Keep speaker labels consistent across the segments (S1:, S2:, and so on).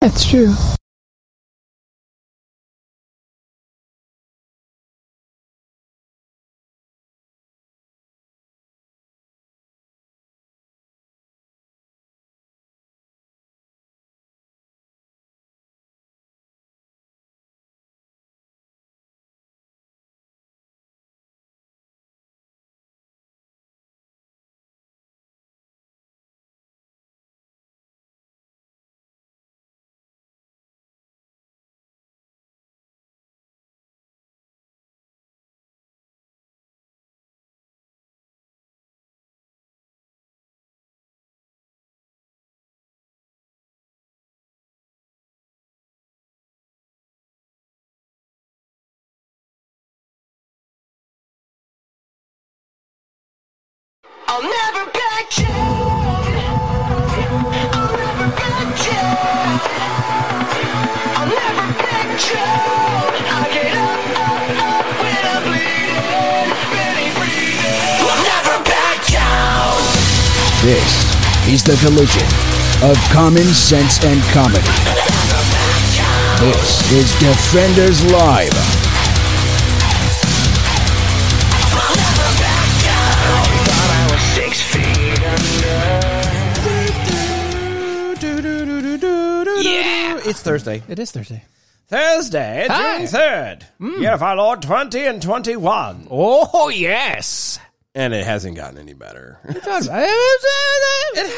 S1: That's true.
S2: I'll never back down. I'll never back down. I'll never back down. I get up, up, up when I'm bleeding, barely breathing. I'll never back down.
S3: This is the collision of common sense and comedy. This is Defenders Live.
S2: Thought I was six feet under.
S4: Yeah. It's Thursday.
S1: It is Thursday.
S4: Thursday,
S1: Hi.
S4: June 3rd. Year of our Lord 20 and 21.
S1: Oh yes.
S4: And it hasn't gotten any better.
S1: I
S4: it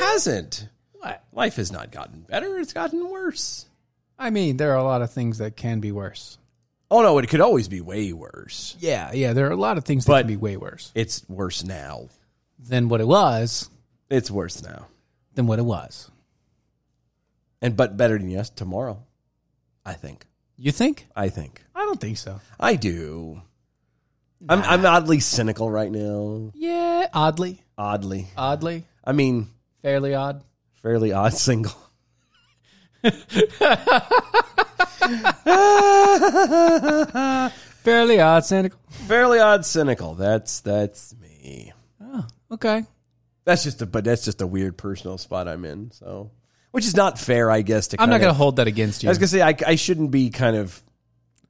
S4: hasn't. Life has not gotten better. It's gotten worse.
S1: mean, there are a lot of things that can be worse.
S4: Oh, no, it could always be way worse.
S1: Yeah, yeah. There are a lot of things that
S4: But-
S1: can be way worse
S4: It's worse now.
S1: than what it was.
S4: It's worse now.
S1: Than what it was.
S4: And but better than yes tomorrow. I think.
S1: You think?
S4: I think.
S1: I don't think so.
S4: I do. I'm I'm oddly cynical right now.
S1: Yeah, oddly,
S4: Oddly.
S1: oddly,
S4: I mean,
S1: fairly odd.
S4: fairly odd single.
S1: Fairly odd, Santa.
S4: Fairly odd cynical. That's that's me.
S1: Okay.
S4: That's just a but that's just a weird personal spot I'm in. So, which is not fair, I guess. To
S1: I'm not
S4: kind
S1: going
S4: of,
S1: to hold that against you.
S4: I was gonna say I, I shouldn't be kind of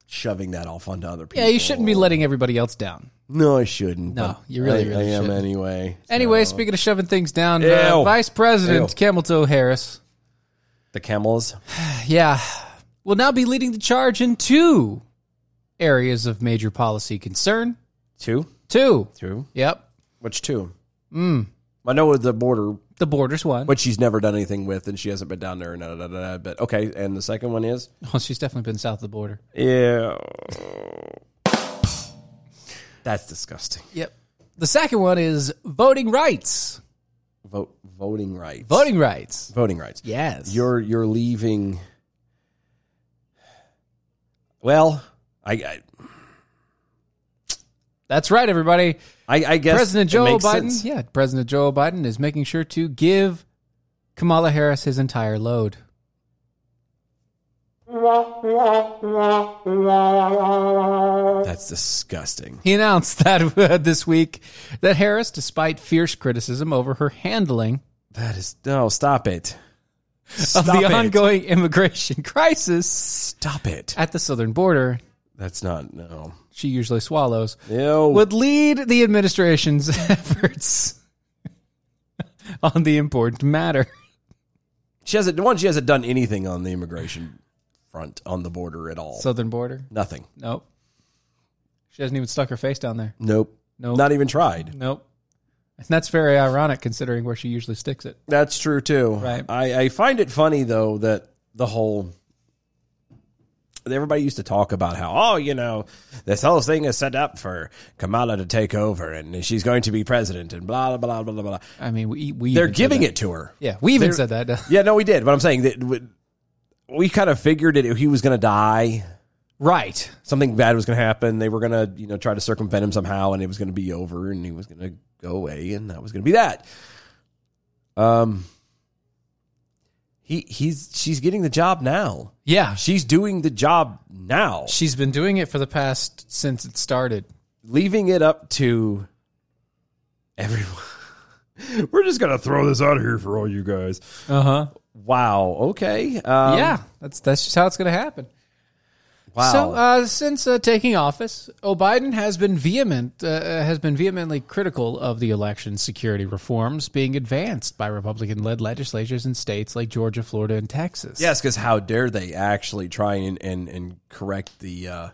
S4: shoving that off onto other people.
S1: yeah, you shouldn't be letting everybody else down.
S4: No, I shouldn't.
S1: No,
S4: but
S1: you really,
S4: I,
S1: really
S4: I am
S1: shouldn't.
S4: anyway.
S1: Anyway,
S4: so-
S1: speaking of shoving things down, uh,
S4: Ew.
S1: Vice President
S4: Ew.
S1: Camel Toe Harris,
S4: the camels.
S1: yeah, will now be leading the charge in two areas of major policy concern.
S4: Two,
S1: Two.
S4: two.
S1: Yep.
S4: Which two? Mm.
S1: Hmm.
S4: I know the border,
S1: The border's one.
S4: but she's never done anything with, and she hasn't been down there. And da, da, da, da, but okay, and the second one is
S1: Oh, she's definitely been south of the border.
S4: yeah. That's disgusting.
S1: Yep. The second one is voting rights.
S4: Vote voting rights.
S1: Voting rights.
S4: voting rights.
S1: Yes.
S4: you're you're leaving well I, I
S1: That's right, everybody.
S4: i i guess
S1: President
S4: it
S1: Joe
S4: makes
S1: Biden,
S4: sense.
S1: yeah, President Joe Biden is making sure to give Kamala Harris his entire load.
S4: that's disgusting
S1: He announced that uh, this week that Harris, despite fierce criticism over her handling
S4: that is no stop it stop
S1: of the
S4: it.
S1: ongoing immigration crisis
S4: stop it
S1: at the southern border,
S4: that's not no
S1: she usually swallows,
S4: Ew.
S1: would lead the administration's efforts on the important matter.
S4: she hasn't one she hasn't done anything on the immigration front on the border at all
S1: Southern border?
S4: nothing
S1: Nope. She hasn't even stuck her face down there.
S4: nope
S1: Nope.
S4: not even tried
S1: Nope. And that's very ironic considering where she usually sticks it.
S4: That's true too.
S1: Right.
S4: I, I find it funny though that the whole everybody used to talk about how oh you know this whole thing is set up for Kamala to take over and she's going to be president and blah blah blah blah blah.
S1: I mean, we, we
S4: They're
S1: even said
S4: giving
S1: that.
S4: it to her.
S1: Yeah, we even
S4: They're-
S1: said that.
S4: Yeah, no, we did. But I'm saying that we- we kind of figured it. He was going to die.
S1: right.
S4: Something bad was going to happen. They were going to you know try to circumvent him somehow, and it was going to be over, and he was going to go away, and that was going to be that. Um. He, he's she's getting the job now.
S1: Yeah,
S4: She's doing the job now.
S1: She's been doing it for the past since it started.
S4: Leaving it up to everyone. We're just gonna throw this out here for all you guys.
S1: Uh huh.
S4: Wow. Okay. Um,
S1: yeah, that's that's just how it's going to happen.
S4: Wow.
S1: So uh, since uh, taking office, O'Biden has been vehement uh, has been vehemently critical of the election security reforms being advanced by Republican led legislatures in states like Georgia, Florida, and Texas.
S4: yes, because how dare they actually try and and, and correct the uh,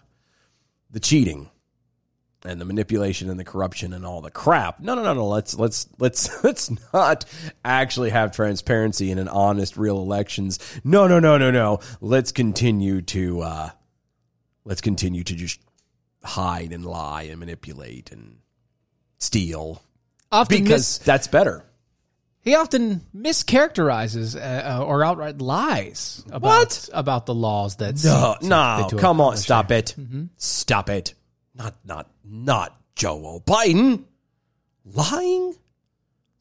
S4: the cheating and the manipulation and the corruption and all the crap. No, no, no, no. Let's let's let's let's not actually have transparency and an honest, real elections. No, no, no, no, no. Let's continue to uh, let's continue to just hide and lie and manipulate and steal
S1: often because
S4: because that's better.
S1: he often mischaracterizes uh, uh, or outright lies about
S4: What?
S1: about the laws that
S4: No,
S1: seek to-
S4: no,
S1: to
S4: come on,
S1: accomplish
S4: stop it,
S1: Mm-hmm.
S4: stop it. Not, not, not Joe Biden. Lying,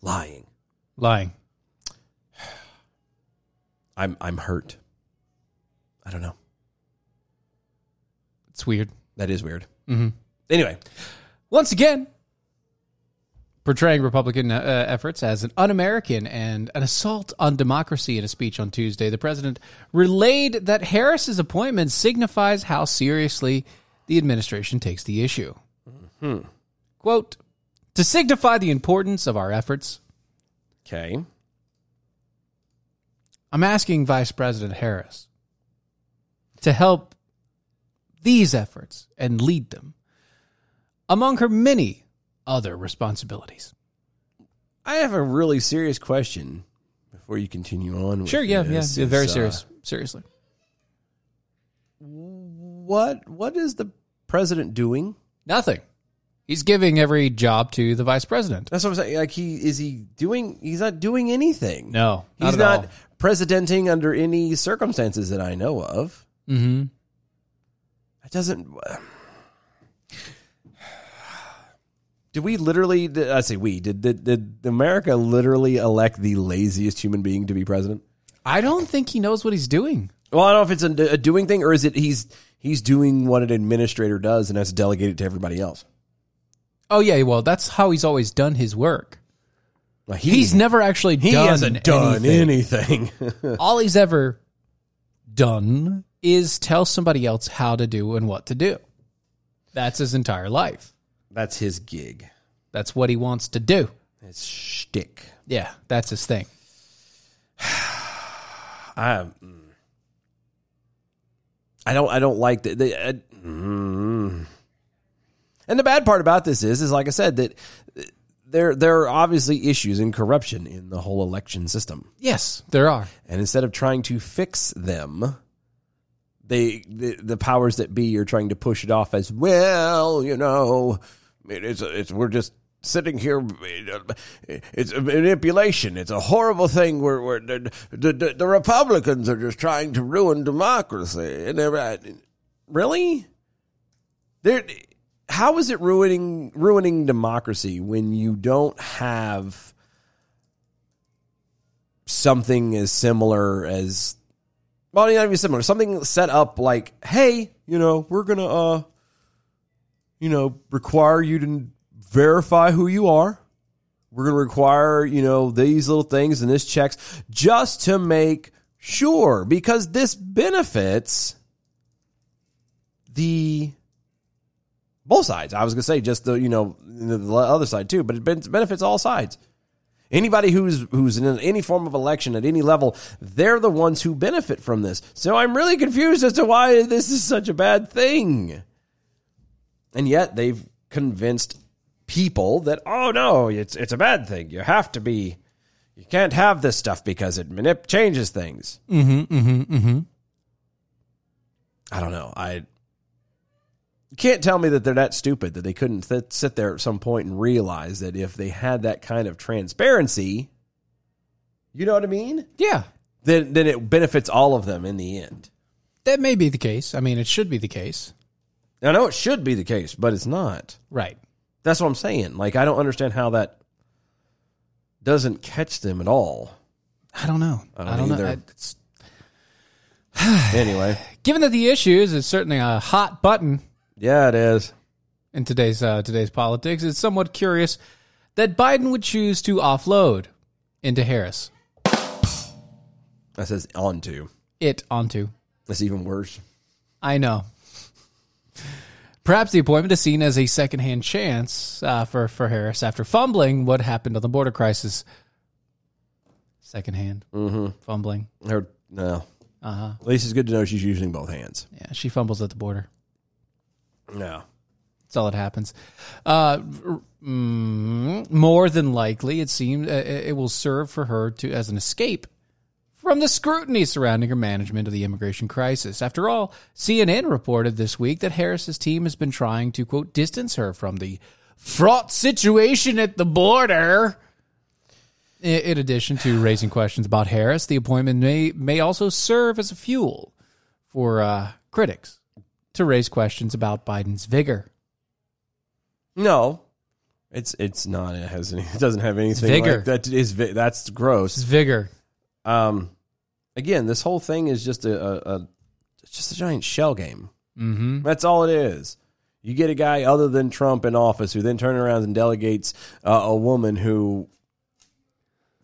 S4: lying.
S1: lying.
S4: I'm, I'm hurt. I don't know.
S1: It's weird.
S4: That is weird. Mm-hmm. Anyway,
S1: once again portraying Republican uh, efforts as an un-American and an assault on democracy in a speech on Tuesday. The president relayed that Harris's appointment signifies how seriously the administration takes the issue. Quote, to signify the importance of our efforts,
S4: okay.
S1: I'm asking Vice President Harris to help these efforts and lead them among her many other responsibilities.
S4: I have a really serious question before you continue on. With
S1: Sure, yeah, yeah,
S4: this.
S1: yeah, very
S4: It's, uh,
S1: serious, seriously.
S4: What, what is the president doing?
S1: Nothing. He's giving every job to the vice president.
S4: That's what I'm saying. Like he is he doing? He's not doing anything.
S1: No, not
S4: he's
S1: at
S4: not
S1: all.
S4: presidenting under any circumstances that I know of. Mm-hmm. That doesn't. Did we literally? did- I say we did, did. Did America literally elect the laziest human being to be president?
S1: I don't think he knows what he's doing.
S4: Well, I don't know if it's a, a doing thing or is it he's he's doing what an administrator does and has to delegate it to everybody else.
S1: Oh yeah, well that's how he's always done his work.
S4: Like, he-
S1: He's never actually
S4: he
S1: done,
S4: hasn't done
S1: anything.
S4: anything.
S1: All he's ever done is tell somebody else how to do and what to do. That's his entire life.
S4: That's his gig.
S1: That's what he wants to do.
S4: It's shtick.
S1: Yeah, that's his thing.
S4: I mm. I don't I don't like that. they- I- mm. And the bad part about this is is like I said that uh, there there are obviously issues and corruption in the whole election system.
S1: Yes, there are.
S4: And instead of trying to fix them, they the, the powers that be are trying to push it off as well. You know, it is it's we're just sitting here. It's a manipulation. It's a horrible thing. We're, we're the, the the Republicans are just trying to ruin democracy. And they're really, there. How is it ruining ruining democracy when you don't have something as similar as well, not even similar, something set up like, hey, you know, we're gonna uh you know, require you to verify who you are. We're gonna require, you know, these little things and this checks just to make sure because this benefits the both sides. I was gonna say just the you know the the other side too, but it ben- benefits all sides. Anybody who's who's in any form of election at any level, they're the ones who benefit from this. So I'm really confused as to why this is such a bad thing. And yet they've convinced people that oh no, it's it's a bad thing. You have to be you can't have this stuff because it manip- changes things. Mm-hmm, mm-hmm, mm-hmm. I don't know. I you can't tell me that they're that stupid that they couldn't th- sit there at some point and realize that if they had that kind of transparency, you know what I mean?
S1: Yeah,
S4: Then then it benefits all of them in the end.
S1: that may be the case. I mean, it should be the case.
S4: I know it should be the case, but it's not.
S1: Right.
S4: That's what I'm saying. Like I don't understand how that doesn't catch them at all.
S1: I don't know. I
S4: don't
S1: don't, know.
S4: either.
S1: I- it's-
S4: Anyway,
S1: given that the issues is certainly a hot button
S4: yeah, it is.
S1: in today's uh, today's politics, it's somewhat curious that Biden would choose to offload into Harris.
S4: That says onto.
S1: It onto.
S4: That's even worse.
S1: I know. Perhaps the appointment is seen as a secondhand chance uh, for for Harris after fumbling what happened on the border crisis. Secondhand
S4: Mm-hmm.
S1: fumbling.
S4: Her no. Uh huh. At least it's good to know she's using both hands.
S1: Yeah, she fumbles at the border.
S4: No.
S1: That's all that happens. Uh, r- mm, more than likely, it seems uh, it it will serve for her to as an escape from the scrutiny surrounding her management of the immigration crisis. After all, CNN reported this week that Harris's team has been trying to quote distance her from the fraught situation at the border. I- In addition to raising questions about Harris, the appointment may may also serve as a fuel for uh, critics to raise questions about Biden's vigor.
S4: No. It's it's not. It has any, It doesn't have anything.
S1: Vigor.
S4: Like, that is vi- that's gross.
S1: His vigor.
S4: um, again, this whole thing is just a, a, a it's just a giant shell game. Mm-hmm. That's all it is. You get a guy other than Trump in office who then turns around and delegates uh, a woman who,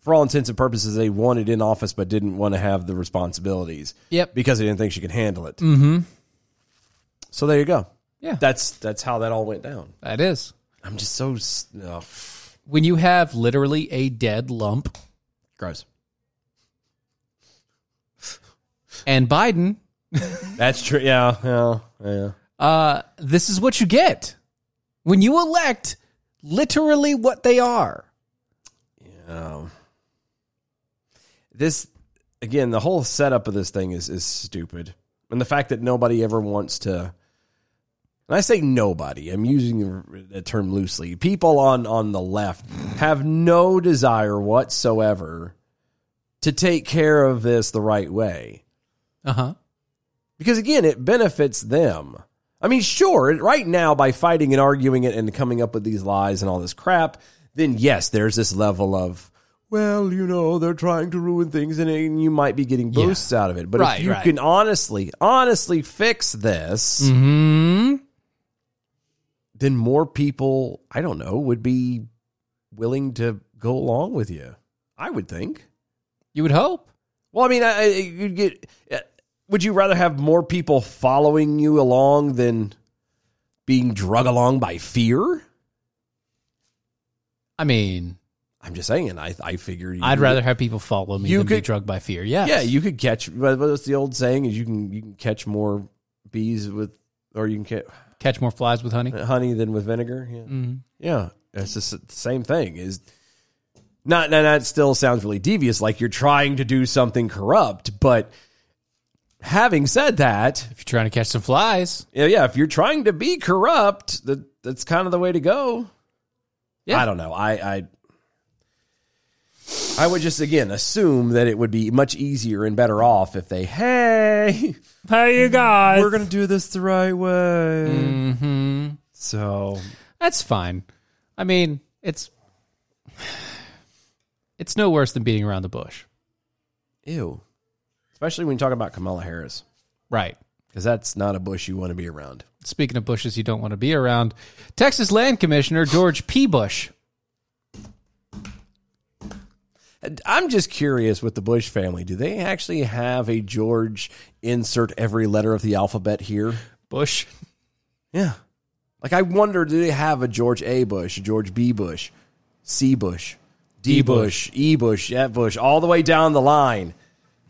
S4: for all intents and purposes, they wanted in office but didn't want to have the responsibilities.
S1: Yep.
S4: because they didn't think she could handle it. Mm-hmm. So there you go.
S1: Yeah.
S4: That's that's how that all went down.
S1: That is.
S4: I'm just so s- oh,
S1: When you have literally a dead lump
S4: gross.
S1: and Biden,
S4: That's true. Yeah, yeah, yeah.
S1: uh, this is what you get. When you elect literally what they are.
S4: Um, this again, the whole setup of this thing is is stupid, and the fact that nobody ever wants to. And I say nobody. I'm using the term loosely. People on on the left have no desire whatsoever to take care of this the right way
S1: Uh
S4: Uh-huh.
S1: huh.
S4: because again, it benefits them. I mean, sure, it- right now by fighting and arguing it and coming up with these lies and all this crap, then yes, there's this level of well, you know, they're trying to ruin things and, and you might be getting boosts out of it. But
S1: Right,
S4: if you
S1: right. Mm.
S4: can honestly, honestly fix this,
S1: Mm-hmm.
S4: then more people, I don't know, would be willing to go along with you. I would think.
S1: You would hope.
S4: Well, I mean, I, I- you'd get. uh, Would you rather have more people following you along than being drug along by fear?
S1: I mean,
S4: I'm just saying. I I figure you,
S1: I'd rather have people follow me
S4: You
S1: than be
S4: could-
S1: drugged by fear. Yes.
S4: Yeah, you could catch. what- What's the old saying? Is you can you can catch more bees with, or you can catch
S1: Catch more flies with honey.
S4: honey than with vinegar. Yeah,
S1: Mm-hmm.
S4: yeah. It's just the same thing. Is not now that still sounds really devious. Like you're trying to do something corrupt, but having said that,
S1: If you're trying to catch some flies,
S4: Yeah, yeah. If you're trying to be corrupt, that that's kind of the way to go.
S1: Yeah.
S4: I don't know. I I I would just again assume that it would be much easier and better off if they hey
S1: hey, you guys.
S4: we're gonna do this the right way. So
S1: That's fine. I mean, it's it's no worse than beating around the bush,
S4: ew, especially when you talk about Kamala Harris,
S1: right?
S4: because that's not a bush you want to be around.
S1: Speaking of bushes you don't want to be around, Texas Land Commissioner George P. Bush.
S4: And I'm just curious with the Bush family, do they actually have a George insert every letter of the alphabet here?
S1: Bush.
S4: Yeah. Like I wonder, do they have a George A. Bush, a George B. Bush, C. Bush, D.
S1: E.
S4: Bush, E. Bush, F. Bush, all the way down the line?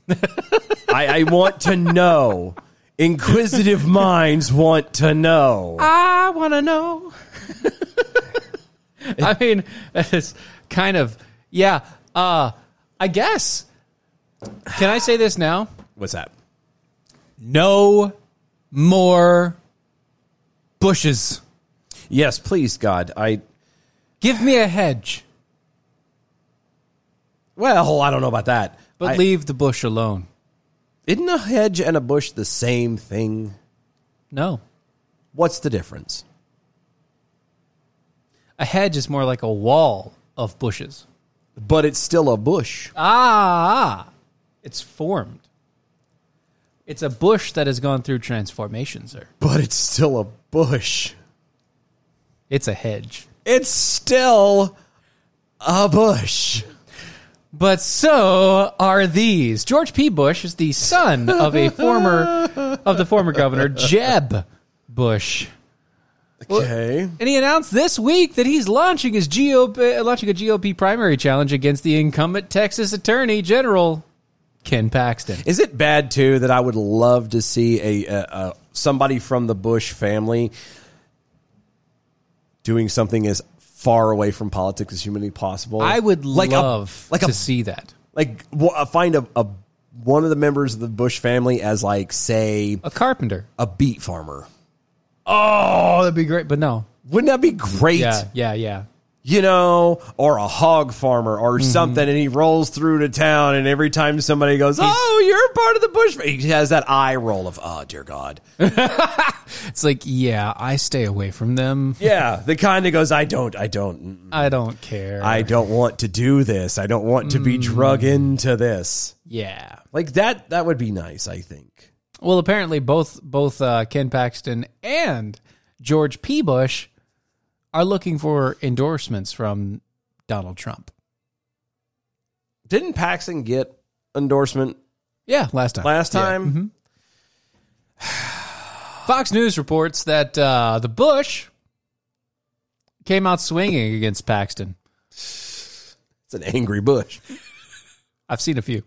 S4: I, I want to know. Inquisitive minds want to know.
S1: I want to know. I mean, it's kind of yeah. Uh, I guess. Can I say this now?
S4: What's that?
S1: No more bushes.
S4: Yes, please, God. I
S1: Give me a hedge,
S4: well, I don't know about that.
S1: but
S4: I-
S1: leave the bush alone.
S4: isn't a hedge and a bush the same thing?
S1: No.
S4: What's the difference?
S1: A hedge is more like a wall of bushes.
S4: But it's still a bush.
S1: Ah, it's formed. It's a bush that has gone through transformation, sir.
S4: But it's still a bush.
S1: It's a hedge.
S4: It's still a bush.
S1: But so are these. George P. Bush is the son of a former of the former governor Jeb Bush.
S4: Okay.
S1: And he announced this week that he's launching his GOP, uh, launching a GOP primary challenge against the incumbent Texas Attorney General Ken Paxton.
S4: Is it bad too that I would love to see a, a, a somebody from the Bush family doing something as far away from politics as humanly possible?
S1: I would
S4: like
S1: love
S4: a, like
S1: to
S4: a
S1: see that
S4: like w- uh, find a, a one of the members of the Bush family as like say
S1: a carpenter.
S4: a beet farmer.
S1: Oh, that'd be great. But no,
S4: Wouldn't that be great?
S1: yeah, yeah, yeah.
S4: you know, or a hog farmer or something, and he rolls through to town, and every time somebody goes, "Oh, you're part of the bush," he has that eye roll of, "Oh, dear God."
S1: It's like, yeah, I stay away from them.
S4: yeah, Mm-hmm. the kind that goes, "I don't, I don't,
S1: I don't care.
S4: I don't want to do this. I don't want to be drug into this."
S1: yeah.
S4: Like that, that would be nice. I think.
S1: Well, apparently both both uh, Ken Paxton and George P. Bush are looking for endorsements from Donald Trump.
S4: Didn't Paxton get endorsement
S1: Yeah, last time.
S4: last
S1: Yeah.
S4: time?
S1: Fox News reports that uh, the Bush came out swinging against Paxton.
S4: It's an angry bush.
S1: I've seen a few.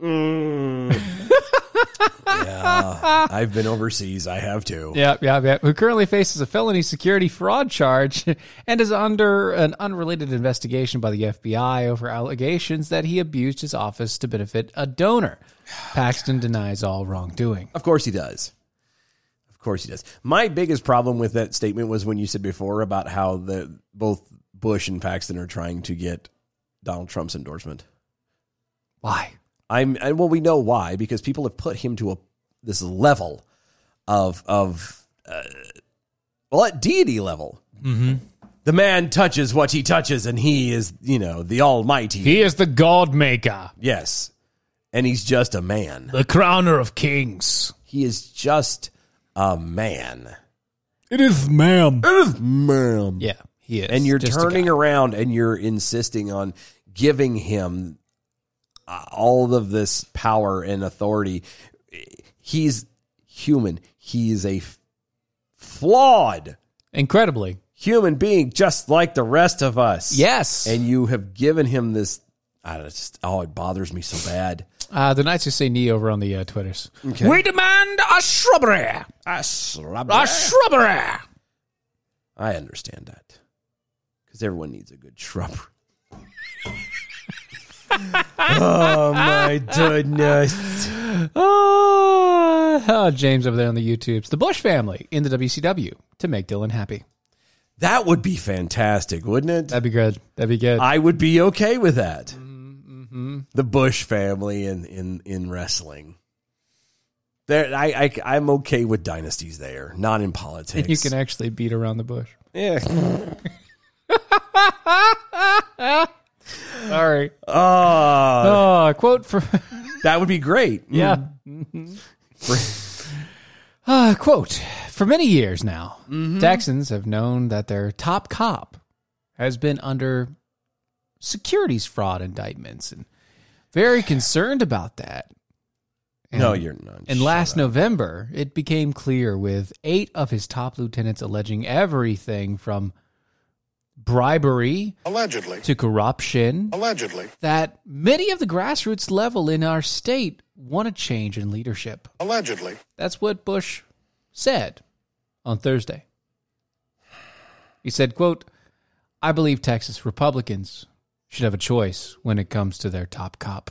S4: I've been overseas. I have too.
S1: Yeah, yeah, yeah. Who currently faces a felony security fraud charge and is under an unrelated investigation by the FBI over allegations that he abused his office to benefit a donor. Paxton denies all wrongdoing.
S4: Of course he does. Of course he does. My biggest problem with that statement was when you said before about how the both Bush and Paxton are trying to get Donald Trump's endorsement.
S1: Why?
S4: I'm and well, we know why because people have put him to a this level of of uh, well, at deity level. Mm-hmm. The man touches what he touches, and he is you know the Almighty.
S1: He is the God Maker,
S4: yes, and he's just a man.
S1: the crowner of kings.
S4: He is just a man.
S1: It is, ma'am.
S4: Man.
S1: Yeah, he is.
S4: and you're
S1: Just a
S4: turning
S1: guy.
S4: around and you're insisting on giving him uh, all of this power and authority he's human he's a f- flawed
S1: incredibly.
S4: human being just like the rest of us
S1: Yes.
S4: and you have given him this I don't know, it's just, oh it bothers me so bad
S1: Uh, the Knights who say knee over on the uh, Twitters. We demand a shrubbery.
S4: i
S1: A shrubbery.
S4: i understand that because everyone needs a good shrub oh my goodness
S1: Oh, oh, James over there on the YouTubes. The Bush family in the WCW to make Dylan happy.
S4: That would be fantastic, wouldn't it?
S1: That'd be good. That'd be good.
S4: I would be okay with that. The Bush family in in in wrestling. There, I, I I'm okay with dynasties there, not in politics.
S1: you can actually beat around the bush.
S4: yeah.
S1: Sorry.
S4: Oh,
S1: Oh, quote from
S4: that would be great. Mm.
S1: yeah. Uh, quote for many years now, Texans have known that their top cop has been under securities fraud indictments and very concerned about that.
S4: No, you're not.
S1: And last November, it became clear with eight of his top lieutenants alleging everything from bribery
S5: Allegedly.
S1: to corruption
S5: Allegedly.
S1: that many of the grassroots level in our state want a change in leadership.
S5: Allegedly.
S1: That's what Bush said on Thursday. He said, quote, I believe Texas Republicans should have a choice when it comes to their top cop.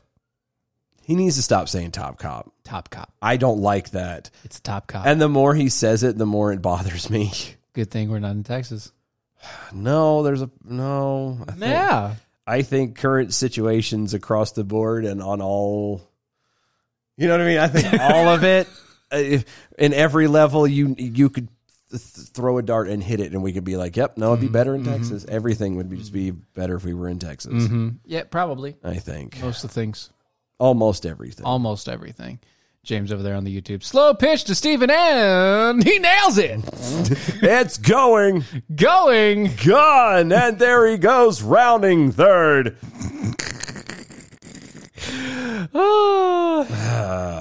S4: he needs to stop saying top cop.
S1: Top cop.
S4: I don't like that.
S1: It's top cop.
S4: And the more he says it, the more it bothers me.
S1: Good thing we're not in Texas.
S4: No, there's a no. I think-
S1: Yeah.
S4: I think current situations across the board and on all, you know what I mean. I think all of it, uh, if- in every level, you you could th- throw a dart and hit it, and we could be like, "Yep, no, it'd be better in Texas. Everything would be, just be better if we were in Texas."
S1: Yeah, probably.
S4: I think
S1: Most of the things.
S4: almost everything.
S1: Almost everything. James over there on the YouTube. Slow pitch to Stephen and he nails it.
S4: it's going
S1: Going.
S4: gone, and there he goes, rounding third.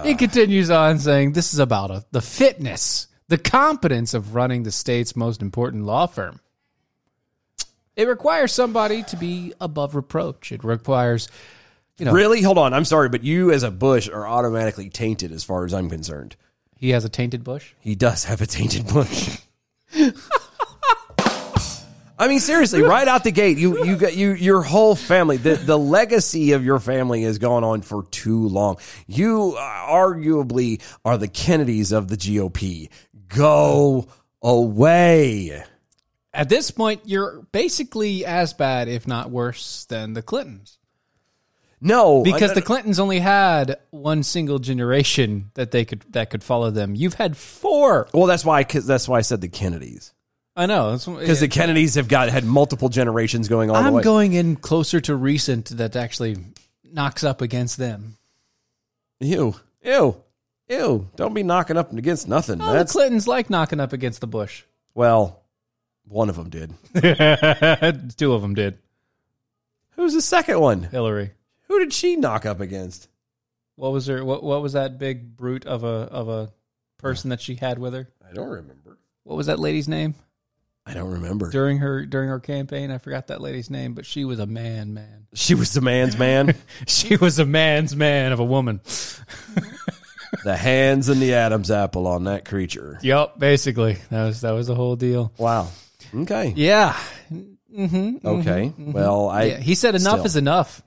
S1: he continues on saying, This is about a, the fitness, the competence of running the state's most important law firm. It requires somebody to be above reproach. It requires
S4: Really? Hold on. I'm sorry, but you as a Bush are automatically tainted as far as I'm concerned.
S1: he has a tainted bush.
S4: He does have a tainted Bush. I mean, seriously, right out the gate, you you got you your whole family. The the legacy of your family has gone on for too long. You uh, arguably are the Kennedys of the GOP. Go away.
S1: At this point, you're basically as bad, if not worse, than the Clintons.
S4: No,
S1: Because
S4: I-
S1: the Clintons only had one single generation that they could that could follow them. You've had four.
S4: well, that's why cause that's why I said the Kennedys
S1: I know.
S4: because the Kennedys have got had multiple generations going on.
S1: I'm going in closer to recent that actually knocks up against them.
S4: Ew. Ew. Ew. Don't be knocking up against nothing.
S1: Oh,
S4: That's
S1: the Clintons like knocking up against the Bush.
S4: well, one of them did.
S1: Two of them did.
S4: Who's the second one?
S1: Hillary.
S4: Who did she knock up against?
S1: What was her? What What was that big brute of a of a person that she had with her?
S4: I don't remember.
S1: What was that lady's name
S4: I don't remember.
S1: during her during her campaign? I forgot that lady's name, but she was a man, man.
S4: She was the man's man,
S1: She was a man's man of a woman.
S4: the hands and the Adam's apple on that creature.
S1: Yep, basically that was that was the whole deal.
S4: Wow. Okay.
S1: Yeah, mm-hmm,
S4: Okay. Well, I
S1: yeah. He said enough
S4: still-
S1: is enough.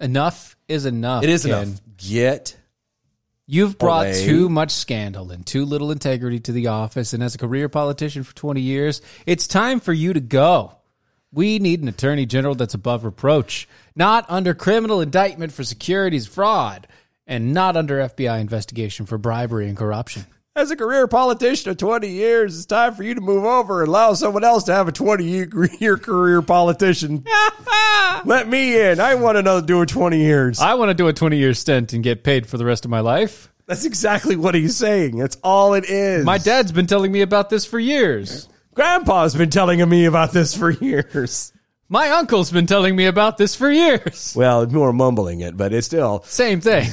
S1: Enough is enough.
S4: it is
S1: Ken.
S4: enough. Get
S1: You've brought
S4: Away.
S1: too much scandal and too little integrity to the office. And as a career politician for 20 years, it's time for you to go. We need an attorney general that's above reproach, not under criminal indictment for securities fraud, and not under FBI investigation for bribery and corruption.
S4: as a career politician of 20 years, it's time for you to move over and allow someone else to have a 20 year- year career politician. Let me in. I want another do it 20 years.
S1: I want to do a 20 year stint and get paid for the rest of my life.
S4: That's exactly what he's saying. That's all it is.
S1: My dad's been telling me about this for years.
S4: grandpa's been telling me about this for years.
S1: My uncle's been telling me about this for years.
S4: Well, more mumbling it, but it's still.
S1: Same thing.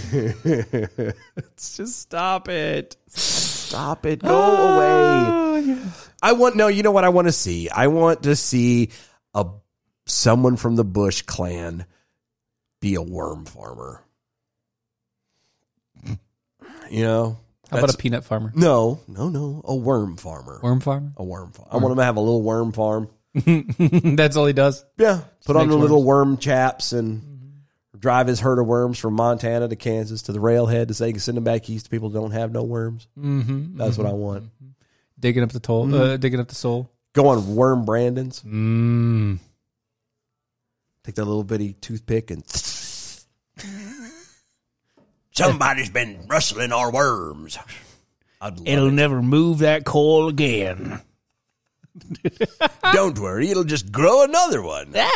S4: Just stop it. Stop it. Go away. I want no. You know what I want to see? I want to see a someone from the Bush clan be a worm farmer. You know.
S1: How about a peanut farmer?
S4: No, no, no. A worm farmer.
S1: Worm farmer?
S4: A worm farm. I want him to have a little worm farm.
S1: That's all he does.
S4: Yeah. Put on
S1: makes
S4: the little worm chaps and drive his herd of worms from Montana to Kansas to the railhead to say you can send them back east to people who don't have no worms. Mm-hmm, That's what I want.
S1: digging up the toll,
S4: Mm-hmm.
S1: uh, digging up the soul.
S4: Go on worm Brandon's.
S1: Mm.
S4: Take that little bitty toothpick and. Somebody's been rustling our worms. I'd love it.
S1: never move that coal again.
S4: Don't worry, it'll just grow another one.
S1: Yeah,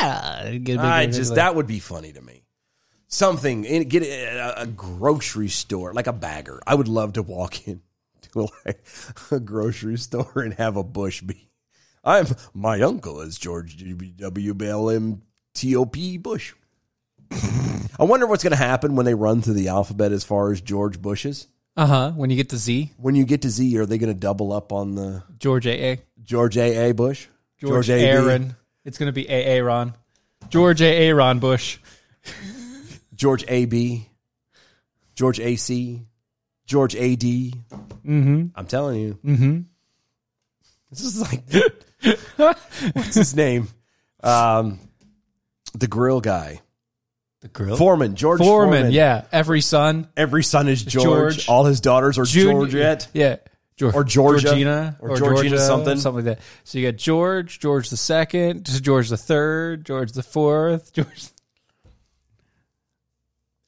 S4: I just that would be funny to me. Something in, get a, a grocery store like a bagger. I would love to walk in to like a grocery store and have a bush be. I'm my uncle is George W. Bell M. T. O. P. Bush. I wonder what's going to happen when they run through the alphabet as far as George Bushes.
S1: uh huh. When you get to Z,
S4: When you get to Z, are they going to double up on the
S1: George A. A.
S4: George A. A. Bush?
S1: George,
S4: A.B.?
S1: Aaron. It's gonna be A A Ron. George A A Ron Bush.
S4: George AB, George AC, George AD. Mm-hmm. I'm telling you. Mm-hmm. This is like, what's his name? Um, the grill guy.
S1: The grill.
S4: Foreman, George
S1: Foreman.
S4: Foreman.
S1: Yeah. Every son.
S4: Every son is George.
S1: George.
S4: All his daughters are
S1: Junior-
S4: Georgette.
S1: Yeah. George,
S4: Or Georgia.
S1: Georgina,
S4: Or Georgina something.
S1: something like that. So you got George, George the second, George the third, George the fourth, George.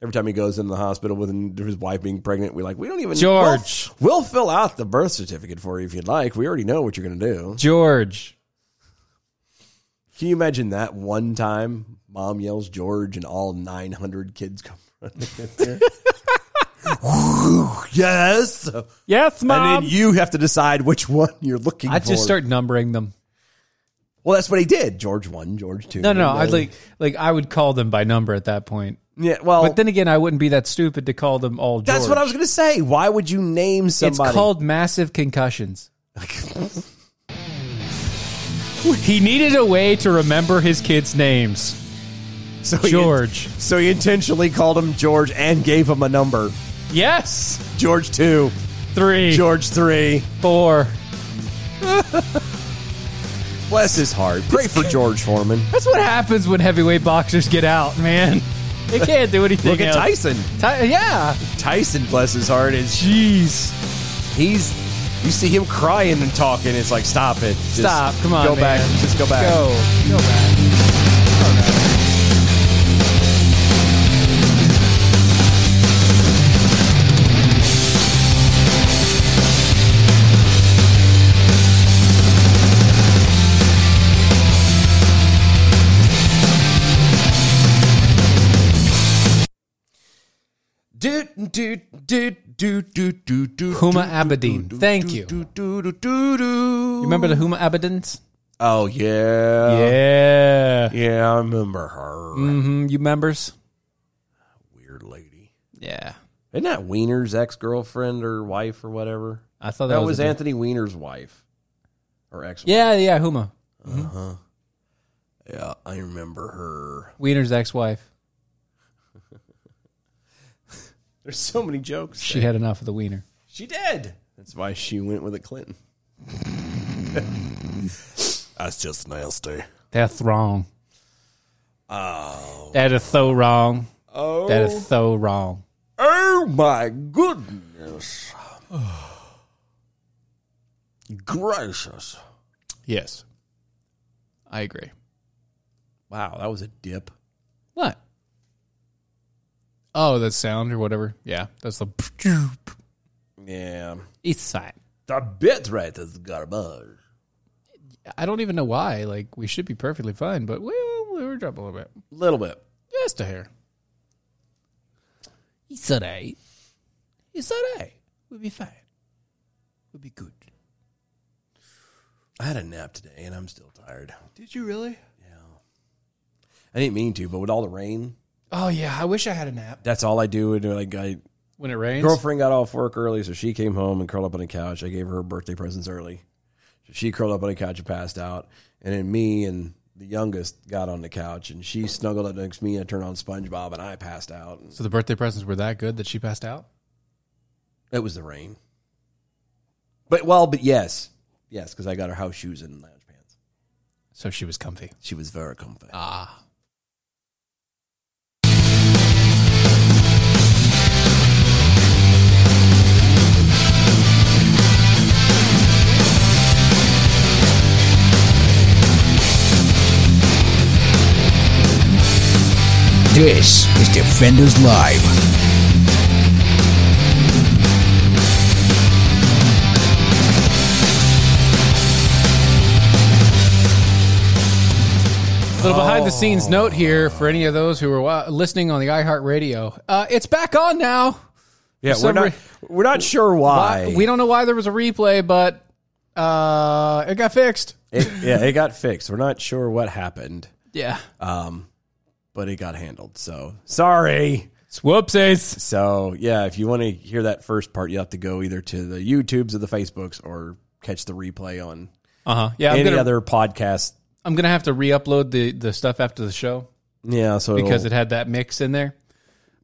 S4: Every time he goes into the hospital with an- his wife being pregnant, we're like, we don't even
S1: George.
S4: We'll, we'll fill out the birth certificate for you if you'd like. We already know what you're going to do.
S1: George.
S4: Can you imagine that one time mom yells George and all 900 kids come running in there? Woo, yes.
S1: Yes,
S4: And then you have to decide which one you're looking
S1: I
S4: for.
S1: just start numbering them.
S4: Well, that's what he did. George 1, George 2.
S1: No, no, no.
S4: and
S1: I'd
S4: then-
S1: like like I would call them by number at that point.
S4: Yeah, well,
S1: But then again, I wouldn't be that stupid to call them all. George.
S4: Oh. that's what I was going to say. Why would you name
S1: It's
S4: somebody?
S1: called massive concussions. he needed a way to remember his kids' names.
S4: so Oh, he-
S1: George.
S4: so he intentionally called him George and gave him a number.
S1: Yes,
S4: George two,
S1: three,
S4: George three.
S1: four.
S4: Bless his heart. Pray for George Foreman.
S1: That's what happens when heavyweight boxers get out, man. They can't do anything.
S4: Look at
S1: else.
S4: Tyson.
S1: Ty- yeah.
S4: Tyson, bless his heart, is
S1: Jeez.
S4: he's you see him crying and talking. It's like stop it. Just
S1: Stop. Come on,
S4: Go
S1: man.
S4: back. Just go back.
S1: Go. Go back.
S4: Do, do, do, do, do, do, do,
S1: Huma
S4: do,
S1: Abedin.
S4: do, do,
S1: Thank
S4: do,
S1: you.
S4: do, do, do, do, do.
S1: You remember the Huma Abedins?
S4: Oh yeah.
S1: yeah.
S4: Yeah, I remember her.
S1: hmm You members?
S4: Weird lady.
S1: Yeah.
S4: Isn't that Wiener's ex girlfriend or wife or whatever?
S1: I thought Oh, that,
S4: That, was,
S1: a-
S4: Anthony Wiener's wife. Or ex
S1: Yeah, yeah, Huma.
S4: Yeah, I remember her.
S1: Wiener's ex-wife.
S4: There's so many jokes.
S1: She had enough of the wiener.
S4: She did. That's why she went with a Clinton. That's just nasty.
S1: That's wrong.
S4: Ah.
S1: Oh. That is so wrong.
S4: Oh,
S1: That is so wrong.
S4: oh my goodness. Gracious.
S1: Yes. I agree.
S4: Wow, that was a dip.
S1: What? Oh, that sound or whatever. Yeah, that's the
S4: Yeah.
S1: east side.
S4: The bit rate is garbage.
S1: I don't even know why. Like we should be perfectly fine, but we we were dropping a little bit,
S4: Little bit.
S1: just a hair. It's alright. It's alright. We'll be fine. We'll be good.
S4: I had a nap today and I'm still tired.
S1: Did you really?
S4: I didn't mean to, but with all the rain,
S1: Oh yeah, I wish I had a nap
S4: that's all I do. And like, I
S1: when it rains.
S4: girlfriend got off work early, so she came home and curled up on the couch. I gave her her birthday presents early. So she curled up on the couch and passed out. And then me and the youngest got on the couch and she snuggled up next to me. I turned on SpongeBob and I passed out.
S1: So the birthday presents were that good that she passed out.
S4: It was the rain. But well, but yes, yes, because I got her house shoes and lounge pants.
S1: So she was comfy.
S4: She was very comfy.
S1: Ah.
S3: This is Defenders Live.
S1: Little behind the scenes note here for any of those who are wa- listening on the iHeartRadio. Uh, it's back on now.
S4: yeah,
S1: some re-
S4: we're not sure
S1: Uh, we don't know why there was a replay, but uh, it got fixed.
S4: It- yeah, it got fixed. We're not sure what happened,
S1: Yeah.
S4: but it got handled. So sorry.
S1: Whoopsies.
S4: So yeah, if you want to hear that first part, you have to go either to the YouTubes or the Facebooks or catch the replay on
S1: Uh huh. Yeah. I'm
S4: any
S1: gonna,
S4: other podcast.
S1: I'm gonna have to re-upload the the stuff after the show
S4: Yeah, so
S1: because it
S4: it'll-
S1: had that mix in there.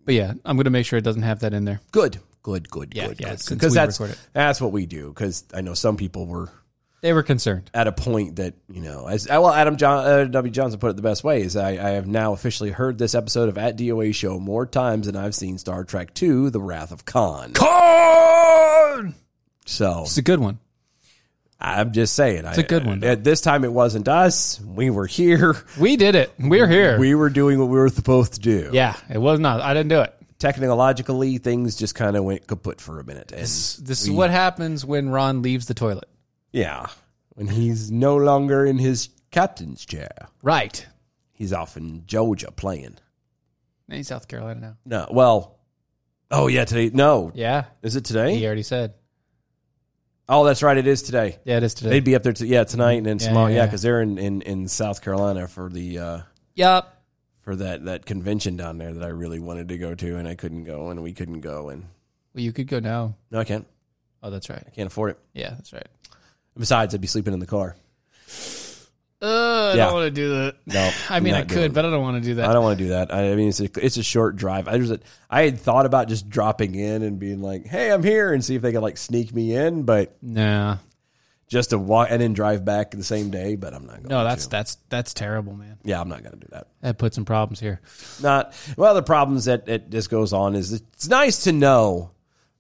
S1: But yeah, I'm gonna make sure it doesn't have that in there.
S4: good, good, good,
S1: Yeah,
S4: good,
S1: yeah,
S4: good.
S1: since
S4: Because
S1: we
S4: that's
S1: record it.
S4: that's what we do. Because I know some people were
S1: They were concerned.
S4: at a point that you know, as well, Adam John, uh, W. Johnson put it the best way is I, I have now officially heard this episode of At DOA Show more times than I've seen Star Trek Two: The Wrath of Khan.
S1: Corn.
S4: So
S1: It's a good one.
S4: I'm just saying, it's
S1: a good one.
S4: At this time, it wasn't us. We were here.
S1: We did it. We're here.
S4: We were doing what we were supposed to do.
S1: yeah. It was not. I didn't do it.
S4: Technologically, things just kind of went kaput for a minute. And
S1: This is what happens when Ron leaves the toilet.
S4: yeah, when he's no longer in his captain's chair,
S1: Right.
S4: he's off in Georgia playing.
S1: In South Carolina now.
S4: No, well, oh yeah, today. No,
S1: Yeah.
S4: is it today?
S1: He already said.
S4: Oh, that's right, it is today.
S1: Yeah, it is today.
S4: They'd be up there, to, yeah, tonight and then
S1: Yeah,
S4: tomorrow,
S1: yeah,
S4: yeah,
S1: yeah.
S4: because they're in, in in South Carolina for the uh
S1: Yup.
S4: for that that convention down there that I really wanted to go to, and I couldn't go, and we couldn't go, and
S1: Well, you could go now.
S4: no, I can't.
S1: Oh, that's right.
S4: I can't afford it.
S1: Yeah, that's right.
S4: Besides, I'd be sleeping in the car.
S1: Uh, I
S4: Yeah.
S1: don't want to do that.
S4: No,
S1: I mean,
S4: not
S1: I
S4: doing
S1: could,
S4: it.
S1: but I don't want to do that.
S4: I don't want to do that. I, I mean, it's a, it's a short drive. I just I had thought about just dropping in and being like, "Hey, I'm here," and see if they could like sneak me in, but
S1: Nah.
S4: just to walk and then drive back the same day. But I'm not going.
S1: No, that's
S4: to.
S1: that's that's terrible, man.
S4: yeah, I'm not going to do that.
S1: That put some problems here.
S4: Not well. The problems that that this goes on is it's nice to know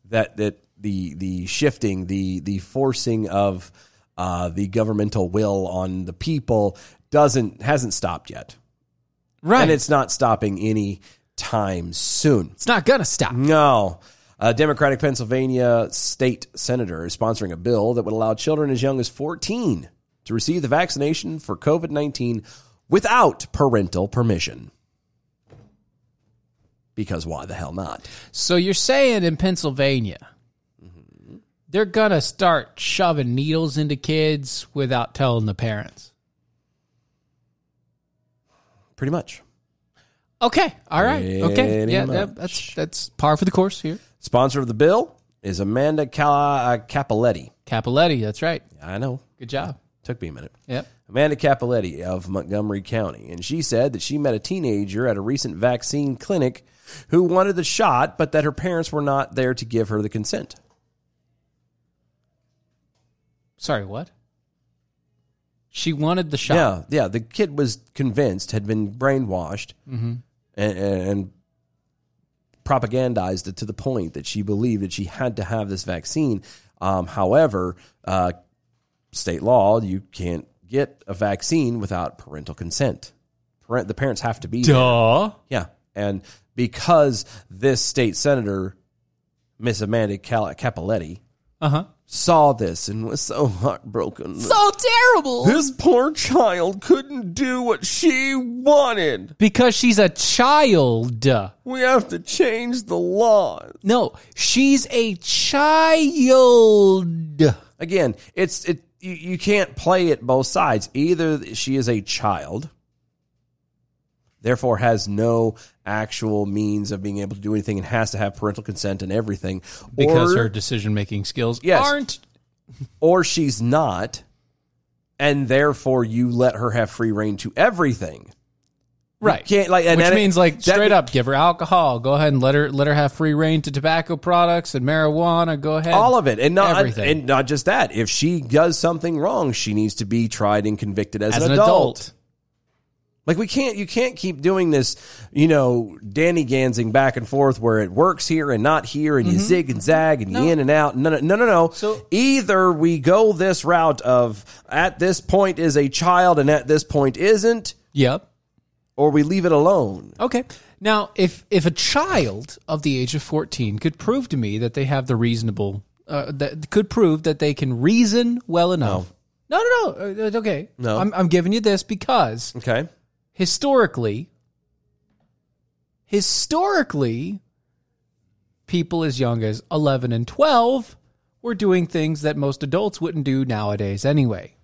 S4: that that the the shifting the the forcing of uh, the governmental will on the people doesn't hasn't stopped yet,
S1: Right.
S4: and
S1: it's
S4: it's not stopping any time soon.
S1: it's not gonna stop.
S4: No. A Democratic Pennsylvania state senator is sponsoring a bill that would allow children as young as 14 to receive the vaccination for COVID 19 without parental permission. Because why the hell not?
S1: So you're saying in Pennsylvania, they're gonna start shoving needles into kids without telling the parents.
S4: Pretty much.
S1: Okay. All right. Okay.
S4: Pretty
S1: Yeah. that-
S4: much.
S1: that's that's par for the course here.
S4: Sponsor of the bill is Amanda Cal- uh, Capoletti.
S1: Capoletti. That's right.
S4: I know.
S1: Good job.
S4: Took me a minute.
S1: Yep.
S4: Amanda Capoletti of Montgomery County, and she said that she met a teenager at a recent vaccine clinic who wanted the shot, but that her parents were not there to give her the consent.
S1: Sorry. What? She wanted the shot.
S4: Yeah, yeah. The kid was convinced, had been brainwashed,
S1: Mm-hmm.
S4: and, and, and propagandized it to the point that she believed that she had to have this vaccine. Um, however, uh, state law, you can't get a vaccine without parental consent. Parent, the parents have to be there.
S1: Duh.
S4: Yeah. And because this state senator, Miss Amanda Cal- Capoletti,
S1: Uh huh.
S4: saw this and was so heartbroken. that
S1: So terrible.
S4: this poor child couldn't do what she wanted.
S1: Because she's a child.
S4: We have to change the laws.
S1: No, she's a child.
S4: Again, it's it you, you can't play it both sides. Either she is a child, therefore has no actual means of being able to do anything and has to have parental consent and everything.
S1: Because
S4: or,
S1: her decision making skills
S4: Yes.
S1: aren't.
S4: or she's not, and therefore you let her have free reign to everything.
S1: Right.
S4: can't, like, and
S1: Which
S4: that-
S1: means like
S4: that-
S1: straight up give her alcohol. Go ahead and let her let her have free reign to tobacco products and marijuana. Go ahead.
S4: All of it, and not
S1: Everything.
S4: and not just that. If she does something wrong, she needs to be tried and convicted as,
S1: as
S4: an, adult. Like we can't, you can't keep doing this, you know, Danny Gansing back and forth where it works here and not here, and you zig and zag and you in and out. No, no, no, no. no.
S1: Mm-hmm. So-
S4: either we go this route of at this point is a child and at this point isn't,
S1: Yep.
S4: or we leave it alone.
S1: Okay. Now, if if a child of the age of fourteen could prove to me that they have the reasonable, uh, that could prove that they can reason well enough. No, no, no. uh, it's okay.
S4: No.
S1: I'm, I'm giving you this because
S4: Okay.
S1: historically, historically, people as young as eleven and twelve were doing things that most adults wouldn't do nowadays anyway.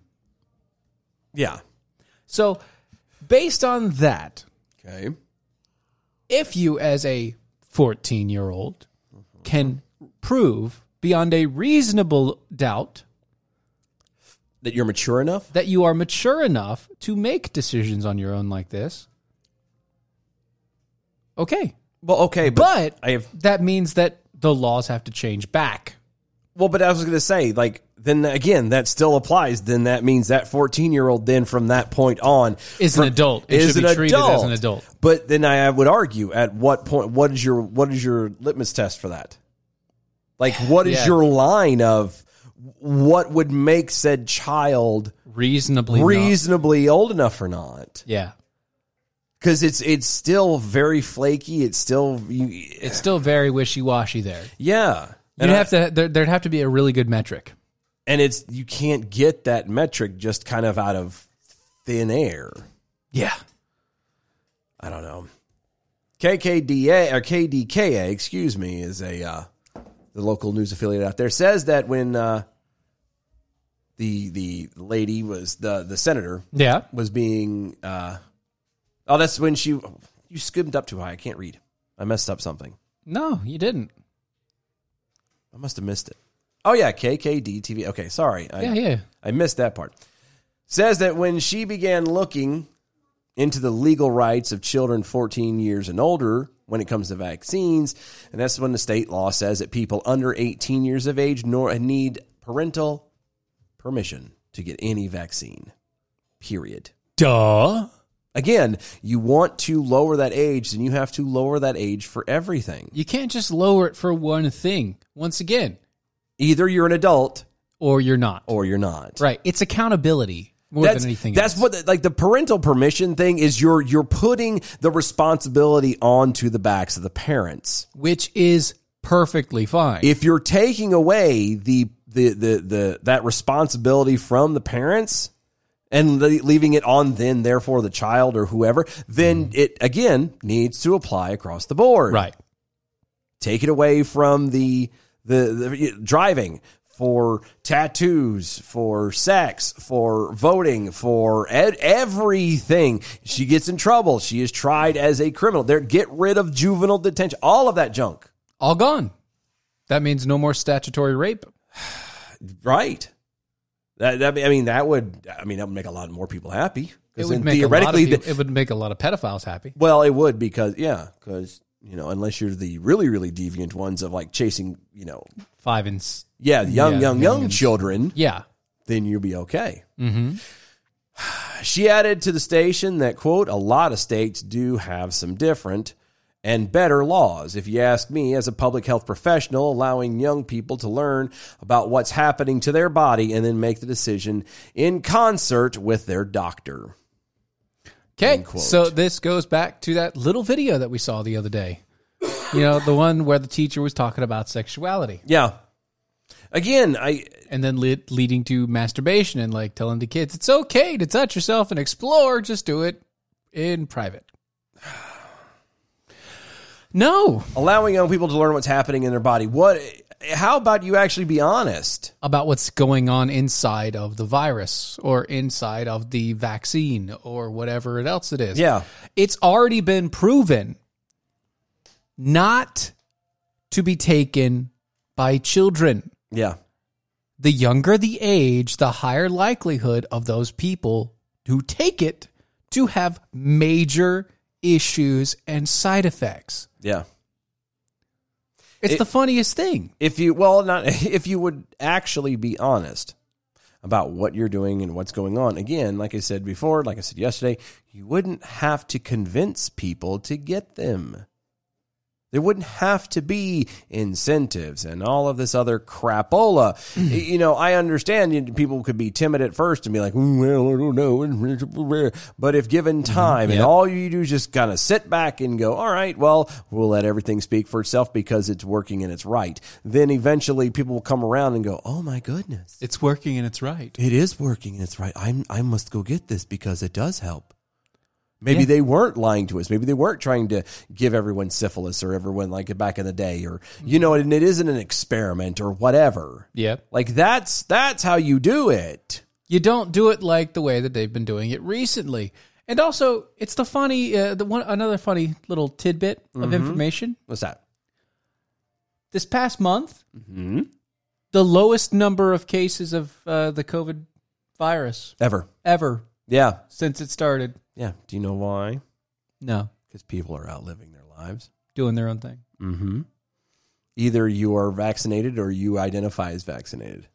S4: Yeah.
S1: So, based on that,
S4: Okay.
S1: if you as a 14 year old can prove beyond a reasonable doubt
S4: That you're mature enough?
S1: that you are mature enough to make decisions on your own like this okay
S4: Well, okay,
S1: but
S4: I have
S1: that means that the laws have to change back
S4: well, but I was going to say like then again that still applies. Then that means that 14-year-old then from that point on
S1: is an adult it
S4: is
S1: should be
S4: an
S1: treated
S4: adult.
S1: as an adult
S4: But then I would argue at what point what is your what is your litmus test for that? Like what is
S1: Yeah.
S4: your line of what would make said child
S1: reasonably not.
S4: reasonably old enough or not?
S1: yeah
S4: Because it's it's still very flaky. It's still you,
S1: it's still very wishy-washy there
S4: yeah.
S1: you'd
S4: And I-
S1: have to there, there'd have to be a really good metric
S4: and it's you can't get that metric just kind of out of thin air.
S1: yeah
S4: I don't know. KKDA or KDKA, excuse me, is a uh, the local news affiliate out there says that when uh, the the lady was the the senator
S1: yeah
S4: was being uh, Oh, that's when she. You skimmed up too high. I can't read. I messed up something.
S1: No, you didn't.
S4: I must have missed it. Oh yeah, KKD TV. Okay, sorry. I,
S1: Yeah, yeah.
S4: I missed that part. Says that when she began looking into the legal rights of children 14 years and older when it comes to vaccines, and that's when the state law says that people under 18 years of age nor need parental permission to get any vaccine. Period.
S1: Duh.
S4: Again, you want to lower that age, then you have to lower that age for everything.
S1: You can't just lower it for one thing once again,
S4: Either you're an adult
S1: or you're not.
S4: or you're not.
S1: right. It's accountability more than anything
S4: that's
S1: else.
S4: what the- like the parental permission thing is you're you're putting the responsibility onto the backs of the parents
S1: which is perfectly fine.
S4: if you're taking away the the the, the that responsibility from the parents and le- leaving it on then therefore the child or whoever then it again needs to apply across the board
S1: Mm-hmm. right.
S4: take it away from the the, the driving for tattoos for sex for voting for ed- everything she gets in trouble she is tried as a criminal they get rid of juvenile detention all of that junk
S1: All gone. That means no more statutory rape.
S4: right that, that i mean that would i mean that would make a lot more people happy
S1: It
S4: because
S1: would make
S4: theoretically
S1: a lot of
S4: the-
S1: people, it would make a lot of pedophiles happy.
S4: Well, it would because yeah, because you know, unless you're the really really deviant ones of like chasing, you know,
S1: Five and s-
S4: yeah, young
S1: Yeah,
S4: young
S1: young
S4: young, children,
S1: yeah.
S4: then you'll be okay. She added to the station that quote, a lot of states do have some different and better laws. If you ask me as a public health professional, allowing young people to learn about what's happening to their body and then make the decision in concert with their doctor.
S1: Okay.
S4: End quote.
S1: So this goes back to that little video that we saw the other day. You know, the one where the teacher was talking about sexuality
S4: Yeah. Again, I
S1: and then le- leading to masturbation and like telling the kids it's okay to touch yourself and explore, just do it in private. No,
S4: allowing young people to learn what's happening in their body. What? How about you actually be honest?
S1: about what's going on inside of the virus or inside of the vaccine or whatever else it is.
S4: Yeah.
S1: It's already been proven not to be taken by children.
S4: Yeah.
S1: The younger the age, the higher likelihood of those people who take it to have major issues and side effects.
S4: Yeah.
S1: It's
S4: It-
S1: the funniest thing.
S4: If you well, not if you would actually be honest about what you're doing and what's going on. Again, like I said before, like I said yesterday, you wouldn't have to convince people to get them. There wouldn't have to be incentives and all of this other crapola. you know, I understand you- people could be timid at first and be like, "Mm, well, I don't know. But if given time and
S1: Yep.
S4: all you do is just kind of sit back and go, all right, well, we'll let everything speak for itself because it's working and it's right, then eventually people will come around and go, oh my goodness,
S1: It's working and it's right.
S4: it is working and it's right. I'm, I must go get this because it does help. Maybe they weren't lying to us. Maybe they weren't trying to give everyone syphilis or everyone like it back in the day or, you know, and it isn't an experiment or whatever.
S1: Yep.
S4: Like that's, that's how you do it.
S1: you don't do it like the way that they've been doing it recently. And also, it's the funny, uh, the one another funny little tidbit of information.
S4: What's that?
S1: This past month, Mm-hmm. the lowest number of cases of uh, the COVID virus
S4: Ever.
S1: ever
S4: Yeah.
S1: since it started.
S4: Yeah. Do you know why?
S1: No,
S4: Because people are out living their lives.
S1: doing their own thing.
S4: Either you are vaccinated or you identify as vaccinated.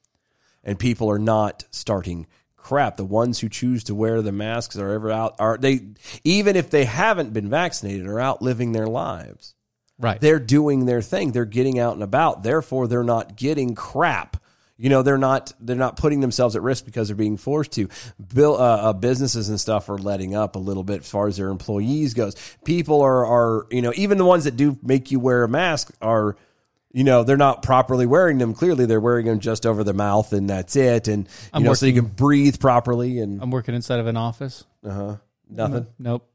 S4: And people are not starting crap. The ones who choose to wear the masks are ever out are they even if they haven't been vaccinated are out living their lives.
S1: Right.
S4: They're doing their thing. They're getting out and about. Therefore, they're not getting crap. You know, they're not they're not putting themselves at risk because they're being forced to. Bill, uh, uh, businesses and stuff are letting up a little bit as far as their employees goes. People are are you know even the ones that do make you wear a mask are you know they're not properly wearing them. Clearly, they're wearing them just over the mouth and that's it. And you
S1: I'm
S4: know, so you can breathe properly and
S1: I'm working inside of an office.
S4: nothing.
S1: Nope.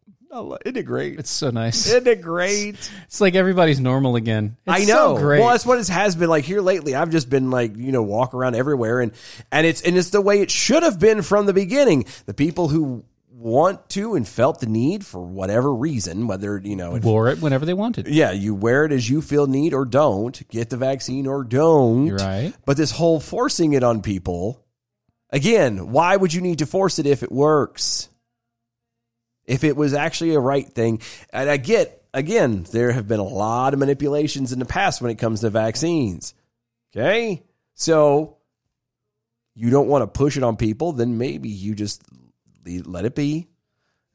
S4: Isn't it great?
S1: It's so nice.
S4: Isn't it great?
S1: It's like everybody's normal again. It's
S4: I know.
S1: So great.
S4: Well, that's what it has been like here lately. I've just been like, you know, walk around everywhere and and it's and it's the way it should have been from the beginning. The people who want to and felt the need for whatever reason, whether you know it
S1: Wore it whenever they wanted.
S4: yeah, you wear it as you feel need or don't, get the vaccine or don't.
S1: You're right.
S4: But this whole forcing it on people, again, why would you need to force it if it works? If it was actually a right thing. And I get, again, there have been a lot of manipulations in the past when it comes to vaccines. Okay? So you don't want to push it on people, then maybe you just le- let it be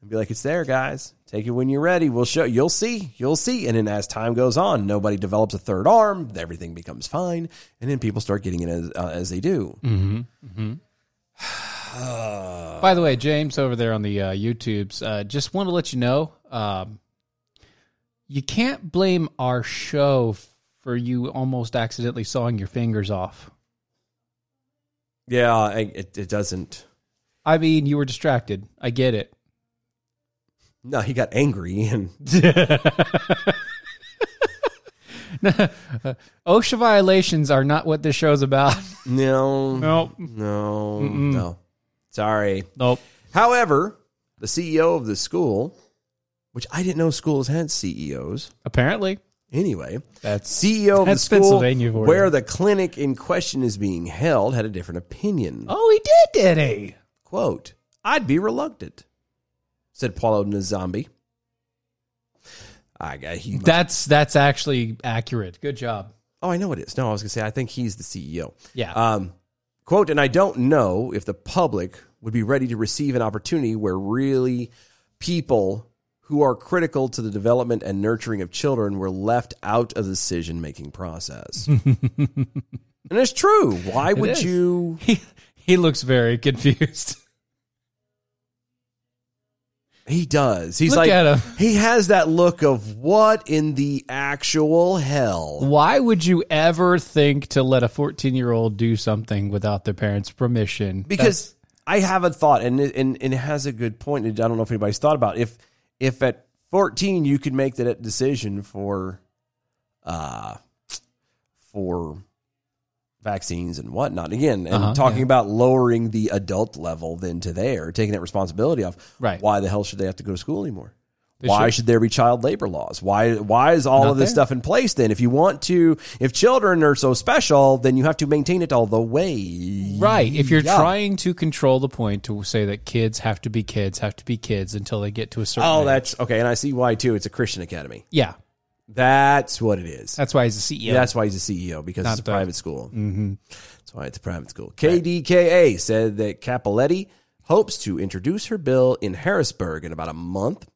S4: and be like, "It's there, guys. Take it when you're ready. We'll show. You'll see. You'll see." And then as time goes on, nobody develops a third arm. Everything becomes fine, and then people start getting it as uh, as they do.
S1: Mm. By the way, James over there on the uh, YouTubes, uh, just want to let you know um, you can't blame our show for you almost accidentally sawing your fingers off.
S4: Yeah, I, it it doesn't.
S1: I mean, you were distracted. I get it.
S4: No, he got angry, and
S1: OSHA violations are not what this show's about.
S4: no,
S1: Nope.
S4: no, no. Sorry.
S1: Nope.
S4: However, the CEO of the school, which I didn't know schools had CEOs.
S1: Apparently.
S4: Anyway,
S1: That's
S4: CEO of
S1: That's
S4: the school
S1: Pennsylvania for you.
S4: where the clinic in question is being held had a different opinion.
S1: Oh, he did, did he?
S4: Quote, I'd be reluctant, said Paulo Nzambi. I got he. must-
S1: That's that's actually accurate. Good job.
S4: oh, I know it is. No, I was going to say, I think he's the CEO.
S1: Yeah.
S4: Um, quote, and I don't know if the public would be ready to receive an opportunity where really people who are critical to the development and nurturing of children were left out of the decision making process. and it's true. Why would
S1: is.
S4: you?
S1: he he looks very confused.
S4: He does. He's
S1: Look
S4: like
S1: at him.
S4: he has that look of what in the actual hell.
S1: Why would you ever think to let a 14 year old do something without their parents' permission?
S4: Because I have a thought, and it, and, and it has a good point. and I don't know if anybody's thought about it. if if at fourteen you could make that decision for, uh, for vaccines and whatnot. And again, and
S1: Uh-huh,
S4: talking
S1: yeah.
S4: about lowering the adult level then to there, taking that responsibility off.
S1: Right.
S4: Why the hell should they have to go to school anymore?
S1: They
S4: why
S1: should.
S4: should. there be child labor laws? Why why is all
S1: Not
S4: of this
S1: there.
S4: stuff in place then? If you want to if children are so special, then you have to maintain it all the way.
S1: Right. If you're
S4: Yeah.
S1: trying to control the point to say that kids have to be kids, have to be kids until they get to a certain.
S4: Oh,
S1: age.
S4: that's okay, and I see why too. It's a Christian academy.
S1: Yeah.
S4: That's what it is.
S1: That's why he's a E CEO.
S4: That's why he's a CEO because it's a
S1: the-
S4: private school. Mm-hmm. That's why it's a private school. KDKA said that Capoletti hopes to introduce her bill in Harrisburg in about a month,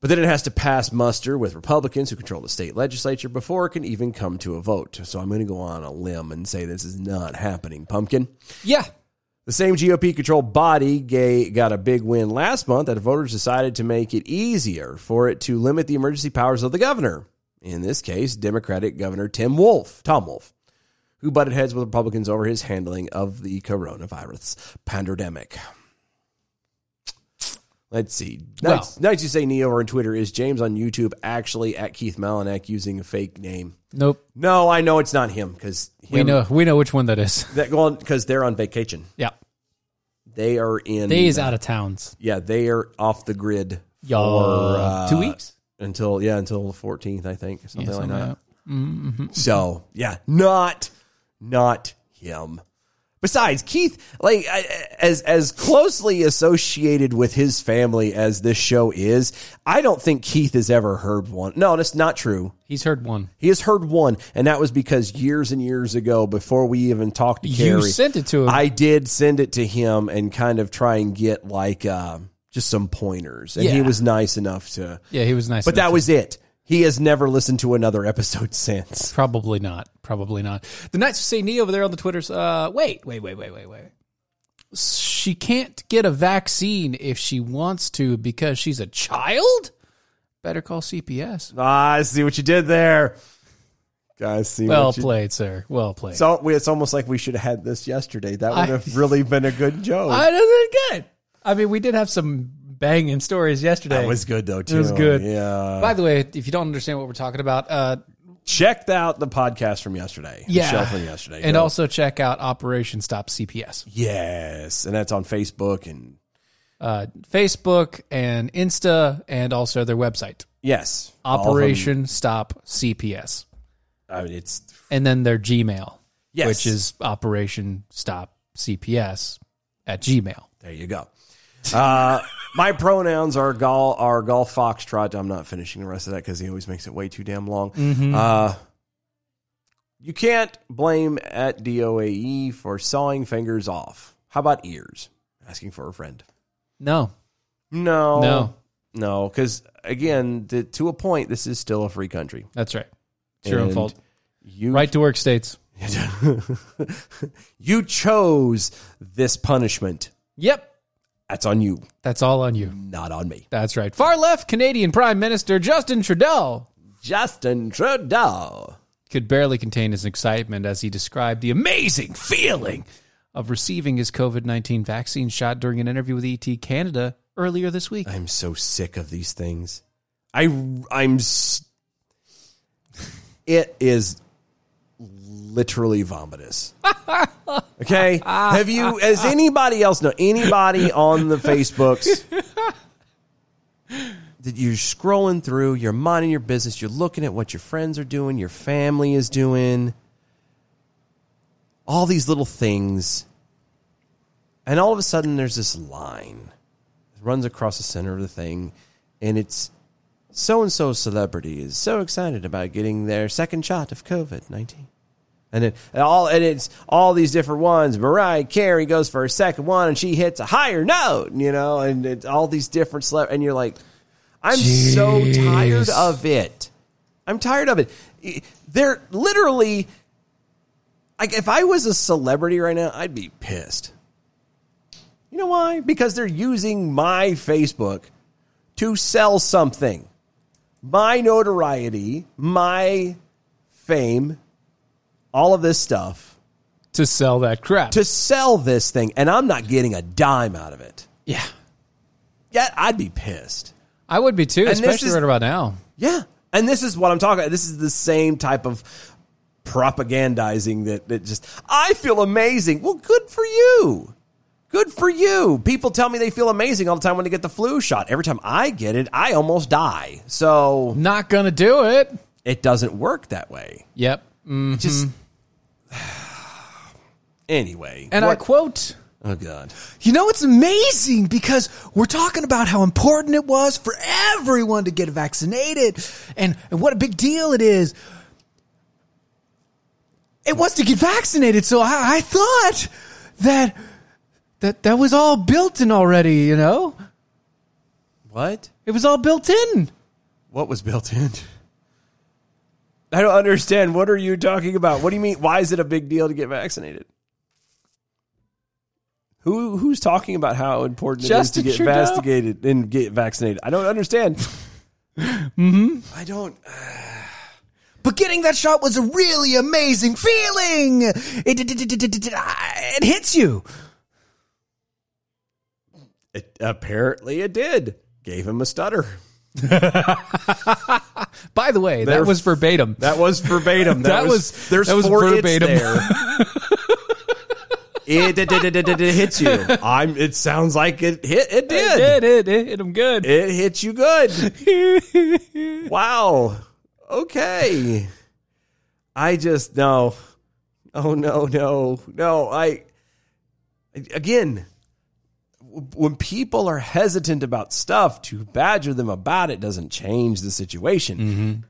S4: but then it has to pass muster with Republicans who control the state legislature before it can even come to a vote. So I'm going to go on a limb and say this is not happening, pumpkin.
S1: yeah.
S4: The same GOP controlled body gay, got a big win last month that voters decided to make it easier for it to limit the emergency powers of the governor. In this case, Democratic Governor Tim Wolf, Tom Wolf, who butted heads with Republicans over his handling of the coronavirus pandemic. Let's see. Nice, nice you say Neo over on Twitter. Is James on YouTube actually at Keith Malinak using a fake name?
S1: Nope.
S4: No, I know it's not him because
S1: We know we know which one that is.
S4: that going because they're on vacation.
S1: Yeah.
S4: They are in
S1: They is out of towns.
S4: yeah, they are off the grid
S1: Y'all.
S4: for, uh,
S1: two weeks.
S4: until yeah until the fourteenth, I think, something like
S1: something
S4: that. So yeah, not not him. Besides, Keith, like I- as as closely associated with his family as this show is, I don't think Keith has ever heard one. No, that's not true.
S1: He's heard one.
S4: He has heard one, and that was because years and years ago, before we even talked to Carrie,
S1: You sent it to him.
S4: I did send it to him and kind of try and get like uh, just some pointers, and he
S1: Yeah.
S4: was nice enough to.
S1: yeah, he was nice.
S4: But
S1: enough
S4: that
S1: to-
S4: was it. He has never listened to another episode since.
S1: Probably not. Probably not. The Knights of St. Knee over there on the Twitters. Uh, wait, wait, wait, wait, wait, wait. She can't get a vaccine if she wants to because she's a child? Better call CPS.
S4: Ah, I see what you did there, guys. See
S1: Well
S4: what you.
S1: played, sir. Well played.
S4: It's, al- it's almost like we should have had this yesterday. That would
S1: I-
S4: have really been a good joke.
S1: I did good. I mean, we did have some banging stories yesterday.
S4: that was good though too.
S1: was good.
S4: Yeah.
S1: By the way, if you don't understand what we're talking about, uh,
S4: Checked out the podcast from yesterday.
S1: yeah,
S4: Michelle from yesterday.
S1: and
S4: Go
S1: also check out Operation Stop CPS.
S4: Yes, and that's on Facebook and
S1: uh, Facebook and Insta, and also their website,
S4: Yes. All of them.
S1: Operation Stop CPS,
S4: I mean, it's
S1: and then their Gmail,
S4: Yes.
S1: which is Operation Stop CPS at Gmail.
S4: There you go. Uh, my pronouns are Gol are Gol Foxtrot. I'm not finishing the rest of that because he always makes it way too damn long. Uh, you can't blame at DOAE E for sawing fingers off. How about ears? Asking for a friend.
S1: No,
S4: No,
S1: No.
S4: no. Because again, to, to a point, this is still a free country.
S1: that's right. It's your own
S4: And
S1: fault.
S4: You
S1: Right to work states.
S4: you chose this punishment.
S1: Yep,
S4: That's on you,
S1: that's all on you.
S4: not on me.
S1: That's right. Far left Canadian Prime Minister Justin Trudeau
S4: Justin Trudeau.
S1: could barely contain his excitement as he described the amazing feeling of receiving his COVID 19 vaccine shot during an interview with ET Canada earlier this week.
S4: I'm so sick of these things. I I'm s- it is literally vomitous. Okay? Have you as anybody else know anybody on the Facebooks that you're scrolling through, you're minding your business, you're looking at what your friends are doing, your family is doing, all these little things. And all of a sudden there's this line runs across the center of the thing, and it's so and so celebrity is so excited about getting their second shot of COVID nineteen, and it and all and it's all these different ones. Mariah Carey goes for her second one, and she hits a higher note, you know, and it's all these different celeb, and you're like, I'm so tired of it. I'm tired of it. They're literally like if I was a celebrity right now, I'd be pissed. You know why? Because they're using my Facebook to sell something. My notoriety, my fame, all of this stuff
S1: To sell that crap.
S4: to sell this thing, and I'm not getting a dime out of it.
S1: yeah.
S4: Yet I'd be pissed.
S1: I would be too,
S4: this
S1: especially
S4: is-
S1: right about now.
S4: Yeah. And this is what I'm talking about. This is the same type of propagandizing that, that just, I feel amazing. Well, good for you. Good for you. People tell me they feel amazing all the time when they get the flu shot. Every time I get it, I almost die. So
S1: Not going to do it.
S4: it doesn't work that way.
S1: Yep. Mm.
S4: It Just Hmm. anyway.
S1: And I
S4: what-
S1: quote.
S4: oh god,
S5: You know, it's amazing because we're talking about how important it was for everyone to get vaccinated and, and what a big deal it is. It was to get vaccinated, so I, I thought that
S1: That, that was all built in already, you know?
S4: what?
S1: It was all built in.
S4: What was built in? I don't understand. What are you talking about? What do you mean? Why is it a big deal to get vaccinated? Who who's talking about how important
S1: Justin
S4: it is to
S1: Trudeau?
S4: get vaccinated and get vaccinated? I don't understand. mm-hmm. I don't.
S5: uh, But getting that shot was a really amazing feeling. It, it, it, it, it, it- it hits you.
S4: It, apparently, it did. Gave him a stutter.
S1: By the way, that
S4: They're-
S1: was verbatim.
S4: That was verbatim.
S1: That
S4: That, was,
S1: was-
S4: there's
S1: that was
S4: four
S1: verbatim.
S4: It's there. it, it, it, it, it, it hits you. I'm. It sounds like it hit. It did.
S1: It did. It, it hit him good.
S4: It hit you good. wow. Okay. I just no. Oh no, no, no. I again when people are hesitant about stuff to badger them about it doesn't change the situation.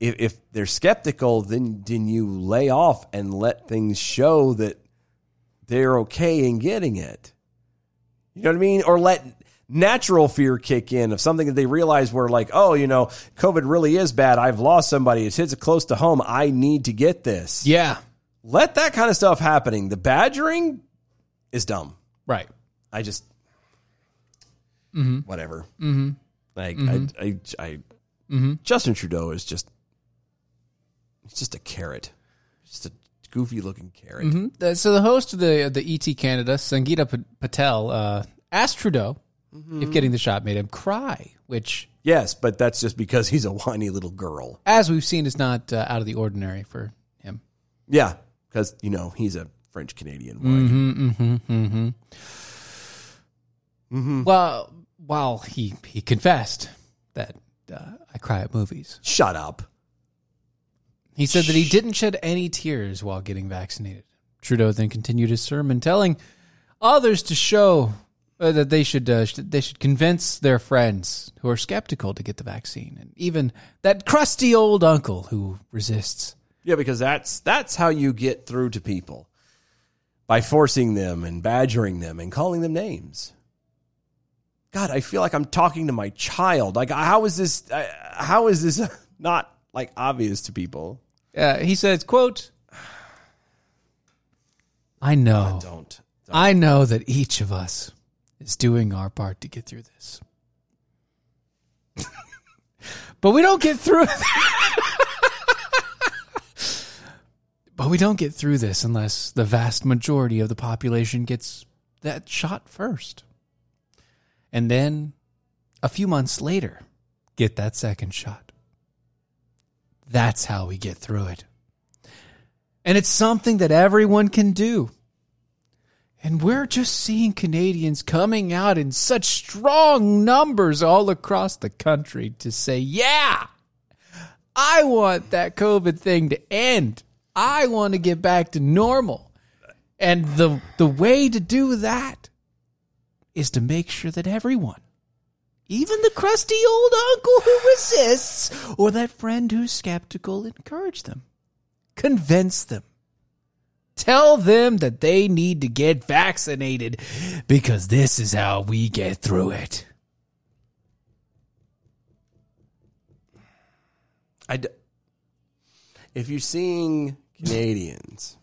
S4: If, if they're skeptical, then then you lay off and let things show that they're okay in getting it. You know what I mean? Or let natural fear kick in of something that they realize were like, oh, you know, COVID really is bad. I've lost somebody. It hits close to home. I need to get this.
S1: Yeah.
S4: Let that kind of stuff happening. The badgering is dumb.
S1: Right.
S4: I just whatever. Like I, I, I Justin Trudeau is just he's just a carrot, just a goofy looking carrot.
S1: Uh, so the host of the the ET Canada, Sangeeta P- Patel, uh, asked Trudeau if getting the shot made him cry, which,
S4: Yes, but that's just because he's a whiny little girl.
S1: as we've seen, is not uh, out of the ordinary for him.
S4: Yeah, because
S1: Mm-hmm.
S4: you know he's a French Canadian.
S1: Well, while he he confessed that uh, I cry at movies,
S4: Shut up.
S1: he said that he didn't shed any tears while getting vaccinated. Trudeau then continued his sermon, telling others to show uh, that they should uh, sh- they should convince their friends who are skeptical to get the vaccine, and even that crusty old uncle who resists.
S4: Yeah, because that's that's how you get through to people by forcing them and badgering them and calling them names. God, I feel like I'm talking to my child. Like, how is this? Uh, how is this not like obvious to people?
S1: Uh, he says, "quote I know."
S4: Don't.
S1: I know that each of us is doing our part to get through this. but we don't get through But we don't get through this unless the vast majority of the population gets that shot first. And then a few months later, get that second shot. That's how we get through it. And it's something that everyone can do. And we're just seeing Canadians coming out in such strong numbers all across the country to say, yeah, I want that COVID thing to end. I want to get back to normal. And the, the way to do that is to make sure that everyone, even the crusty old uncle who resists or that friend who's skeptical, encourage them, convince them. Tell them that they need to get vaccinated because this is how we get through it.
S4: I d- if you're seeing Canadians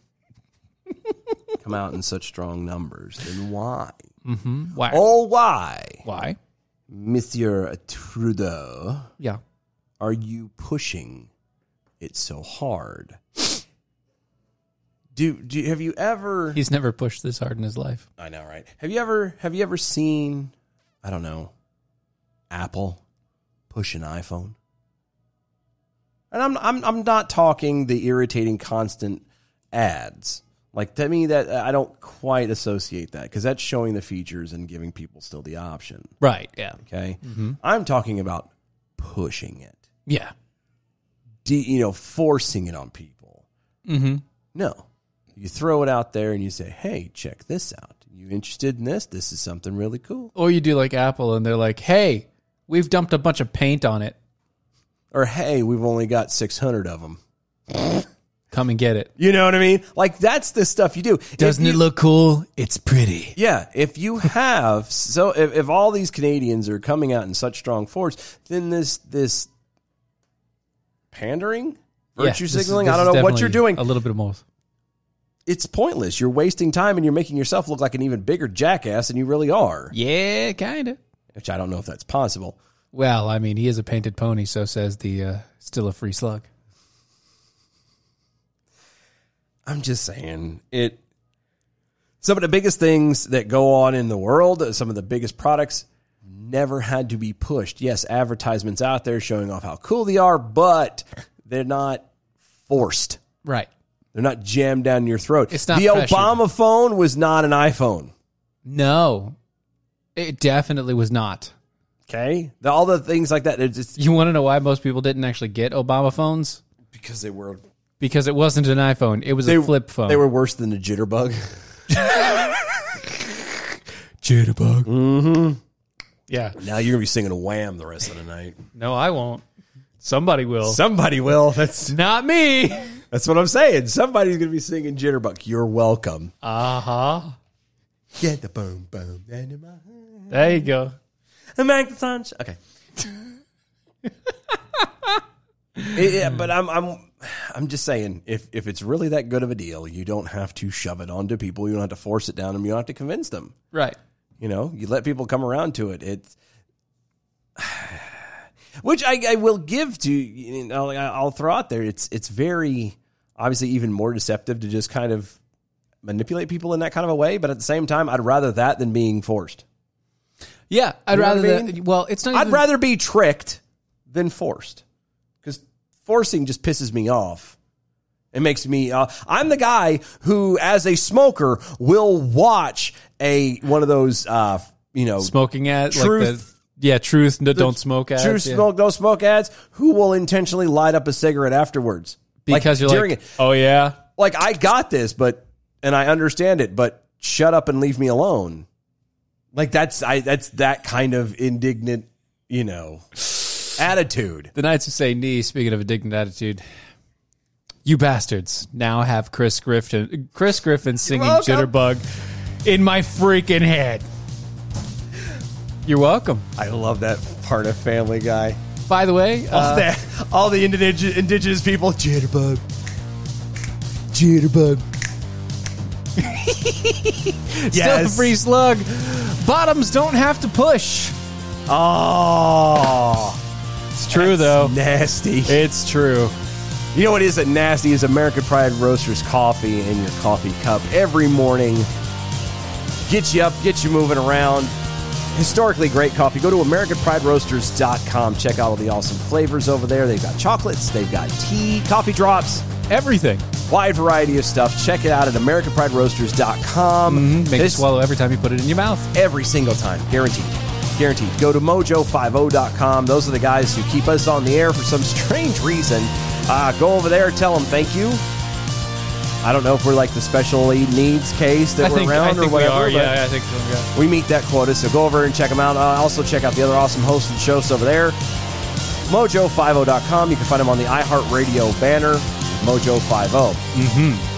S4: come out in such strong numbers, then why?
S1: Why?
S4: Oh, why,
S1: Why?
S4: Monsieur Trudeau?
S1: Yeah.
S4: are you pushing it so hard? Do, do have you ever?
S1: He's never pushed this hard in his life.
S4: I know, right? Have you ever have you ever seen? I don't know. Apple push an iPhone, and I'm I'm I'm not talking the irritating constant ads. Like to me, that I don't quite associate that because that's showing the features and giving people still the option.
S1: Right. Yeah.
S4: Okay, I'm talking about pushing it.
S1: Yeah.
S4: de- you know, forcing it on people. Mm-hmm. No, you throw it out there and you say, "Hey, check this out. You interested in this? This is something really cool."
S1: Or you do like Apple and they're like, hey, we've dumped a bunch of paint on it.
S4: Or, "Hey, we've only got six hundred of them."
S1: Come and get it.
S4: You know what I mean? Like that's the stuff you do.
S1: Doesn't
S4: If
S1: it
S4: you-
S1: look cool? It's pretty.
S4: Yeah, if you have so, if, if all these Canadians are coming out in such strong force, then this this pandering,
S1: Yeah,
S4: virtue
S1: this is-
S4: signaling,
S1: this
S4: I
S1: is
S4: don't know what you're
S1: definitely
S4: doing.
S1: A little bit of both.
S4: It's pointless. You're wasting time and you're making yourself look like an even bigger jackass than you really are.
S1: Yeah, kind of.
S4: which I don't know if that's possible.
S1: Well, I mean, he is a painted pony, so says the uh, still a free slug.
S4: I'm just saying it. Some of the biggest things that go on in the world, some of the biggest products, never had to be pushed. Yes, advertisements out there showing off how cool they are, but they're not forced.
S1: Right.
S4: They're not jammed down your throat.
S1: It's not
S4: the
S1: pressured.
S4: Obama phone was not an iPhone.
S1: No, it definitely was not.
S4: Okay, the, all the things like that. It's just
S1: You want to know why most people didn't actually get Obama phones?
S4: because they were
S1: Because it wasn't an iPhone; it was
S4: they
S1: a flip phone.
S4: They were worse than the jitterbug.
S1: jitterbug. Mm-hmm. Yeah.
S4: now you're gonna be singing a wham the rest of the night.
S1: No, I won't. Somebody will.
S4: Somebody will. That's
S1: Not me.
S4: That's what I'm saying. Somebody's gonna be singing Jitterbug. You're welcome.
S1: Uh huh.
S4: Get the boom boom down in my
S1: There you go.
S4: heart. Make the sun sh- Okay. yeah, yeah, but I'm I'm I'm just saying if if it's really that good of a deal, you don't have to shove it onto people. You don't have to force it down them. You don't have to convince them.
S1: Right.
S4: You know, you let people come around to it. It's which I, I will give to you know, like, I- I'll throw out there. It's it's very obviously even more deceptive to just kind of manipulate people in that kind of a way. But at the same time, I'd rather that than being forced.
S1: Yeah, I'd
S4: know
S1: rather
S4: what I mean?
S1: that. Well, it's not.
S4: I'd
S1: even-
S4: rather be tricked than forced because forcing just pisses me off. It makes me. Uh, I'm the guy who, as a smoker, will watch a one of those uh, you know,
S1: Smoking at like
S4: Truth.
S1: the yeah, truth. No, don't smoke at
S4: True
S1: yeah.
S4: smoke, no smoke ads. Who will intentionally light up a cigarette afterwards?
S1: because you're
S4: during
S1: like,
S4: it.
S1: oh yeah,
S4: like I got this, but and I understand it, but shut up and leave me alone. Like that's I that's that kind of indignant, you know, attitude.
S1: The Knights of St. Nee, speaking of a indignant attitude, you bastards now have Chris Griffin, Chris Griffin singing
S4: welcome.
S1: Jitterbug in my freaking head. You're welcome.
S4: I love that part of Family Guy.
S1: By the way, uh,
S4: that, all the indigenous, indigenous people.
S5: Jitterbug. Jitterbug.
S1: still a free slug. Bottoms don't have to push.
S4: Oh,
S1: It's true though.
S4: nasty.
S1: It's true.
S4: You know what isn't nasty is American Pride Roasters coffee in your coffee cup every morning. Get you up, get you moving around. Historically great coffee. Go to AmericanPrideRoasters.com. Check out all the awesome flavors over there. They've got chocolates, they've got tea, coffee drops,
S1: Everything.
S4: wide variety of stuff. Check it out at AmericanPrideRoasters.com.
S1: Make
S4: This-
S1: you swallow every time you put it in your mouth.
S4: every single time. Guaranteed. Guaranteed. Go to mojo50.com. Those are the guys who keep us on the air for some strange reason. Uh, go over there, tell them thank you. I don't know if we're like the special aid needs case that
S1: I
S4: we're
S1: think,
S4: around
S1: I think
S4: or whatever.
S1: we are.
S4: but
S1: Yeah, I think so. yeah.
S4: we meet that quota, so go over and check them out. Uh, also, check out the other awesome hosts and shows over there. Mojo50.com. You can find them on the iHeartRadio banner, oh. Mojo50.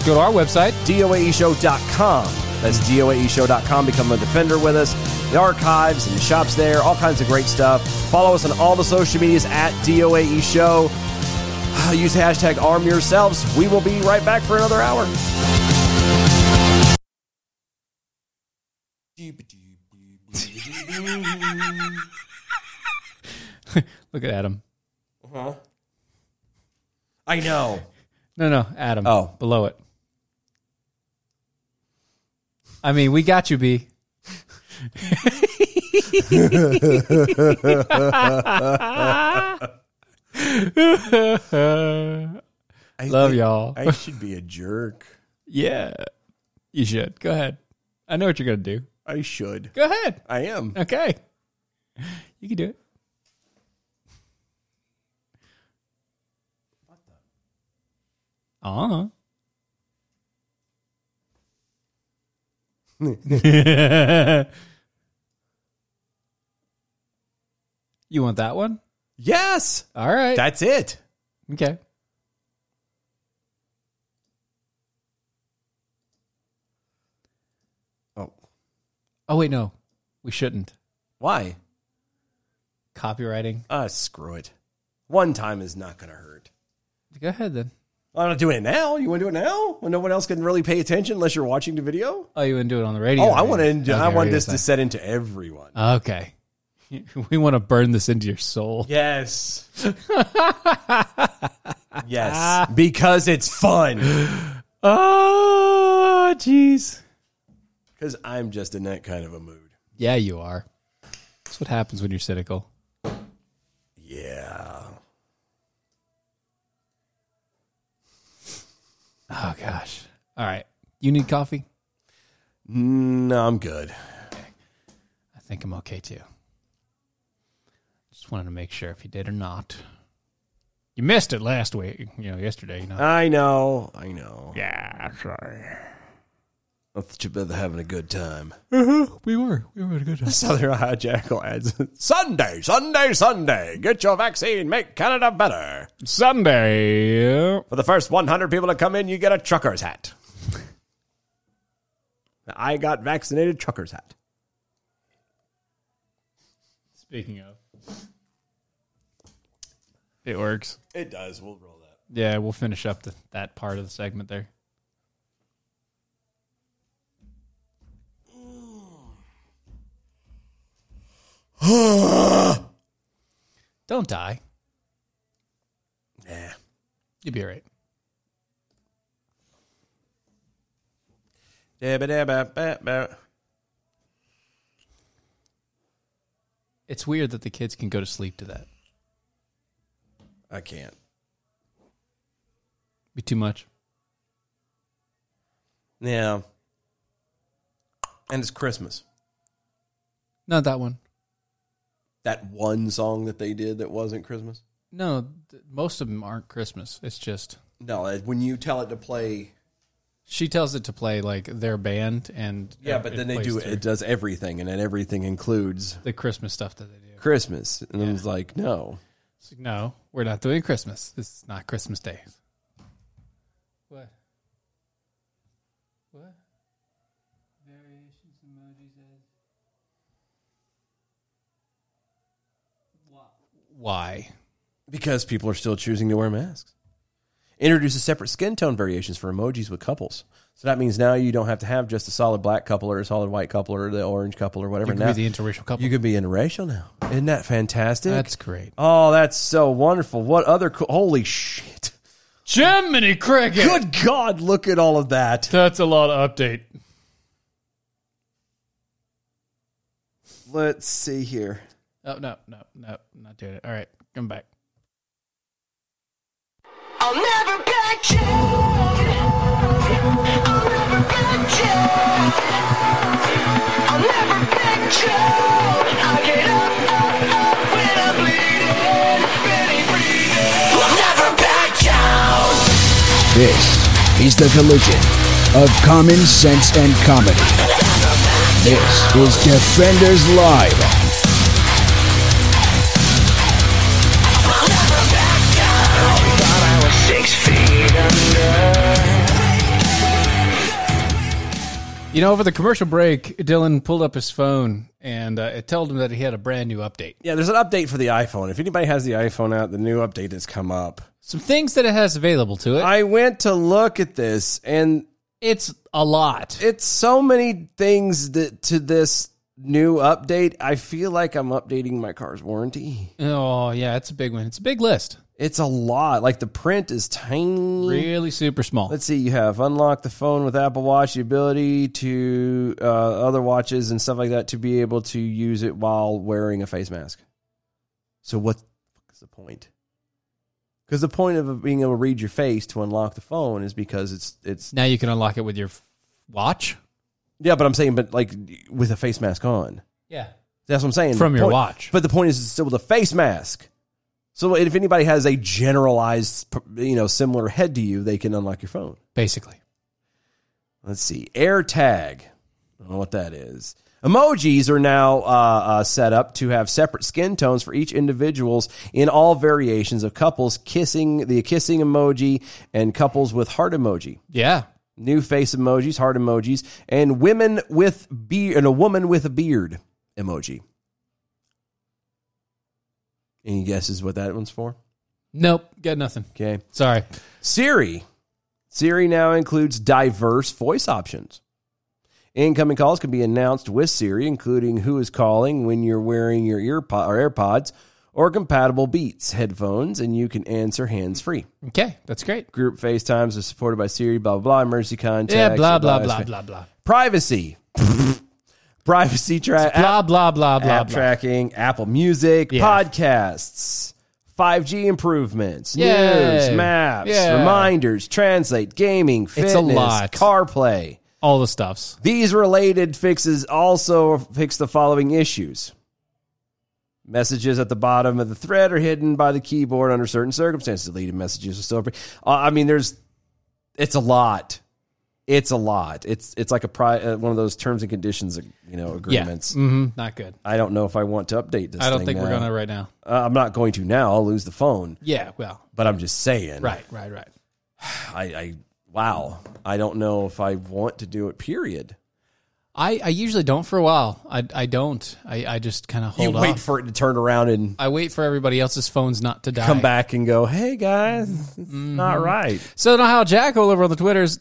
S1: Go to our website.
S4: E DOAEshow.com. That's DOAEshow.com. Become a defender with us. The archives and the shops there, all kinds of great stuff. Follow us on all the social medias at DOAE E Show. Use hashtag arm yourselves. We will be right back for another hour.
S1: Look at Adam.
S4: I know.
S1: No, no, Adam.
S4: Oh.
S1: below it. I mean, we got you, B.
S4: I
S1: Love y'all.
S4: I should be a jerk.
S1: yeah, you should. Go ahead. I know what you're going to do.
S4: I should.
S1: Go ahead.
S4: I am.
S1: Okay. You can do it. Uh-huh. you want that one?
S4: Yes.
S1: All right.
S4: That's it.
S1: okay.
S4: Oh.
S1: Oh wait, no. We shouldn't.
S4: Why?
S1: Copywriting.
S4: Ah, screw it. One time is not going to hurt.
S1: Go ahead then.
S4: I'm not doing it now. You want to do it now when no one else can really pay attention unless you're watching the video?
S1: Oh, you wouldn't do it on the radio.
S4: Oh, I
S1: right?
S4: want to. I
S1: Okay,
S4: want
S1: radio
S4: this to
S1: side.
S4: set into everyone.
S1: Okay. We want to burn this into your soul.
S4: Yes. yes. Because it's fun.
S1: Oh, jeez.
S4: Because I'm just in that kind of a mood.
S1: Yeah, you are. That's what happens when you're cynical.
S4: Yeah.
S1: Oh, gosh. All right. You need coffee?
S4: Mm, No, I'm good.
S1: I think I'm okay too. Just wanted to make sure if you did or not. You missed it last week, you know, yesterday, you know.
S4: I know. I know.
S1: yeah, sorry.
S4: That's too bad they're having a good time.
S1: We were. We were at a good time.
S4: Southern Ohio Jackal adds Sunday, Sunday, Sunday. Get your vaccine. Make Canada better.
S1: Sunday.
S4: For the first 100 people to come in, you get a trucker's hat. I got vaccinated trucker's hat.
S1: Speaking of, it works.
S4: It does. We'll roll that.
S1: Yeah, we'll finish up the, that part of the segment there. Don't die.
S4: Yeah.
S1: You'll be all right.
S4: Dabba dabba ba ba.
S1: It's weird that the kids can go to sleep to that.
S4: I can't.
S1: Be too much.
S4: Yeah. And it's Christmas.
S1: Not that one.
S4: That one song that they did that wasn't Christmas.
S1: No, th- most of them aren't Christmas. It's just
S4: No, it- when you tell it to play,
S1: she tells it to play like their band and
S4: yeah, but then they
S1: plays
S4: do
S1: through
S4: uh, it does everything, and then everything includes
S1: the Christmas stuff that they do.
S4: Christmas. And I was like, no,
S1: It's like, no, we're not doing Christmas. This is not Christmas Day. What? What? Variations emojis as. Why?
S4: because people are still choosing to wear masks. Introduces separate skin tone variations for emojis with couples. So that means now you don't have to have just a solid black couple or a solid white couple or the orange couple or whatever.
S1: You
S4: now
S1: could be the interracial couple.
S4: you could be interracial now. Isn't that fantastic?
S1: That's great.
S4: oh, that's so wonderful. What other co- holy shit.
S1: Jiminy Cricket!
S4: Good God, look at all of that.
S1: That's a lot of update.
S4: Let's see here.
S1: Oh, no, no, no, not doing it. All right, come back.
S2: I'll never back down. I'll never back down. I'll never back down. I get up, up, up when I'm bleeding, bleeding, bleeding. I'll never back down.
S3: This is the collision of common sense and comedy. This is Defenders Live.
S1: You know, over the commercial break, Dylan pulled up his phone and uh, it told him that he had a brand new update.
S4: Yeah, there's an update for the iPhone. If anybody has the iPhone out, the new update has come up.
S1: Some things that it has available to it.
S4: I went to look at this and
S1: it's a lot.
S4: it's so many things that to this new update. I feel like I'm updating my car's warranty.
S1: Oh yeah, it's a big one. It's a big list.
S4: It's a lot. Like the print is tiny.
S1: Really super small.
S4: Let's see. You have unlock the phone with Apple Watch, the ability to uh, other watches and stuff like that to be able to use it while wearing a face mask. So what the fuck is the point? Because the point of being able to read your face to unlock the phone is because it's it's
S1: now you can unlock it with your f- watch.
S4: yeah. But I'm saying, but like with a face mask on.
S1: Yeah.
S4: That's what I'm saying.
S1: From
S4: The
S1: your
S4: point-
S1: watch.
S4: But the point is, it's still with a face mask. So if anybody has a generalized, you know, similar head to you, they can unlock your phone.
S1: Basically.
S4: Let's see. AirTag. I don't know what that is. Emojis are now uh, uh, set up to have separate skin tones for each individuals in all variations of couples kissing the kissing emoji and couples with heart emoji,
S1: Yeah.
S4: new face emojis, heart emojis, and women with beard and a woman with a beard emoji. Any guesses what that one's for?
S1: Nope. Got nothing.
S4: Okay.
S1: Sorry.
S4: Siri. Siri now includes diverse voice options. Incoming calls can be announced with Siri, including who is calling when you're wearing your earpod or AirPods or compatible Beats headphones, and you can answer hands free.
S1: Okay. That's great.
S4: Group FaceTimes are supported by Siri, blah, blah, blah, emergency contacts.
S1: Yeah. Blah blah
S4: advice,
S1: blah
S4: fa-
S1: blah blah
S4: Privacy. Privacy track
S1: blah blah blah blah
S4: app
S1: blah.
S4: tracking, Apple Music,
S1: Yeah.
S4: podcasts, 5G improvements,
S1: Yay.
S4: news, maps,
S1: Yeah.
S4: reminders, translate, gaming, fitness,
S1: a lot.
S4: CarPlay.
S1: All the stuffs.
S4: These related fixes also fix the following issues. Messages at the bottom of the thread are hidden by the keyboard under certain circumstances. Deleted messages are still. Uh, I mean, there's. It's a lot. It's a lot. It's it's like a pri- uh, one of those terms and conditions, you know,
S1: Yeah.
S4: agreements.
S1: hmm Not good.
S4: I don't know if Mm. I want to update this.
S1: I don't
S4: thing
S1: think we're
S4: now.
S1: gonna right now.
S4: Uh, I'm not going to now. I'll lose the phone.
S1: Yeah. Well.
S4: But I'm just saying.
S1: Right. Right. Right.
S4: I, I wow. I don't know if I want to do it. Period.
S1: I, I usually don't for a while. I, I don't. I, I just kind of hold
S4: you
S1: off.
S4: wait for it to turn around and
S1: I wait for everybody else's phones not to die.
S4: come back and go, "Hey guys, it's not right."
S1: So now how Jack all over on the Twitters.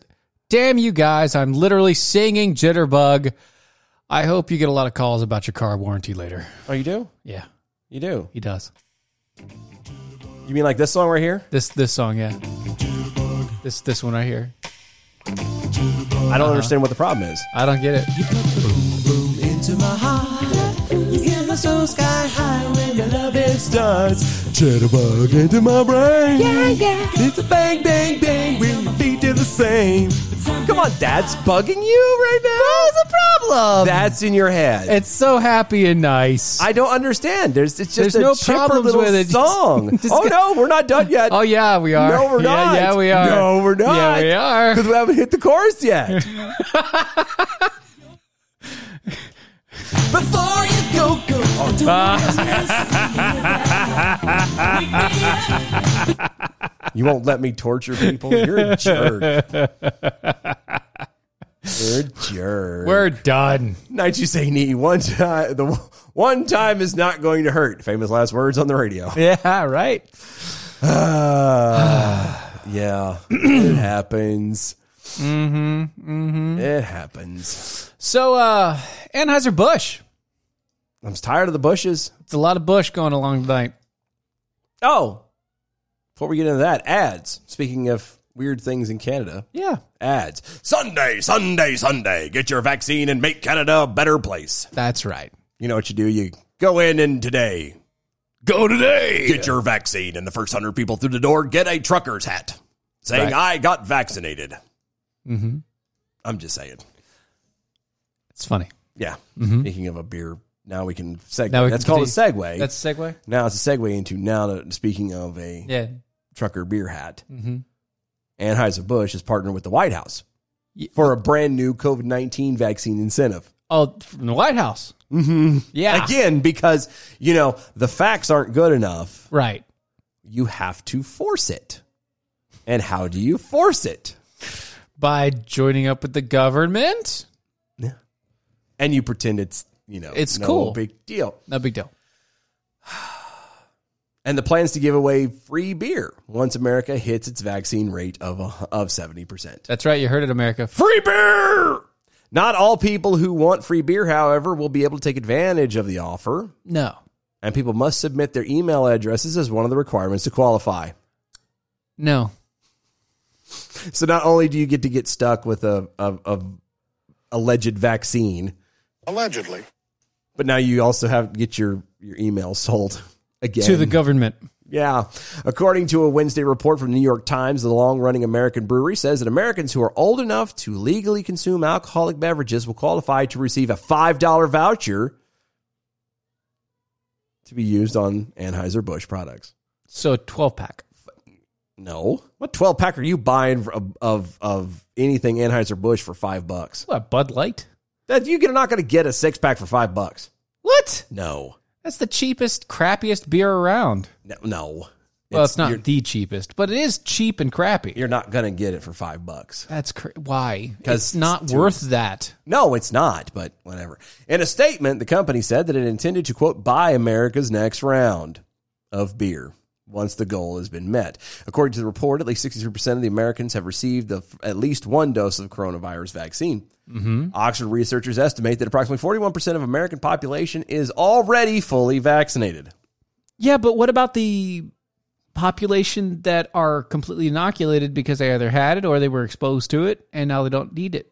S1: Damn you guys, I'm literally singing Jitterbug. I hope you get a lot of calls about your car warranty later.
S4: Oh, you do?
S1: Yeah,
S4: You do?
S1: he does.
S4: You mean like this song right here?
S1: This this song, yeah. This this one right here.
S4: I don't understand what the problem is.
S1: I don't get it.
S4: Jitterbug into my brain. Yeah, yeah. It's a bang, bang, bang. With my feet do the same. Come on, that's bugging you right now. That's a problem. That's in your head.
S1: It's so happy and nice.
S4: I don't understand. There's it's just
S1: There's
S4: a
S1: no
S4: chipper
S1: problems
S4: little
S1: with it.
S4: song.
S1: Just
S4: oh
S1: got-
S4: no, we're not done yet.
S1: oh yeah, we are.
S4: No, we're
S1: yeah,
S4: not.
S1: Yeah, we are.
S4: No, we're not.
S1: Yeah, we are.
S4: because we haven't hit the chorus yet.
S6: Before you go, go. Don't
S4: Uh. You won't let me torture people. You're a jerk. You're a jerk.
S1: We're done.
S4: Night you say knee one time. The one time is not going to hurt. Famous last words on the radio.
S1: Yeah, right.
S4: Ah, yeah, it happens. Mm-hmm, mm-hmm. It happens.
S1: So uh Anheuser Busch.
S4: I'm tired of the bushes.
S1: It's a lot of Bush going along tonight.
S4: Oh, before we get into that, ads. Speaking of weird things in Canada,
S1: Yeah.
S4: ads. Sunday, Sunday, Sunday. Get your vaccine and make Canada a better place.
S1: That's right.
S4: You know what you do? You go in and today. Go today. Get your vaccine, and the first hundred people through the door get a trucker's hat saying, "I got vaccinated."
S1: Mm-hmm.
S4: I'm just saying.
S1: It's funny.
S4: Yeah. Speaking of a beer, now we can segue.
S1: Mm-hmm. Now we
S4: That's
S1: can
S4: called a segue.
S1: That's a segue?
S4: now it's a segue into now. That, speaking of a
S1: Yeah.
S4: trucker beer hat,
S1: Mhm.
S4: Anheuser Busch is partnered with the White House for a brand new COVID nineteen vaccine incentive.
S1: Oh, from the White House. Mm-hmm. Yeah.
S4: Again, because you know the facts aren't good enough.
S1: Right.
S4: You have to force it. And how do you force it?
S1: By joining up with the government.
S4: And you pretend it's you know
S1: It's
S4: no
S1: cool.
S4: big deal.
S1: No big deal.
S4: and the plans to give away free beer once America hits its vaccine rate of of 70%.
S1: That's right. You heard it, America.
S4: Free beer! Not all people who want free beer, however, will be able to take advantage of the offer,
S1: No.
S4: and people must submit their email addresses as one of the requirements to qualify.
S1: No.
S4: So not only do you get to get stuck with a, a, a alleged vaccine,
S7: Allegedly.
S4: but now you also have to get your, your email sold again.
S1: To the government.
S4: Yeah. According to a Wednesday report from the New York Times, the long running American brewery says that Americans who are old enough to legally consume alcoholic beverages will qualify to receive a $5 voucher to be used on Anheuser-Busch products.
S1: So 12 pack.
S4: No. What 12 pack are you buying of, of, of anything Anheuser-Busch for five bucks?
S1: What, Bud Light?
S4: That You're not going to get a six pack for five bucks.
S1: What?
S4: No.
S1: That's the cheapest, crappiest beer around.
S4: No. no.
S1: Well, it's, not
S4: You're,
S1: the cheapest, but it is cheap and crappy.
S4: you're not going to get it for five bucks.
S1: That's cra- why
S4: 'Cause
S1: it's not
S4: it's
S1: worth that.
S4: No, it's not, but whatever. In a statement, the company said that it intended to, quote, buy America's next round of beer once the goal has been met. According to the report, at least 63% of the Americans have received the, at least one dose of coronavirus vaccine. Oxford researchers estimate that approximately 41% of American population is already fully vaccinated.
S1: Yeah, but what about the population that are completely inoculated because they either had it or they were exposed to it and now they don't need it?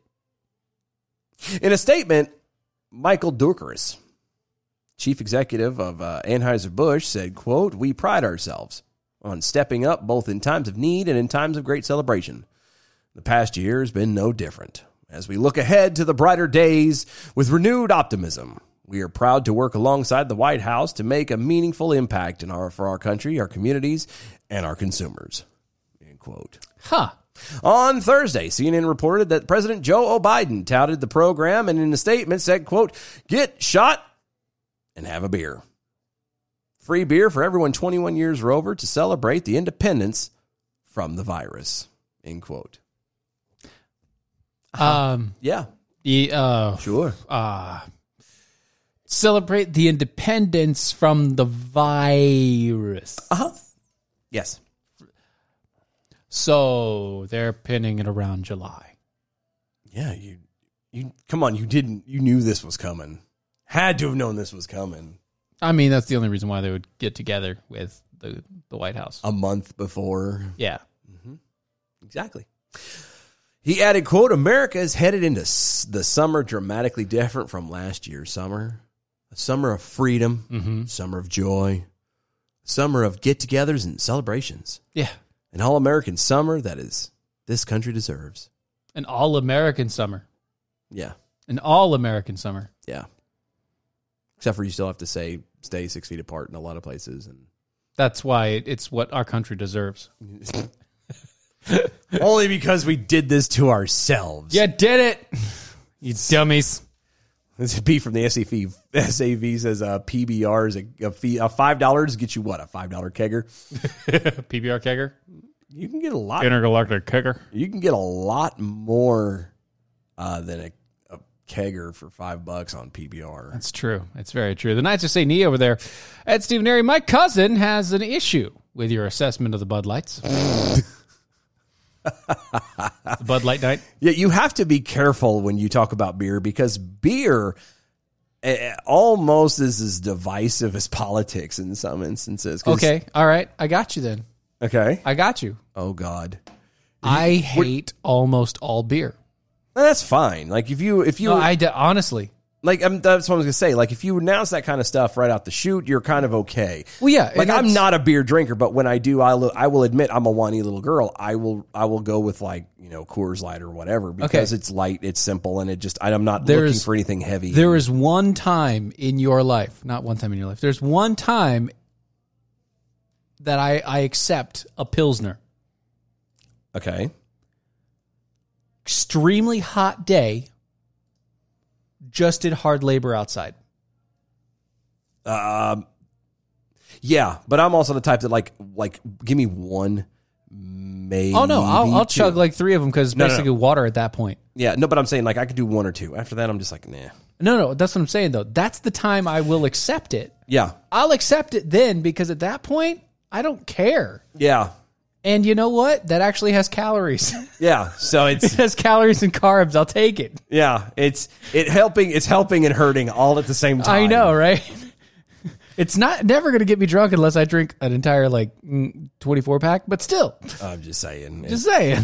S4: In a statement, Michael Dukaris, chief executive of uh, Anheuser-Busch, said, quote, We pride ourselves on stepping up both in times of need and in times of great celebration. The past year has been no different. As we look ahead to the brighter days with renewed optimism, we are proud to work alongside the White House to make a meaningful impact in our, for our country, our communities, and our consumers. End quote.
S1: Huh.
S4: On Thursday, CNN reported that President Joe Biden touted the program and in a statement said, quote, get shot and have a beer. Free beer for everyone 21 years or over to celebrate the independence from the virus, end quote. Uh-huh.
S1: Um,
S4: Yeah,
S1: the uh,
S4: sure.
S1: uh, celebrate the independence from the virus.
S4: Yes.
S1: So they're pinning it around July.
S4: Yeah, you, you, come on, you didn't, you knew this was coming. Had to have known this was coming
S1: I mean, that's the only reason why they would get together with the, the White House.
S4: a month before.
S1: Yeah.
S4: Exactly. He added, quote, America is headed into s- the summer dramatically different from last year's summer. A summer of freedom, summer of joy, summer of get togethers and celebrations,
S1: Yeah.
S4: an all American summer that is this country deserves.
S1: An all American summer.
S4: Yeah.
S1: An all American summer.
S4: Yeah. Except for you still have to say stay six feet apart in a lot of places and
S1: That's why it- it's what our country deserves.
S4: only because we did this to ourselves.
S1: You did it, you dummies.
S4: This is P from the SAV. SAV says uh, PBR is a, a fee. Uh, Five dollars gets you what? A five dollar kegger.
S1: PBR kegger,
S4: You can get a lot.
S1: intergalactic kegger.
S4: You can get a lot more uh, than a, a kegger for five bucks on PBR.
S1: It's true. It's very true. The Knights of St. Nee over there at Stephen Airy. My cousin has an issue with your assessment of the Bud Lights. the Bud Light night.
S4: Yeah, you have to be careful when you talk about beer because beer eh, almost is as divisive as politics in some instances. 'Cause-
S1: Okay. All right. I got you then.
S4: Okay.
S1: I got you.
S4: Oh God.
S1: I hate almost all beer.
S4: That's fine. Like if you if you
S1: No, I d- honestly.
S4: like I'm, that's what I was gonna say. Like if you announce that kind of stuff right out the shoot, you're kind of okay.
S1: Well, yeah,
S4: Like
S1: and
S4: I'm
S1: that's-
S4: not a beer drinker, but when I do, I'll I will admit I'm a whiny little girl. I will I will go with like you know Coors Light or whatever because
S1: Okay.
S4: it's light, it's simple, and it just I'm not looking
S1: There's-
S4: for anything heavy.
S1: There is one time in your life, not one time in your life. There's one time that I, I accept a pilsner.
S4: okay,
S1: Extremely hot day. Just did hard labor outside.
S4: yeah, but I'm also the type that like like give me one. Maybe
S1: Oh no, I'll, I'll
S4: two.
S1: chug like three of them because it's
S4: No, no,
S1: basically water at that point.
S4: yeah no, but I'm saying like I could do one or two. After that, I'm just like nah.
S1: No, no, that's what I'm saying though. That's the time I will accept it.
S4: Yeah,
S1: I'll accept it then because at that point I don't care.
S4: yeah,
S1: And you know what? That actually has calories. it
S4: yeah. So it's
S1: has calories and carbs. I'll take it.
S4: Yeah, it's it helping. It's helping and hurting all at the same time.
S1: I know, right? It's not never going to get me drunk unless I drink an entire like twenty four pack. But still,
S4: I'm just saying. it-
S1: just saying,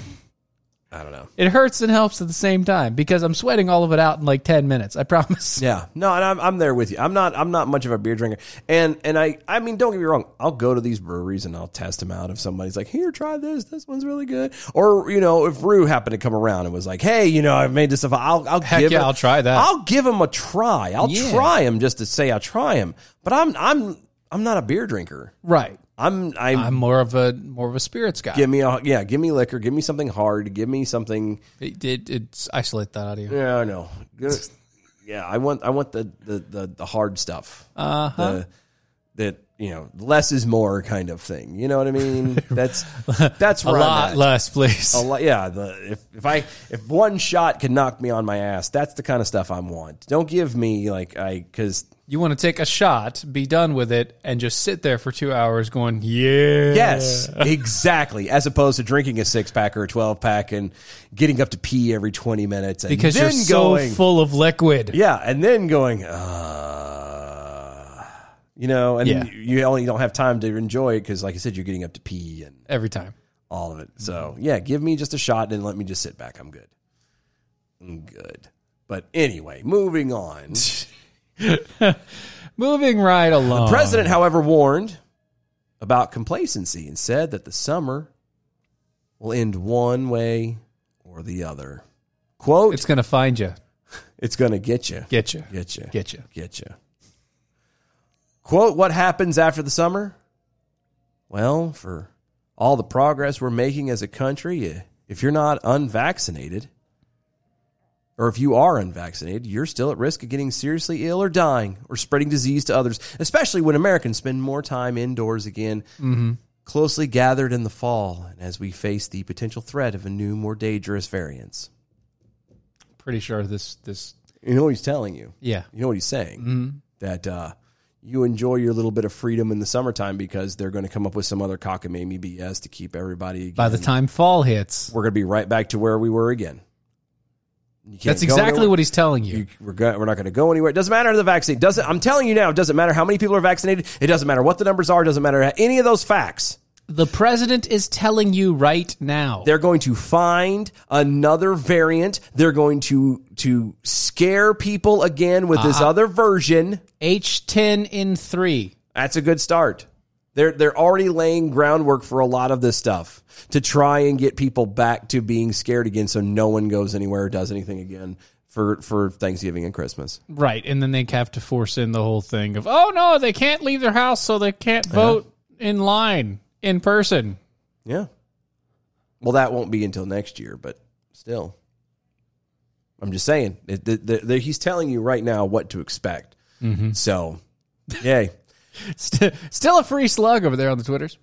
S4: I don't know.
S1: it hurts and helps at the same time because I'm sweating all of it out in like ten minutes. I promise.
S4: Yeah, no, and I'm I'm there with you. I'm not I'm not much of a beer drinker, and and I I mean don't get me wrong. I'll go to these breweries and I'll test them out. If somebody's like, here, try this. This one's really good. Or you know, if Rue happened to come around and was like, hey, you know, I've made this stuff. I'll I'll
S1: Heck
S4: give
S1: yeah,
S4: it-
S1: I'll try that.
S4: I'll give them a try. I'll
S1: Yeah.
S4: try them just to say I try them. But I'm I'm I'm not a beer drinker.
S1: Right.
S4: I'm I'm,
S1: I'm more of a more of a spirits guy.
S4: give me a yeah, give me liquor, give me something hard, give me something.
S1: It, it, it's isolate that audio.
S4: Yeah, I know. Good. Yeah, I want I want the the the, the hard stuff. Uh
S1: Uh-huh.
S4: huh. The, that you know, less is more kind of thing. You know what I mean? That's that's
S1: A
S4: where
S1: lot
S4: I'm at.
S1: less, please.
S4: A lot- yeah. The, if if I if one shot can knock me on my ass, that's the kind of stuff I want. Don't give me like I because
S1: You want to take a shot, be done with it, and just sit there for two hours going, yeah.
S4: yes, exactly. As opposed to drinking a six pack or a twelve pack and getting up to pee every twenty minutes and
S1: Because
S4: then
S1: you're so
S4: going,
S1: full of liquid.
S4: Yeah, and then going, uh, you know, and then
S1: Yeah.
S4: you only don't have time to enjoy it because, like I said, you're getting up to pee and
S1: Every time.
S4: all of it.
S1: Mm-hmm.
S4: So, yeah, give me just a shot and let me just sit back. I'm good. I'm good. But anyway, moving on.
S1: Moving right along.
S4: President, however, warned about complacency and said that the summer will end one way or the other. Quote,
S1: It's
S4: it's,
S1: going to find you.
S4: going to get you.
S1: Get you.
S4: Get you.
S1: Get you.
S4: Get you. Quote, what happens after the summer? Well, for all the progress we're making as a country, eh, if you're not unvaccinated, or if you are unvaccinated, you're still at risk of getting seriously ill or dying or spreading disease to others, especially when Americans spend more time indoors again, closely gathered in the fall, and as we face the potential threat of a new, more dangerous variants.
S1: Pretty sure this, this,
S4: You know what he's telling you?
S1: yeah.
S4: you know what he's saying
S1: Mm-hmm.
S4: that uh, you enjoy your little bit of freedom in the summertime because they're going to come up with some other cockamamie BS to keep everybody.
S1: By the
S4: again.
S1: time fall hits,
S4: we're going to be right back to where we were again. You can't
S1: that's
S4: go
S1: exactly
S4: nowhere.
S1: what he's telling you.
S4: You, we're, go, we're not going to go anywhere. It doesn't matter the vaccine. Doesn't. I'm telling you now. It doesn't matter how many people are vaccinated. It doesn't matter what the numbers are. It doesn't matter any of those facts.
S1: the president is telling you right now.
S4: They're going to find another variant. They're going to to scare people
S1: Uh-huh.
S4: again with this other version.
S1: H10N3.
S4: That's a good start. They're they're already laying groundwork for a lot of this stuff to try and get people back to being scared again, so no one goes anywhere or does anything again for for Thanksgiving and Christmas.
S1: Right, and then they have to force in the whole thing of, oh no, they can't leave their house, so they can't vote in line in person.
S4: Yeah. Well, that won't be until next year, but still. I'm just saying, it, the, the, the, he's telling you right now what to expect. So, yay.
S1: St- Still a free slug over there on the Twitters.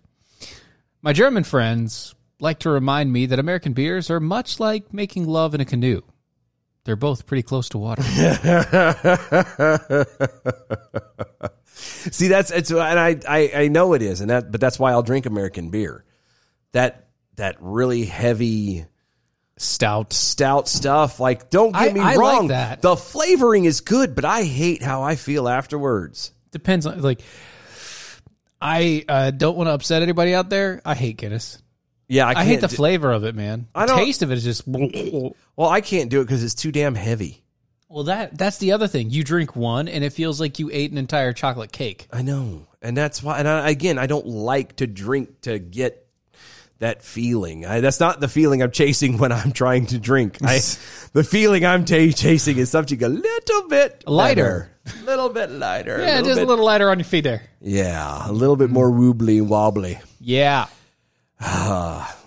S1: My German friends like to remind me that American beers are much like making love in a canoe. They're both pretty close to water.
S4: See, that's it's, and I, I I know it is, and that but that's why I'll drink American beer. That that really heavy
S1: Stout.
S4: stout stuff. Like, don't get
S1: I-
S4: me
S1: I like
S4: wrong,
S1: that.
S4: the flavoring is good, but I hate how I feel afterwards.
S1: Depends on, like, I uh, don't want to upset anybody out there. I hate Guinness.
S4: Yeah, I,
S1: I,
S4: can't
S1: hate the
S4: do-
S1: flavor of it, man. The
S4: I don't-
S1: taste of it is just. Well,
S4: Well, I can't do it because it's too damn heavy.
S1: that that's the other thing. You drink one, and it feels like you ate an entire chocolate cake.
S4: I know, and that's why. And I, again, I don't like to drink to get that feeling. I, that's not the feeling I'm chasing when I'm trying to drink. I, the feeling I'm ta chasing is something a little bit
S1: Lighter.
S4: a little bit lighter.
S1: Yeah, just
S4: bit-
S1: a little lighter on your feet there.
S4: Yeah, a little bit more wobbly and wobbly.
S1: Yeah.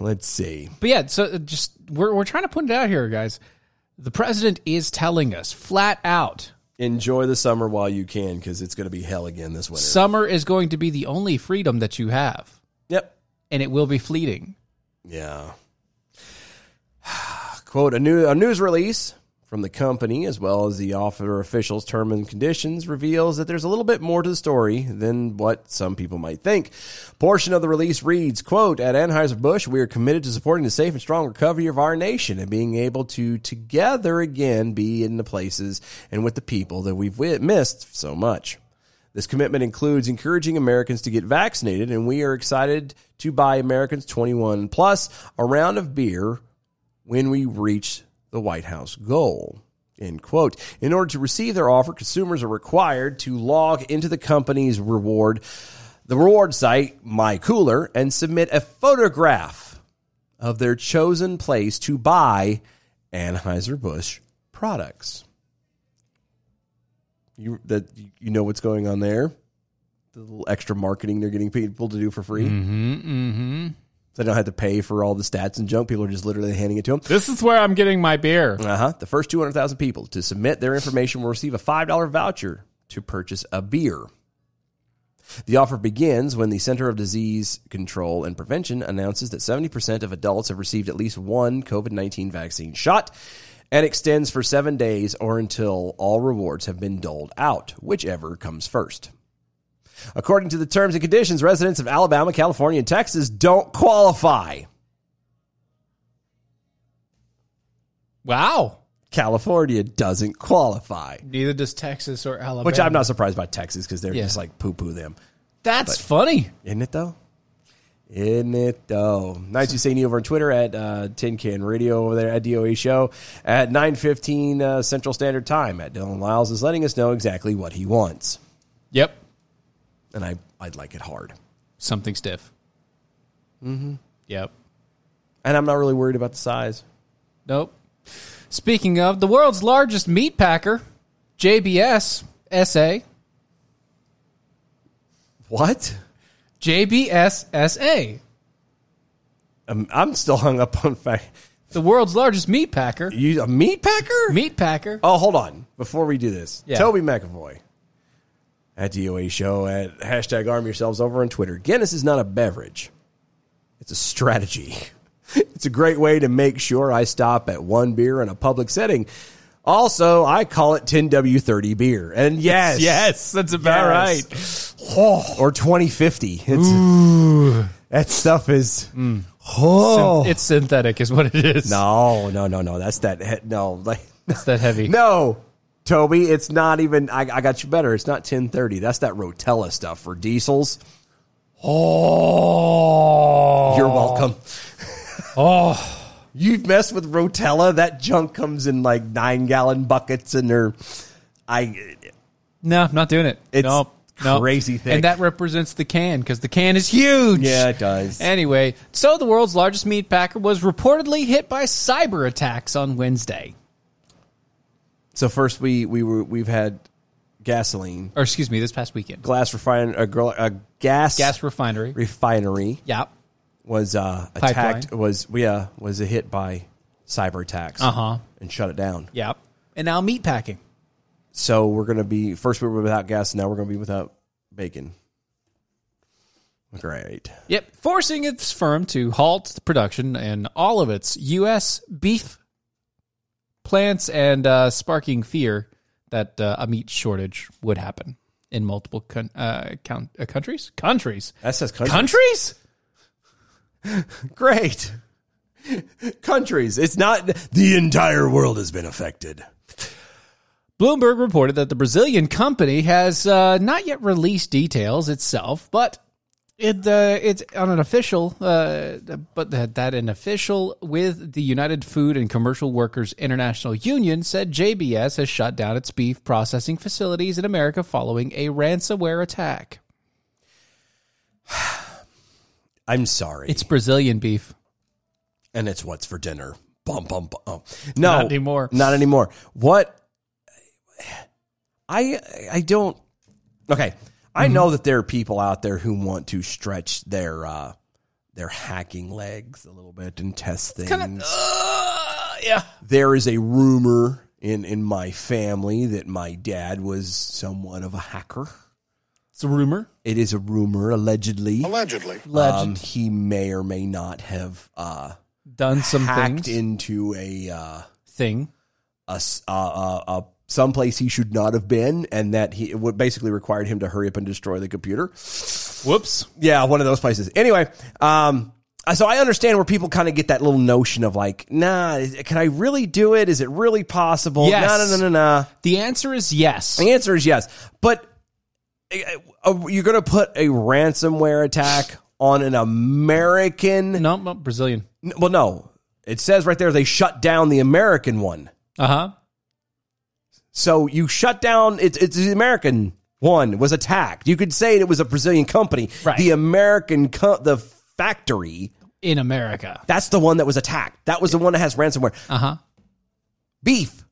S4: Let's see.
S1: But yeah, so uh, just we're we're trying to put it out here, guys. The president is telling us flat out
S4: Enjoy the summer while you can because it's going to be hell again this winter.
S1: summer is going to be the only freedom that you have,
S4: Yep.
S1: and it will be fleeting.
S4: Yeah. Quote a new a news release from the company as well as the offer officials term and conditions reveals that there's a little bit more to the story than what some people might think. Portion of the release reads, quote, at Anheuser-Busch, we are committed to supporting the safe and strong recovery of our nation and being able to together again be in the places and with the people that we've wi- missed so much. This commitment includes encouraging Americans to get vaccinated, and we are excited to buy Americans 21 plus a round of beer when we reach the White House goal. End quote. In order to receive their offer, consumers are required to log into the company's reward, the reward site, My Cooler, and submit a photograph of their chosen place to buy Anheuser-Busch products. You that you know what's going on there. The little extra marketing they're getting people to do for free. Mm-hmm, mm-hmm. They don't have to pay for all the stats and junk. People are just literally handing it to them.
S1: This is where I'm getting my beer.
S4: Uh huh. The first 200,000 people to submit their information will receive a $5 voucher to purchase a beer. The offer begins when the Center of Disease Control and Prevention announces that 70% of adults have received at least one COVID 19 vaccine shot and extends for seven days or until all rewards have been doled out, whichever comes first. According to the terms and conditions, residents of Alabama, California, and Texas don't qualify.
S1: Wow.
S4: California doesn't qualify.
S1: Neither does Texas or Alabama.
S4: Which I'm not surprised by Texas because they're
S1: Yeah.
S4: just like poo poo them.
S1: That's funny.
S4: Isn't it though? Isn't it though? Nice to see you over on Twitter at uh, Tin Can Radio over there at DOE Show at 9.15 uh, Central Standard Time. At Dylan Lyles is letting us know exactly what he wants.
S1: Yep.
S4: And I, I'd like it hard.
S1: Something stiff. Mm-hmm.
S4: Mm-hmm.
S1: Yep.
S4: And I'm not really worried about the size.
S1: Nope. Speaking of the world's largest meat packer, JBS SA,
S4: What?
S1: JBS SA,
S4: Um, I'm still hung up on fact.
S1: the world's largest meat packer,
S4: You a meat packer?
S1: meat packer.
S4: Oh, hold on. Before we do this,
S1: Yeah.
S4: Toby McAvoy at DOA Show at hashtag arm yourselves over on Twitter. Guinness is not a beverage, it's a strategy. It's a great way to make sure I stop at one beer in a public setting. Also, I call it 10W30 beer. And yes,
S1: that's
S4: Yes. Oh. Or 2050. It's, That stuff is. Oh.
S1: Mm. It's synthetic, is what it is.
S4: no, no, no, no. That's that. he- No, like.
S1: it's that heavy.
S4: No, Toby, it's not even. I, I got you better. It's not ten thirty. That's that Rotella stuff for diesels. Oh, you're welcome.
S1: Oh,
S4: You've messed with Rotella. That junk comes in like nine gallon buckets, and they're I.
S1: no, I'm not doing it.
S4: It's
S1: nope. No.
S4: crazy thing.
S1: And that represents the can because the can is huge.
S4: yeah, it does.
S1: Anyway, so the world's largest meat packer was reportedly hit by cyber attacks on Wednesday.
S4: so first we we were we've had gasoline,
S1: Or excuse me, this past weekend.
S4: glass refine a, gl- a gas
S1: Gas refinery.
S4: refinery
S1: yeah.
S4: was uh,
S1: Pipeline.
S4: attacked was yeah was a hit by cyber attacks
S1: Uh-huh.
S4: and shut it down.
S1: Yeah. And now meat packing.
S4: So we're gonna be first we were without gas, now we're gonna be without bacon. Great.
S1: Yep, forcing its firm to halt production in all of its U.S. beef plants and uh, sparking fear that uh, a meat shortage would happen in multiple con- uh, count- uh, countries. Countries.
S4: That says countries.
S1: Countries?
S4: Great. countries. It's not the entire world has been affected.
S1: Bloomberg reported that the Brazilian company has uh, not yet released details itself, but it uh, it's on an official, uh, but that, that an official with the United Food and Commercial Workers International Union said JBS has shut down its beef processing facilities in America following a ransomware attack.
S4: I'm sorry.
S1: It's Brazilian beef.
S4: and it's what's for dinner. Bum bum bum. Oh. No,
S1: Not anymore.
S4: Not anymore. What? I I don't. Okay, I
S1: Mm-hmm.
S4: know that there are people out there who want to stretch their uh their hacking legs a little bit and test things.
S1: Uh, yeah.
S4: there is a rumor in in my family that my dad was somewhat of a hacker.
S1: It's a rumor.
S4: It is a rumor, allegedly.
S7: Allegedly.
S1: Legend.
S4: Um, he may or may not have uh,
S1: Done some
S4: hacked
S1: things.
S4: into a. Uh,
S1: thing.
S4: a, s- a- a- a- someplace he should not have been, and that he it would basically required him to hurry up and destroy the computer.
S1: Whoops.
S4: Yeah, one of those places. Anyway, um, so I understand where people kind of get that little notion of like, nah, is- can I really do it? Is it really possible?
S1: Yes.
S4: Nah, nah, nah, nah, nah.
S1: The answer is yes.
S4: The answer is yes, but uh, uh, you're going to put a ransomware attack on an American?
S1: No, no Brazilian.
S4: N- Well, no. It says right there they shut down the American one.
S1: Uh huh.
S4: So you shut down. It's it's the American one was attacked. You could say it was a Brazilian company.
S1: Right.
S4: The American co- the factory.
S1: In America.
S4: That's the one that was attacked. That was the one that has ransomware.
S1: Uh huh.
S4: Beef,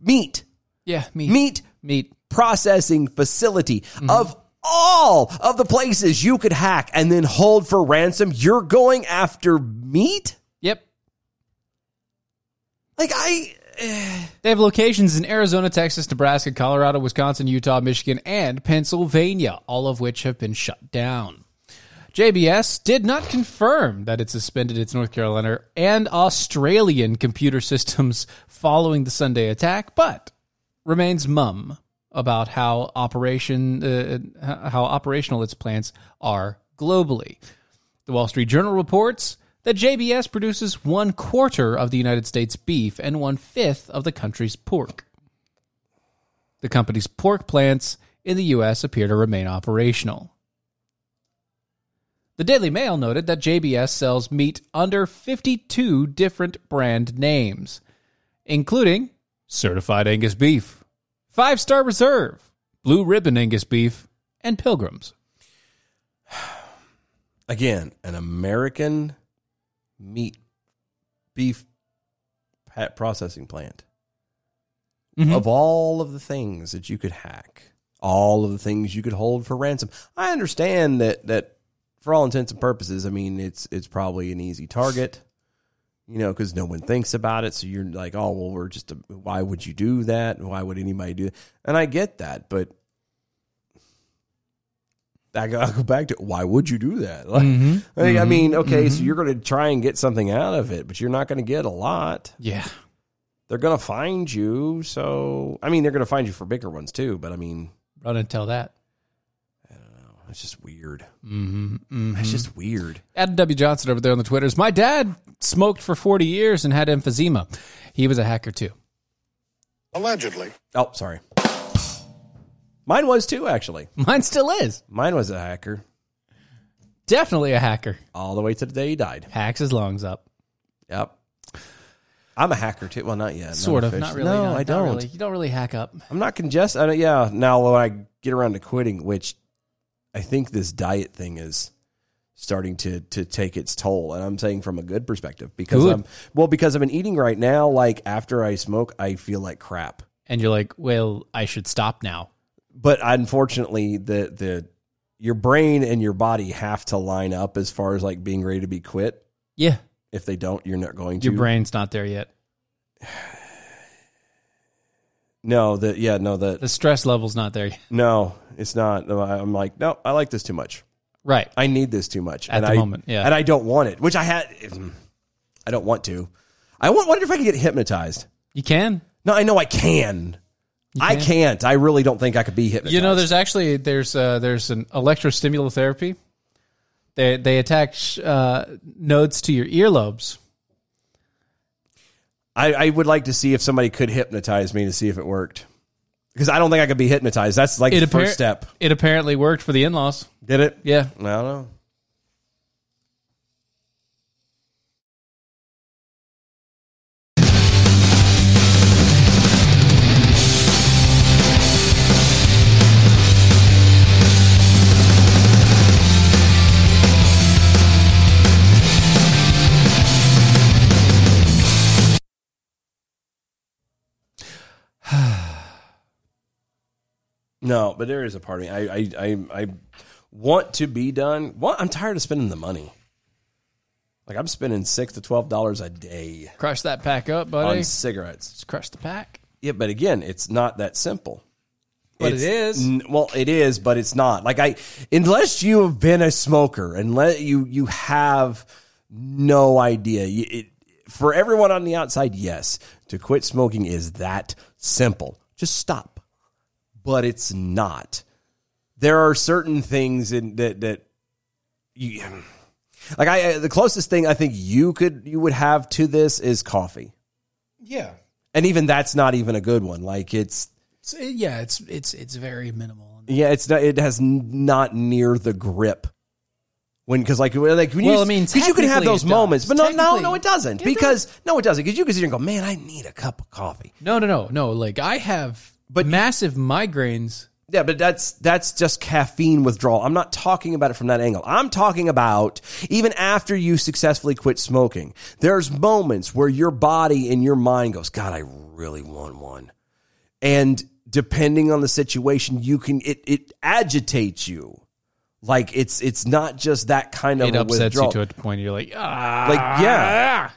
S4: meat,
S1: Yeah, meat.
S4: meat
S1: Meat.
S4: processing facility of all of the places you could hack and then hold for ransom. You're going after meat.
S1: Yep.
S4: Like I.
S1: They have locations in Arizona, Texas, Nebraska, Colorado, Wisconsin, Utah, Michigan, and Pennsylvania, all of which have been shut down. JBS did not confirm that it suspended its North Carolina and Australian computer systems following the Sunday attack, but remains mum about how operation uh, how operational its plants are globally. The Wall Street Journal reports that JBS produces one quarter of the United States beef and one fifth of the country's pork. The company's pork plants in the U.S. appear to remain operational. The Daily Mail noted that JBS sells meat under 52 different brand names, including Certified Angus Beef, Five Star Reserve, Blue Ribbon Angus Beef, and Pilgrims.
S4: again, an American meat beef pa- processing plant. Of all of the things that you could hack, all of the things you could hold for ransom, I understand that that for all intents and purposes, I mean it's it's probably an easy target, you know, because no one thinks about it. So you're like, oh well, we're just a, why would you do that? Why would anybody do? That? And I get that, but I go, I go back to why would you do that? Like,
S1: Mm-hmm.
S4: like, I mean, okay, so you're going to try and get something out of it, but you're not going to get a lot.
S1: Yeah.
S4: They're going to find you. So, I mean, they're going to find you for bigger ones too, but I mean,
S1: Run and tell that.
S4: it's just weird. Mm-hmm, It's just weird.
S1: Adam W. Johnson over there on the Twitters. My dad smoked for 40 years and had emphysema. He was a hacker too.
S7: Allegedly.
S4: Oh, sorry. Mine was too, actually.
S1: Mine still is.
S4: Mine was a hacker
S1: Definitely a hacker.
S4: all the way to the day he died.
S1: Hacks his lungs up.
S4: Yep. I'm a hacker too. Well, not yet.
S1: Sort
S4: not
S1: of, not
S4: officially.
S1: really.
S4: No,
S1: not-
S4: I
S1: not
S4: don't.
S1: really. You don't really hack up.
S4: I'm not congested. I don't, yeah. Now when I get around to quitting, which I think this diet thing is starting to to take its toll, and I'm saying from a good perspective because
S1: Good.
S4: I'm well because I've been eating right now. Like after I smoke, I feel like crap.
S1: And you're like, well, I should stop now.
S4: But unfortunately, the the your brain and your body have to line up as far as like being ready to be quit.
S1: Yeah.
S4: If they don't, you're not going to.
S1: Your brain's not there yet.
S4: No, the yeah, no, the
S1: The stress level's not there yet.
S4: No, it's not. No, I- I'm like, no, I like this too much.
S1: Right.
S4: I need this too much
S1: At
S4: and
S1: the
S4: I,
S1: moment, yeah.
S4: And I don't want it, which I had. I don't want to. I wa- wonder if I could get hypnotized.
S1: You can.
S4: No, I know I can. I
S1: can?
S4: can't. I really don't think I could be hypnotized.
S1: You know, there's actually there's uh, there's an electrostimulotherapy. They they attach uh, nodes to your earlobes.
S4: I, I would like to see if somebody could hypnotize me to see if it worked. Because I don't think I could be hypnotized. That's like
S1: It
S4: the
S1: appar-
S4: first step.
S1: It apparently worked for the in-laws.
S4: Did it?
S1: Yeah.
S4: I don't know. No, but there is a part of me. I I I, I want to be done. What I'm tired of spending the money. Like I'm spending six to twelve dollars a day
S1: Crush that pack up, buddy.
S4: on cigarettes.
S1: Just crush the pack.
S4: Yeah, but again, it's not that simple.
S1: But it
S4: It's-
S1: is.
S4: n- well, it is, but it's not. Like I, unless you have been a smoker, unless you you have no idea. You, it, for everyone on the outside, yes, to quit smoking is that simple. Just stop. But it's not. There are certain things in, that that you like. I the closest thing I think you could you would have to this is coffee
S5: Yeah.
S4: and even that's not even a good one. Like it's
S5: It's, yeah, it's it's it's very minimal.
S4: yeah, it's not, it has n- not near the grip. When because like like when
S1: Well,
S4: you
S1: I mean,
S4: because you can have
S1: technically
S4: those
S1: it
S4: moments,
S1: does.
S4: but no no no
S1: Technically,
S4: it doesn't
S1: it
S4: because no it doesn't because you can sit here and go man I need a cup of coffee.
S1: No, no, no, no. Like I have
S4: But-
S1: massive migraines.
S4: Yeah, but that's that's just caffeine withdrawal. I'm not talking about it from that angle. I'm talking about even after you successfully quit smoking, there's moments where your body and your mind goes, "God, I really want one." And depending on the situation, you can it it agitates you. Like it's it's not just that kind of
S1: It
S4: a
S1: upsets
S4: withdrawal.
S1: you to a point you're like, ah,
S4: like yeah.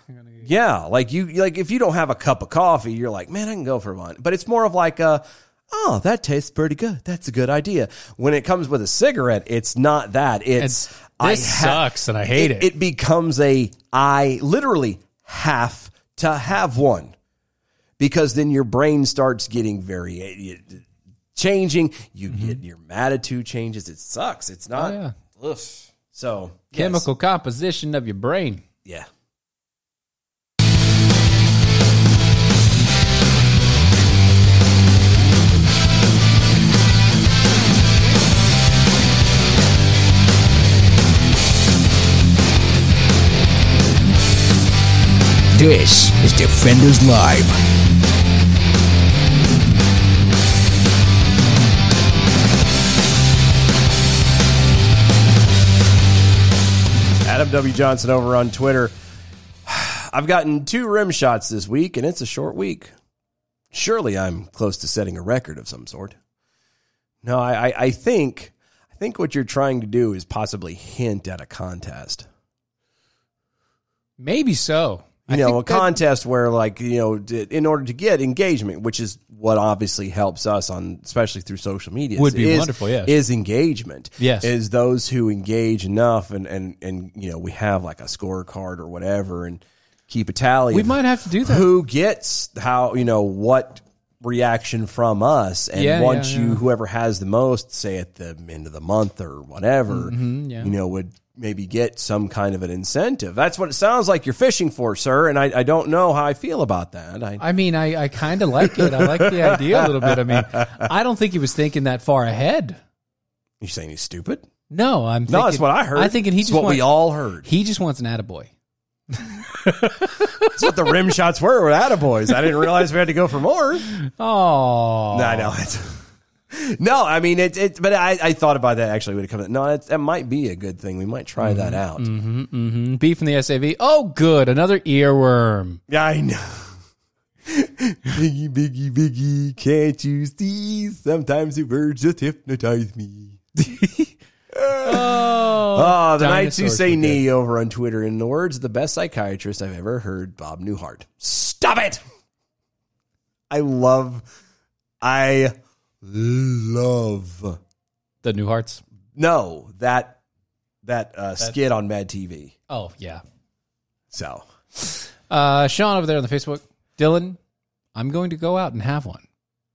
S4: Yeah, like you like if you don't have a cup of coffee, you're like, "Man, I can go for one." But it's more of like a Oh, that tastes pretty good. That's a good idea. When it comes with a cigarette, it's not that. It's,
S1: It's-
S4: I
S1: this sucks and I hate it.
S4: It becomes a I literally have to have one because then your brain starts getting very eh, changing. You
S1: Mm-hmm.
S4: get your attitude changes. It sucks. It's not.
S1: Oh, yeah.
S4: Ugh. So yes.
S1: chemical composition of your brain.
S4: Yeah.
S3: This is Defenders Live.
S4: Adam W. Johnson over on Twitter. I've gotten two rim shots this week, and it's a short week. Surely I'm close to setting a record of some sort. No, I, I, I think I think what you're trying to do is possibly hint at a contest.
S1: Maybe so.
S4: You
S1: I
S4: know, a
S1: think that-
S4: contest where, like, you know, d- in order to get engagement, which is what obviously helps us on, especially through social media,
S1: Would be
S4: is-
S1: wonderful, yes.
S4: is engagement.
S1: Yes.
S4: is those who engage enough, and and and you know, we have like a scorecard or whatever, and keep a tally.
S1: we
S4: of
S1: might have to do that.
S4: who gets how you know what reaction from us and
S1: Yeah,
S4: once
S1: yeah,
S4: you
S1: yeah.
S4: whoever has the most say at the end of the month or whatever
S1: yeah.
S4: you know would maybe get some kind of an incentive that's what it sounds like you're fishing for sir and i, I don't know how i feel about that I,
S1: I mean, I, I kind of like it. I like the idea a little bit. I mean, I don't think he was thinking that far ahead.
S4: you saying he's stupid
S1: No, I'm.
S4: no
S1: thinking,
S4: that's what i heard
S1: I'm thinking he
S4: It's
S1: just
S4: what
S1: wants,
S4: we all heard
S1: he just wants an attaboy.
S4: That's what the rim shots were with Attaboys. I didn't realize we had to go for more.
S1: Oh,
S4: No, I know it. No, I mean it. it but I, I thought about that actually when it comes. No, it, that might be a good thing. We might try
S1: Mm-hmm.
S4: that out.
S1: B from mm-hmm. the SAV. Oh, good, another earworm.
S4: Yeah, I know. biggie, biggie, biggie, can't you see? Sometimes the words just hypnotize me. oh, the nights you
S1: dinosaurs
S4: say
S1: were
S4: knee over on Twitter. In the words of the best psychiatrist I've ever heard, Bob Newhart. Stop it! I love, I love.
S1: The new hearts.
S4: No, that that uh, skit on Mad TV.
S1: Oh yeah.
S4: So
S1: Uh, Sean over there on the Facebook. Dylan, I'm going to go out and have one.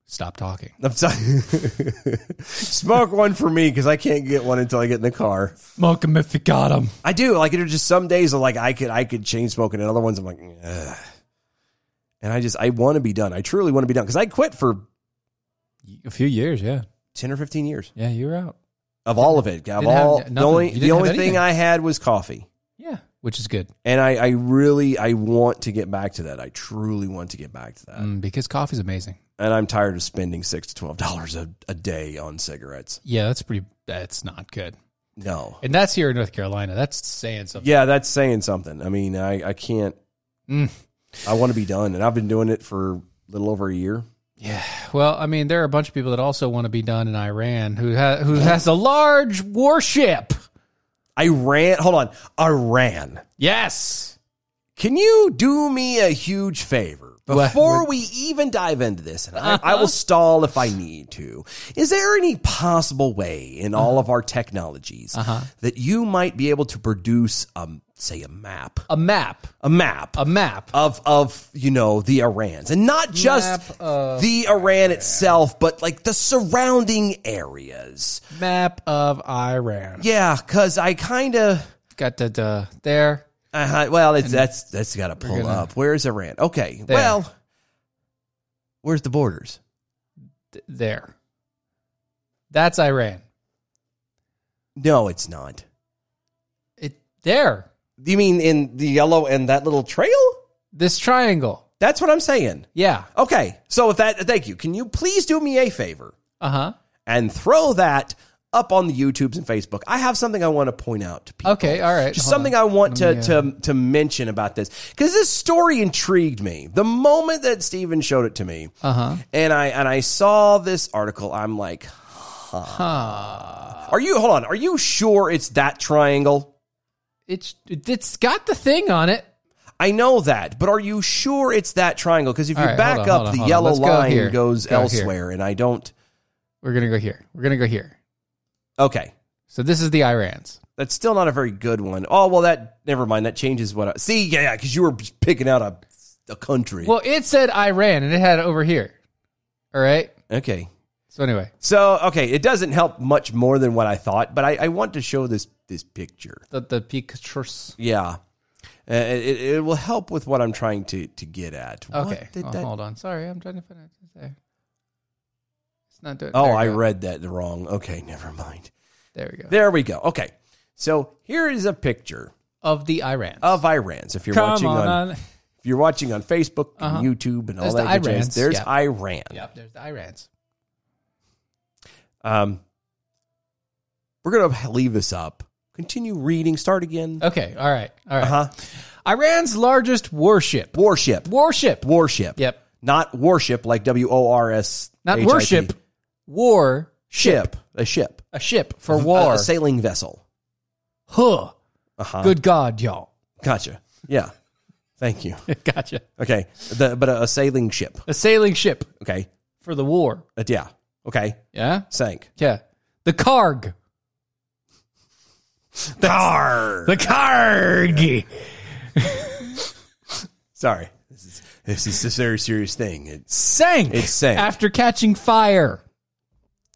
S1: Stop talking.
S4: I'm sorry. Smoke one for me because I can't get one until I get in the car.
S1: Smoke him if you got him.
S4: I do like it. Are just some days I'm like I could I could chain smoke, and other ones I'm like, Ugh. and I just I want to be done. I truly want to be done because I quit for
S1: A few years, yeah,
S4: ten or fifteen years
S1: yeah. You were out.
S4: of all of it. Of
S1: Didn't have
S4: all
S1: nothing.
S4: the only
S1: You didn't
S4: the
S1: have
S4: only
S1: anything.
S4: thing I had was coffee,
S1: Yeah, which is good
S4: and I I really I want to get back to that. I truly want to get back to that,
S1: mm, because coffee's amazing.
S4: and I'm tired of spending six to twelve dollars a a day on cigarettes.
S1: Yeah, that's pretty. That's not good.
S4: No,
S1: And that's here in North Carolina. That's saying something.
S4: yeah, that's saying something. I mean, I I can't.
S1: Mm.
S4: I want to be done, and I've been doing it for a little over a year.
S1: Well, I mean, there are a bunch of people that also want to be done in Iran who ha- who has a large warship.
S4: I ran. Hold on, I ran.
S1: Yes.
S4: Can you do me a huge favor
S1: What-
S4: before we even dive into this? And I, I will stall if I need to. Is there any possible way in
S1: Uh-huh.
S4: all of our technologies that you might be able to produce, um, say, a map,
S1: A map.
S4: a map,
S1: A map.
S4: of of you know the Irans, and not just
S1: Map of
S4: the Iran itself, but like the surrounding areas.
S1: map of Iran.
S4: Yeah, because I kind of.
S1: Got the, the there.
S4: Uh-huh. Well, it's, that's that's got to pull
S1: gonna-
S4: up. Where's Iran? Okay.
S1: There.
S4: Well, where's the borders?
S1: th- there. That's Iran.
S4: No, it's not.
S1: It there.
S4: You mean in the yellow and that little trail?
S1: This triangle.
S4: That's what I'm saying.
S1: Yeah.
S4: Okay. So if that, thank you. Can you please do me a favor
S1: Uh huh.
S4: Uh-huh. and throw that up on the YouTubes and Facebook? I have something I want to point out to people.
S1: Okay. All right.
S4: Just
S1: Hold
S4: something
S1: on.
S4: I want to,
S1: Let me, uh,
S4: to to mention about this because this story intrigued me. The moment that Steven showed it to me,
S1: Uh.
S4: uh-huh. and I and I saw this article, I'm like, huh. Are you hold on? Are you sure it's that triangle?
S1: It's it's got the thing on it.
S4: I know that, but are you sure it's that triangle? Because if you
S1: All right,
S4: back
S1: hold on,
S4: up,
S1: hold on,
S4: the
S1: hold on.
S4: yellow
S1: Let's go
S4: line
S1: here.
S4: goes
S1: Go here.
S4: elsewhere, and I don't.
S1: We're gonna go here. We're gonna go here.
S4: Okay,
S1: So this is the Irans.
S4: that's still not a very good one. Oh well, that never mind. That changes what. I, see, yeah, yeah, because you were picking out a a country.
S1: Well, it said Iran, and it had over here. All right.
S4: okay,
S1: So anyway,
S4: So okay, it doesn't help much more than what I thought, but I, I want to show this this picture.
S1: the the pictures.
S4: Yeah, Uh, it, it will help with what I'm trying to to get at. What
S1: Okay.
S4: did
S1: Oh,
S4: that-
S1: hold on. Sorry, I'm trying to find it. It's there. It's not doing.
S4: Oh,
S1: there we
S4: I
S1: go.
S4: read that wrong. Okay, never mind.
S1: There we go.
S4: There we go. Okay, so here is a picture
S1: Of the Irans.
S4: of Iran's. If you're
S1: Come
S4: watching on,
S1: on. Uh-huh.
S4: if you're watching on Facebook and YouTube and all
S1: There's
S4: that,
S1: the
S4: good jazz,
S1: Irans.
S4: there's
S1: Yeah.
S4: Iran.
S1: Yep. There's the Irans.
S4: Um, we're gonna leave this up. Continue reading. Start again.
S1: Okay. All right. All right.
S4: Uh huh.
S1: Iran's largest warship.
S4: Warship.
S1: Warship.
S4: Warship.
S1: Yep.
S4: Not worship like W O R S.
S1: Not worship. War.
S4: Ship. A ship.
S1: Uh-huh. A ship for
S4: A-
S1: war.
S4: A, sailing vessel.
S1: huh.
S4: Uh-huh.
S1: Good God, y'all.
S4: Gotcha. Yeah. Thank you.
S1: gotcha.
S4: Okay. The, but a, a sailing ship.
S1: A sailing ship
S4: Okay.
S1: for the war.
S4: Uh, yeah. Okay.
S1: Yeah.
S4: Sank.
S1: Yeah. The Karg.
S4: Car.
S1: The Karg.
S4: Sorry. This is this is a very serious thing. It's
S1: Sank.
S4: It sank.
S1: After catching fire.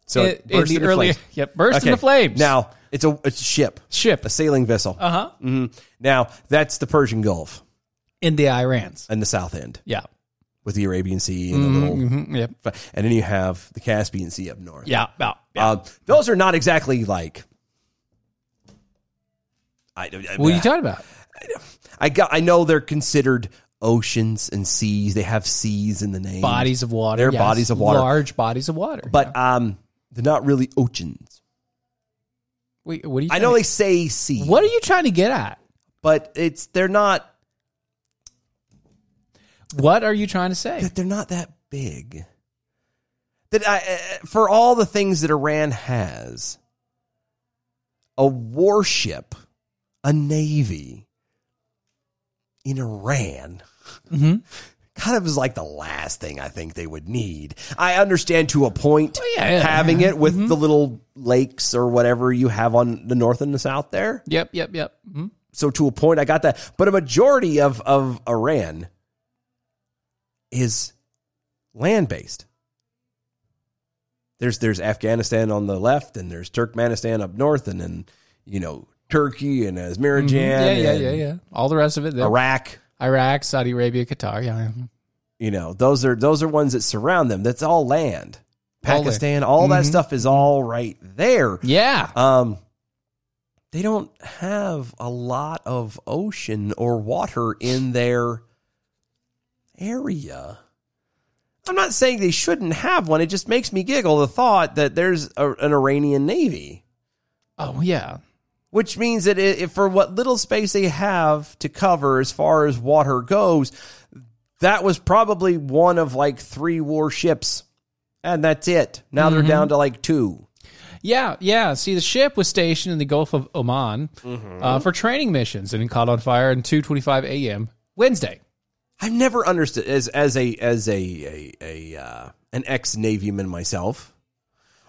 S4: so it,
S1: in
S4: burst
S1: the
S4: into
S1: early-
S4: flames.
S1: Yep, burst into flames.
S4: Now it's a it's a ship,
S1: Ship.
S4: a sailing vessel.
S1: Uh huh.
S4: hmm Now that's the Persian Gulf
S1: In the Irans.
S4: and the South End
S1: Yeah.
S4: with the Arabian Sea and the little,
S1: Mm, Yep.
S4: and then you have the Caspian Sea up north.
S1: Yeah. Yeah. yeah.
S4: Uh, those are not exactly like. I, I,
S1: what are you talking about?
S4: I got. I know they're considered oceans and seas. They have seas in the name.
S1: Bodies of water.
S4: They're
S1: yes.
S4: bodies of water.
S1: Large bodies of water.
S4: but um, they're not really oceans.
S1: Wait, what are you
S4: I
S1: trying
S4: know
S1: to-
S4: they say sea.
S1: What are you trying to get at?
S4: But it's they're not.
S1: What are you trying to say?
S4: That they're not that big. That I, uh, for all the things that Iran has, a warship, a navy in Iran.
S1: Mm-hmm.
S4: Kind of is like the last thing I think they would need. I understand to a point
S1: Oh, yeah, yeah. Mm-hmm.
S4: having it with the little lakes or whatever you have on the north and the south there.
S1: Yep, yep, yep. Hmm?
S4: So to a point, I got that. But a majority of of Iran is land based. There's there's Afghanistan on the left, and there's Turkmenistan up north, and then you know Turkey and Azerbaijan,
S1: Mm-hmm. Yeah, yeah,
S4: and
S1: yeah, yeah. All the rest of it. there.
S4: Iraq.
S1: Iraq, Saudi Arabia, Qatar. Yeah. mhm.
S4: You know those are those are ones that surround them. That's all land.
S1: All Mm-hmm. there.
S4: Pakistan, all, that stuff is all right there.
S1: Yeah.
S4: Um, they don't have a lot of ocean or water in their area. I'm not saying they shouldn't have one. It just makes me giggle the thought that there's a, an Iranian navy,
S1: Oh, yeah.
S4: which means that i if for what little space they have to cover as far as water goes, that was probably one of like three warships, and that's it. Now they're down to like two.
S1: Yeah, yeah. See, the ship was stationed in the Gulf of Oman
S4: Mm-hmm.
S1: uh, for training missions and it caught on fire at 2.25 a.m. Wednesday.
S4: I've never understood as as a as a a, a uh, an ex Navy man myself.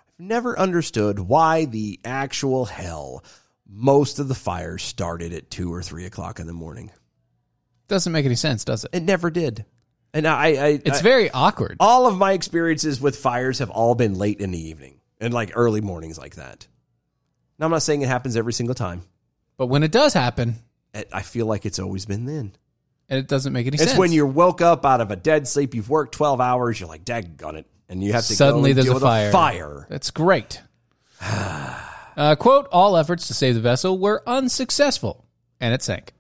S4: I've never understood why the actual hell most of the fires started at two or three o'clock in the morning.
S1: Doesn't make any sense, does it?
S4: It Oh. never did, and I, I
S1: It's
S4: I-
S1: very awkward.
S4: all of my experiences with fires have all been late in the evening and like early mornings like that. Now I'm not saying it happens every single time.
S1: But when it does happen,
S4: I I feel like it's always been then.
S1: and it doesn't make any
S4: It's
S1: sense.
S4: when you're woke up out of a dead sleep. You've worked twelve hours. You're like, "Daggone it!" And you have to
S1: Suddenly
S4: go and
S1: there's
S4: deal
S1: a
S4: with
S1: fire.
S4: fire.
S1: That's great. uh, quote, all efforts to save the vessel were unsuccessful, and it sank.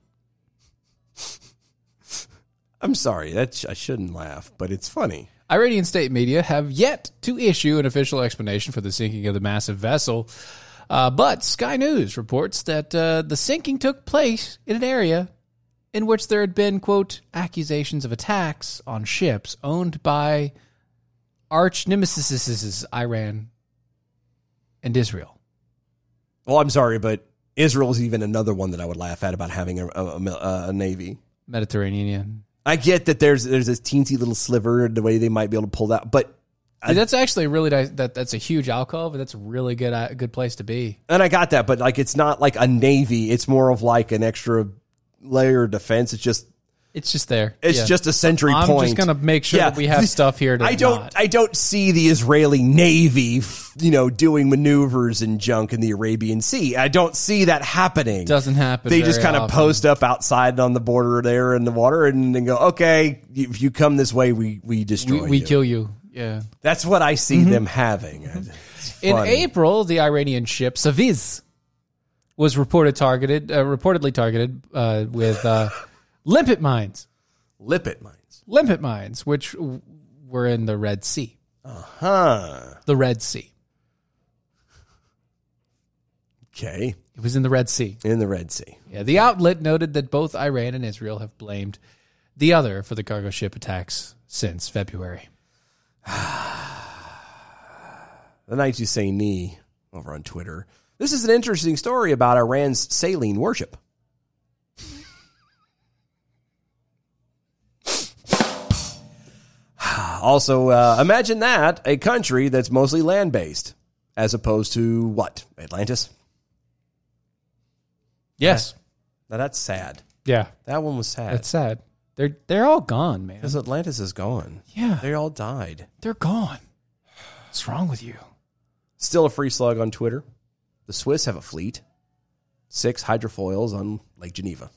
S4: I'm sorry. That's I shouldn't laugh, but it's funny.
S1: Iranian state media have yet to issue an official explanation for the sinking of the massive vessel. Uh, but Sky News reports that uh, the sinking took place in an area in which there had been, quote, accusations of attacks on ships owned by arch nemesis Iran and Israel.
S4: Well, I'm sorry, but Israel's even another one that I would laugh at about having a, a, a, mil- a navy.
S1: Mediterranean.
S4: I get that there's there's this teensy little sliver the way they might be able to pull that, but
S1: Dude, that's actually a really nice, that that's a huge alcove, and that's a really good uh, good place to be.
S4: and I got that, but like it's not like a navy. It's more of like an extra layer of defense. It's just
S1: It's just there.
S4: It's
S1: Yeah.
S4: just a sentry
S1: I'm just
S4: point.
S1: gonna make sure that we have stuff here to
S4: I don't.
S1: not-
S4: I don't see the Israeli Navy, f- you know, doing maneuvers and junk in the Arabian Sea. I don't see that happening.
S1: Doesn't happen
S4: They just
S1: very
S4: kind of
S1: often.
S4: post up outside on the border there in the water, and then go, "Okay, if you come this way, we we
S1: We,
S4: destroy
S1: we
S4: you."
S1: kill you. Yeah.
S4: That's what I see them having. It's
S1: In
S4: funny.
S1: April, the Iranian ship Saviz was reported targeted, uh, reportedly targeted uh, with uh, limpet mines,
S4: Lipit mines,
S1: limpet mines, which w- were in the Red Sea,
S4: huh?
S1: the Red Sea.
S4: Okay,
S1: It was in the Red Sea.
S4: in the Red Sea.
S1: Yeah, the outlet noted that both Iran and Israel have blamed the other for the cargo ship attacks since February.
S4: the night you say knee over on Twitter. This is an interesting story about Iran's saline worship. also, uh, imagine that a country that's mostly land based, as opposed to what? Atlantis?
S1: Yes.
S4: Now that's sad.
S1: Yeah.
S4: That one was sad.
S1: That's sad. They're they're all gone, man.
S4: because Atlantis is gone.
S1: Yeah.
S4: They all died.
S1: They're gone. What's wrong with you?
S4: Still a free slug on Twitter. The Swiss have a fleet. Six hydrofoils on Lake Geneva.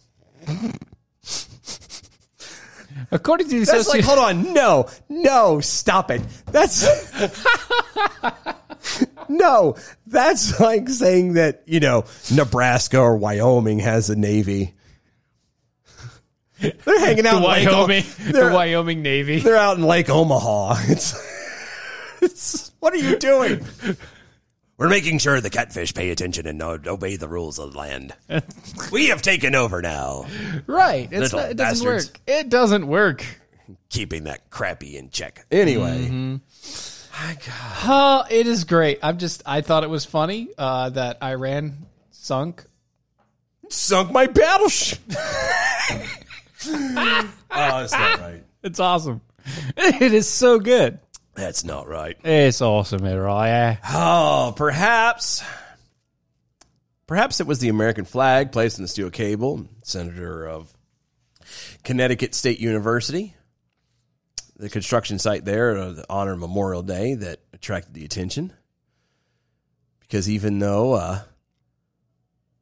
S1: According to the
S4: That's like,
S1: Associated-
S4: hold on, no, no, stop it. That's no, that's like saying that you know Nebraska or Wyoming has a navy. They're hanging out
S1: The
S4: in Lake O-
S1: Wyoming, the
S4: they're,
S1: Wyoming Navy.
S4: they're out in Lake Omaha. It's, it's what are you doing? We're making sure the catfish pay attention and o- obey the rules of the land. we have taken over now,
S1: Right. It's
S4: Little
S1: not, it doesn't
S4: bastards.
S1: work. It doesn't work.
S4: keeping that crappy in check. Anyway,
S1: Mm-hmm. Oh, it is great. I'm just, I thought it was funny uh, that Iran sunk.
S4: sunk my battleship. oh, that's not right.
S1: It's awesome. It is so good.
S4: That's not right.
S1: It's awesome, it right? Yeah.
S4: Oh, perhaps. Perhaps it was the American flag placed in the steel cable. Senator of Connecticut State University, the construction site there, uh, the honor Memorial Day, that attracted the attention. Because even though uh,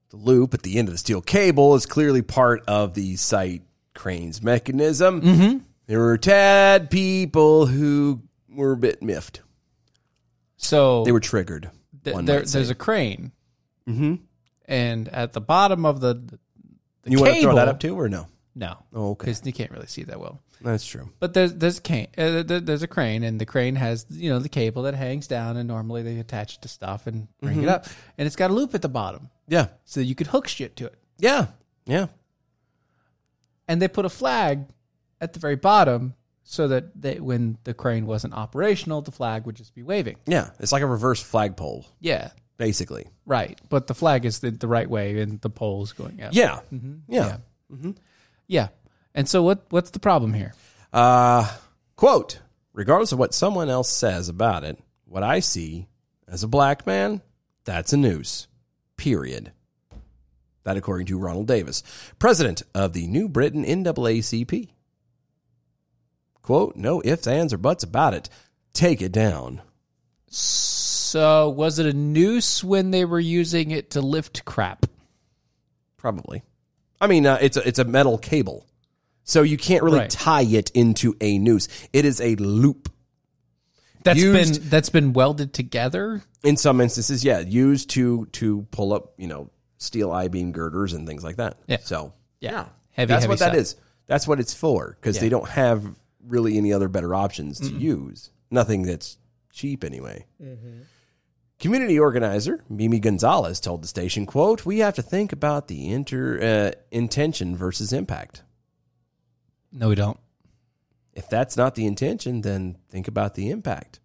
S4: the loop at the end of the steel cable is clearly part of the site crane's mechanism,
S1: Mm-hmm.
S4: there were tad people who were a bit miffed.
S1: So
S4: They were triggered.
S1: th-
S4: one
S1: there,
S4: might say.
S1: there's a crane. Mm-hmm. And at the bottom of the, the
S4: You want to throw
S1: cable-
S4: that up too, or no?
S1: No.
S4: Oh, okay.
S1: Because you can't really see that well.
S4: That's true.
S1: But there's there's a crane, uh, there- there's a crane, and the crane has you know the cable that hangs down, and normally they attach it to stuff and bring it up, and it's got a loop at the bottom,
S4: Yeah,
S1: so you could hook shit to it.
S4: yeah, yeah.
S1: And they put a flag at the very bottom so that they, when the crane wasn't operational, the flag would just be waving.
S4: Yeah, it's like a reverse flagpole,
S1: Yeah,
S4: basically.
S1: right. But the flag is the, the right way, and the pole's going up.
S4: Yeah, yeah.
S1: yeah. And so what what's the problem here?
S4: Uh, quote: Regardless of what someone else says about it, what I see as a black man, that's a noose. Period. That, according to Ronald Davis, president of the New Britain NAACP. Quote: No ifs, ands, or buts about it. Take it down.
S1: So was it a noose when they were using it to lift crap?
S4: Probably. I mean, uh, it's a, it's a metal cable, so you can't really
S1: Right.
S4: tie it into a noose. It is a loop.
S1: That's
S4: Used-
S1: been that's been welded together.
S4: In some instances, yeah, used to to pull up, you know, steel I beam girders and things like that.
S1: Yeah.
S4: So
S1: Yeah. Heavy,
S4: that's
S1: heavy
S4: what that
S1: stuff.
S4: is. That's what it's for because they don't have really any other better options to use. Nothing that's cheap anyway. Community organizer Mimi Gonzalez told the station, "quote We have to think about the inter uh, intention versus impact."
S1: No, we don't.
S4: if that's not the intention, then think about the impact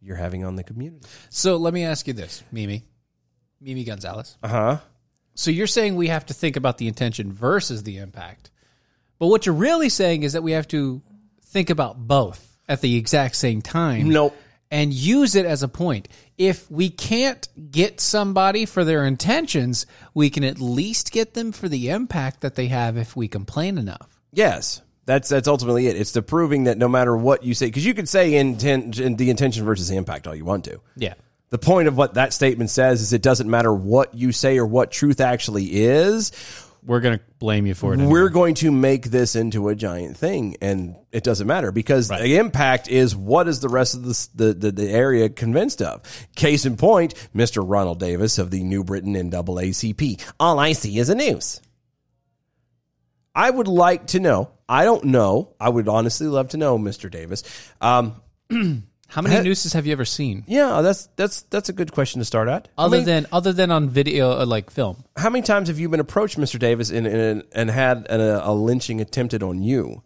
S4: you're having on the community.
S1: So let me ask you this, Mimi, Mimi Gonzalez.
S4: Uh huh.
S1: So you're saying we have to think about the intention versus the impact, but what you're really saying is that we have to think about both at the exact same time.
S4: Nope.
S1: And use it as a point. If we can't get somebody for their intentions, we can at least get them for the impact that they have if we complain enough.
S4: Yes, that's that's ultimately it. It's the proving that no matter what you say, because you could say intent, in the intention versus the impact all you want to.
S1: Yeah.
S4: The point of what that statement says is it doesn't matter what you say or what truth actually is.
S1: We're going to blame you for it.
S4: We're going to make this into a giant thing, and it doesn't matter because the impact is what is the rest of the, the, the, the area convinced of. Case in point, Mr. Ronald Davis of the New Britain NAACP. All I see is a noose. I would like to know. I don't know. I would honestly love to know, Mr. Davis. Um,
S1: How many nooses have you ever seen?
S4: yeah, that's that's that's a good question to start at. I
S1: Other
S4: mean,
S1: than other than on video, uh, like film,
S4: how many times have you been approached, Mr. Davis, and and, and had a, a lynching attempted on you?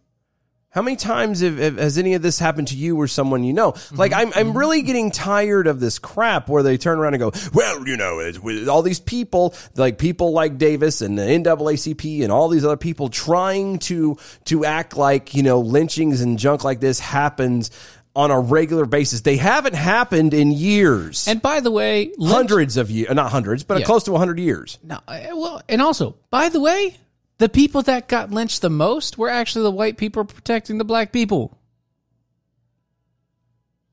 S4: How many times have, have- has any of this happened to you or someone you know? Like, I'm, I'm really getting tired of this crap where they turn around and go, well, you know, it's with all these people, like people like Davis and the NAACP and all these other people trying to, to act like, you know, lynchings and junk like this happens on a regular basis. They haven't happened in years.
S1: and by the way, lynch-
S4: hundreds of years, not hundreds, but
S1: Yeah.
S4: close to 100 years.
S1: No, eh, well, and also, by the way, the people that got lynched the most were actually the white people protecting the black people.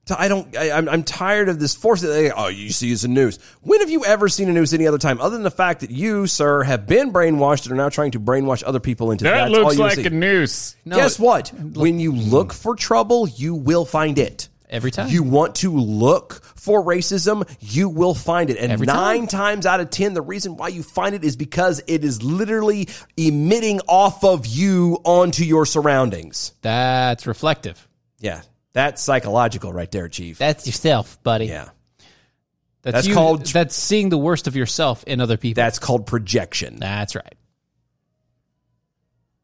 S4: T- I don't. I, I'm, I'm tired of this force. That they, oh, you see, it's a noose. When have you ever seen a noose any other time, other than the fact that you, sir, have been brainwashed and are now trying to brainwash other people into that? That's all you see.
S1: noose. No,
S4: Guess what? When you look for trouble, you will find it.
S1: Every time.
S4: You want to look for racism, you will find it. And
S1: Every
S4: nine times out of 10, the reason why you find it is because it is literally emitting off of you onto your surroundings.
S1: That's reflective.
S4: Yeah. That's psychological right there, Chief.
S1: That's yourself, buddy.
S4: yeah.
S1: That's,
S4: That's
S1: you-
S4: called-
S1: That's seeing the worst of yourself in other people.
S4: That's called projection.
S1: that's right.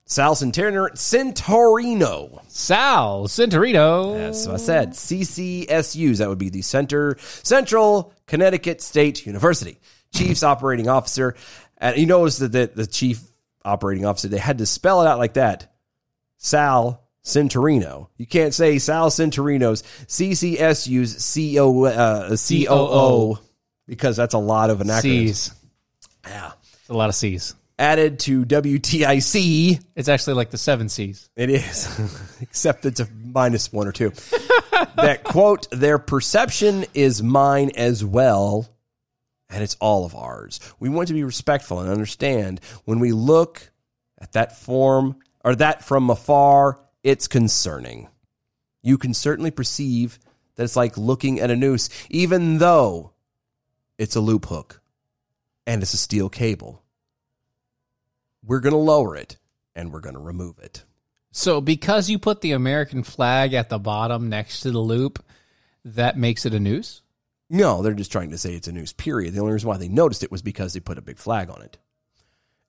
S4: Sal Centeno. Centorino.
S1: Sal Centurino.
S4: That's what I said. CCSUs. That would be the Center Central Connecticut State University. Chief's operating officer. And you notice that the, the chief operating officer, they had to spell it out like that. Sal Centorino. You can't say Sal Centorino's CCSU's CO, uh, COO because that's a lot of an acronym.
S1: C's. Yeah. A lot of C's.
S4: Added to WTIC.
S1: It's actually like the seven C's.
S4: It is, except it's a minus one or two. that quote, their perception is mine as well, and it's all of ours. We want to be respectful and understand when we look at that form or that from afar, it's concerning. You can certainly perceive that it's like looking at a noose, even though it's a loop hook and it's a steel cable. We're going to lower it and we're going to remove it.
S1: So because you put the American flag at the bottom next to the loop, that makes it a noose?
S4: No, they're just trying to say it's a news period. The only reason why they noticed it was because they put a big flag on it.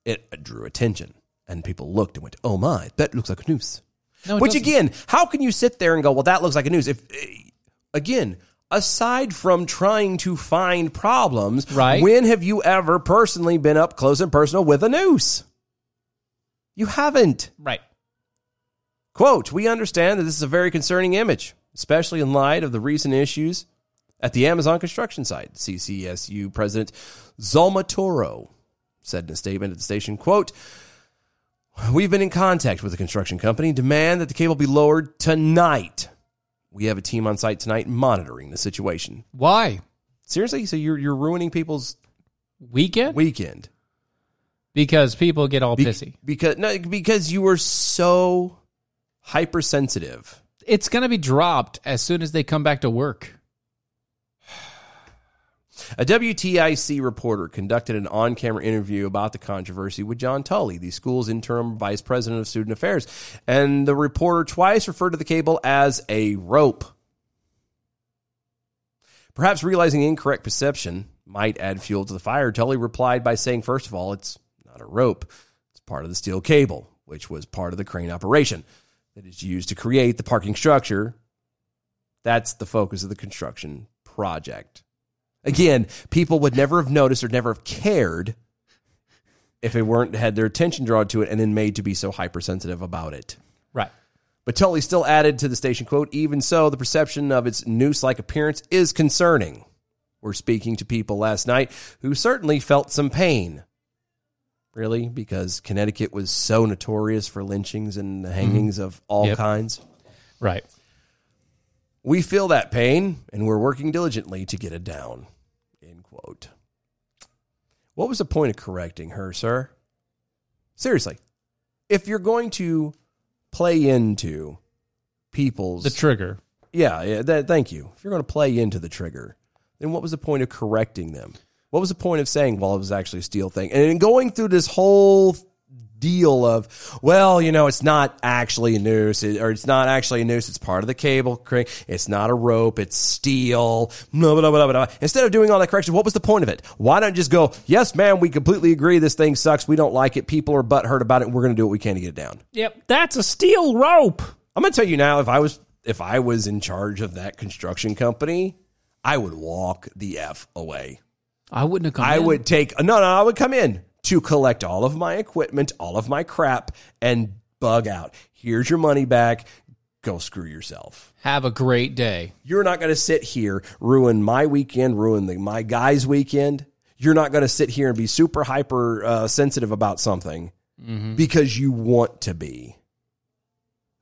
S4: It drew attention, and people looked and went, "Oh my, that looks like a noose."
S1: No, it
S4: Which
S1: doesn't.
S4: again, how can you sit there and go, "Well, that looks like a news"? If eh, again, aside from trying to find problems,
S1: Right.
S4: When have you ever personally been up close and personal with a noose? You haven't.
S1: Right.
S4: Quote, we understand that this is a very concerning image, especially in light of the recent issues at the Amazon construction site, CCSU President Zalmatoro said in a statement at the station, quote, We've been in contact with the construction company, demand that the cable be lowered tonight. We have a team on site tonight monitoring the situation.
S1: Why?
S4: Seriously? So you're, you're ruining people's
S1: Weekend?
S4: weekend?
S1: because people get all
S4: Be-
S1: pissy.
S4: Because, no, because you were so hypersensitive.
S1: It's going to be dropped as soon as they come back to work.
S4: A WTIC reporter conducted an on camera interview about the controversy with John Tully, the school's interim vice president of student affairs. And the reporter twice referred to the cable as a rope. Perhaps realizing incorrect perception might add fuel to the fire, Tully replied by saying, first of all, it's not a rope, it's part of the steel cable, which was part of the crane operation that is used to create the parking structure. That's the focus of the construction project. Again, people would never have noticed or never have cared if it weren't had their attention drawn to it and then made to be so hypersensitive about it.
S1: Right.
S4: But Tully still added to the station quote, even so, the perception of its noose like appearance is concerning. We're speaking to people last night who certainly felt some pain. Really? Because Connecticut was so notorious for lynchings and hangings of all
S1: Yep.
S4: kinds.
S1: Right.
S4: We feel that pain, and we're working diligently to get it down. End quote. What was the point of correcting her, sir? Seriously, if you're going to play into people's
S1: The trigger.
S4: yeah, yeah that, thank you. If you're going to play into the trigger, then what was the point of correcting them? What was the point of saying, well, it was actually a steel thing? And then going through this whole deal of, well, you know, it's not actually a noose, it- or it's not actually a noose. It's part of the cable. cra- It's not a rope. It's steel. Blah, blah, blah, blah, blah. Instead of doing all that correction, what was the point of it? Why not just go, yes, ma'am, we completely agree. This thing sucks. We don't like it. People are butthurt about it. We're going to do what we can to get it down.
S1: Yep. That's a steel rope.
S4: I'm gonna tell you now, if I was if I was in charge of that construction company, I would walk the F away.
S1: I wouldn't have come.
S4: I
S1: in.
S4: would take uh, no no, I would come in to collect all of my equipment, all of my crap, and bug out. Here's your money back. Go screw yourself.
S1: have a great day.
S4: You're not going to sit here, ruin my weekend, ruin the, my guy's weekend. You're not going to sit here and be super hyper uh, sensitive about something because you want to be.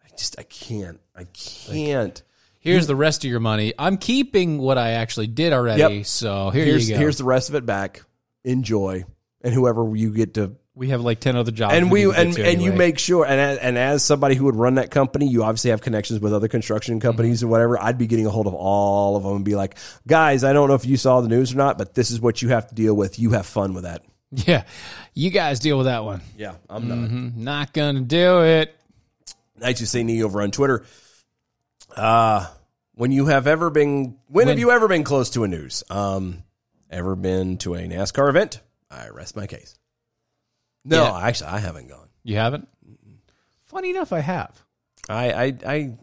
S4: I just, I can't. I can't.
S1: Here's the rest of your money. I'm keeping what I actually did already.
S4: Yep.
S1: So here
S4: here's,
S1: you go.
S4: here's the rest of it back. Enjoy. And whoever you get to
S1: We have like ten other jobs,
S4: and
S1: need
S4: we
S1: to get
S4: and,
S1: to
S4: and you
S1: anyway.
S4: make sure and as, and as somebody who would run that company you obviously have connections with other construction
S1: Mm-hmm.
S4: companies or whatever i'd be getting a hold of all of them and be like guys i don't know if you saw the news or not but this is what you have to deal with you have fun with that
S1: yeah. You guys deal with that one.
S4: yeah i'm not
S1: Not gonna do it.
S4: nice to see me E over on twitter uh when you have ever been when, have you ever been close to a news um ever been to a nascar event i rest my case no
S1: Yeah.
S4: actually i haven't gone
S1: You haven't. Funny enough, I have.
S4: I I I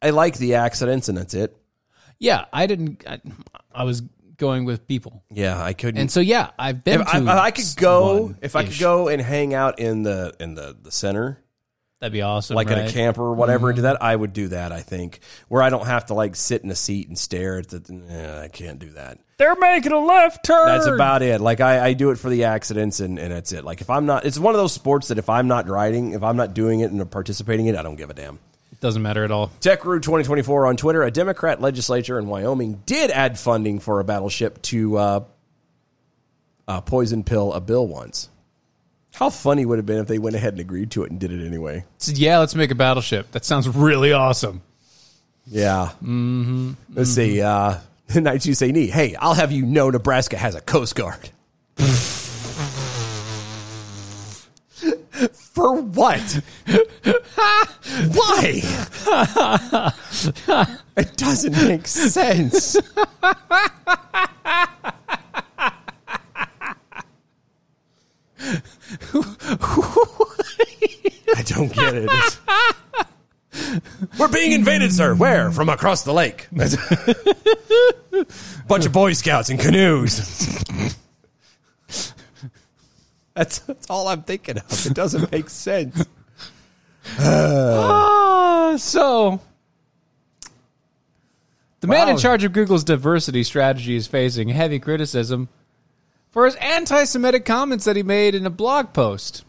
S4: I like the accidents and that's it.
S1: Yeah, I didn't. I, I was going with people,
S4: Yeah, I couldn't.
S1: and so yeah, I've been.
S4: if I,
S1: to
S4: if I could go,
S1: one-ish.
S4: if I could go and hang out in the in the the center,
S1: that'd be awesome.
S4: like in
S1: right?
S4: a camper or whatever, and do that, I would do that. I think where I don't have to like sit in a seat and stare at the. eh, I can't do that.
S1: They're making a left turn.
S4: That's about it. Like I, I do it for the accidents and and that's it. Like if I'm not, it's one of those sports that if I'm not riding, if I'm not doing it and participating in it, I don't give a damn.
S1: Doesn't matter at all.
S4: TechRoo 2024 on Twitter. A Democrat legislature in Wyoming did add funding for a battleship to uh, uh, poison pill a bill once. How funny would it have been if they went ahead and agreed to it and did it anyway?
S1: So, yeah, let's make a battleship. That sounds really awesome.
S4: Yeah. Mm-hmm. Let's see. Uh, Night you say knee. Hey, I'll have you know Nebraska has a Coast Guard. For what? Why? it doesn't make sense. I don't get it. It's- we're being invaded, sir. Where? From across the lake. Bunch of Boy Scouts in canoes. that's, that's all I'm thinking of. It doesn't make sense.
S1: Uh, so, the man in
S4: Wow.
S1: charge of Google's diversity strategy is facing heavy criticism for his anti Semitic comments that he made in a blog post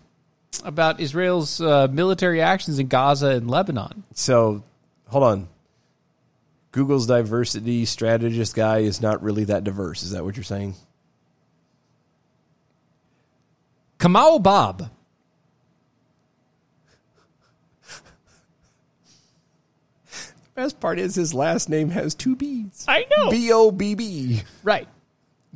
S1: about Israel's uh, military actions in Gaza and Lebanon.
S4: So, hold on. Google's diversity strategist guy is not really that diverse. Is that what you're saying?
S1: Kamau Bob.
S4: Best part is his last name has two B's.
S1: I know.
S4: B O B B.
S1: Right.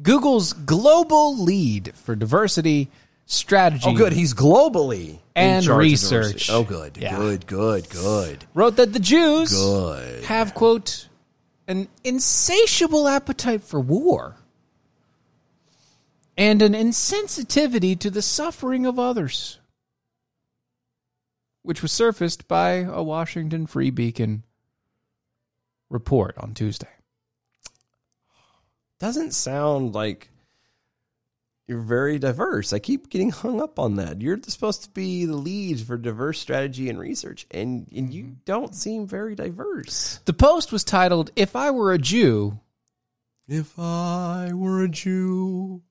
S1: Google's global lead for diversity strategy
S4: Oh, good. He's globally in
S1: And
S4: charge of
S1: research.
S4: diversity. Oh, good.
S1: Yeah.
S4: Good. Good. Good.
S1: wrote that the Jews
S4: Good.
S1: have, quote, an insatiable appetite for war and an insensitivity to the suffering of others, which was surfaced by a Washington Free Beacon report on Tuesday.
S4: doesn't sound like you're very diverse. I keep getting hung up on that. You're supposed to be the lead for diverse strategy and research, and, and
S1: Mm-hmm.
S4: you don't seem very diverse.
S1: The post was titled, If I Were a Jew,
S4: If I were a Jew.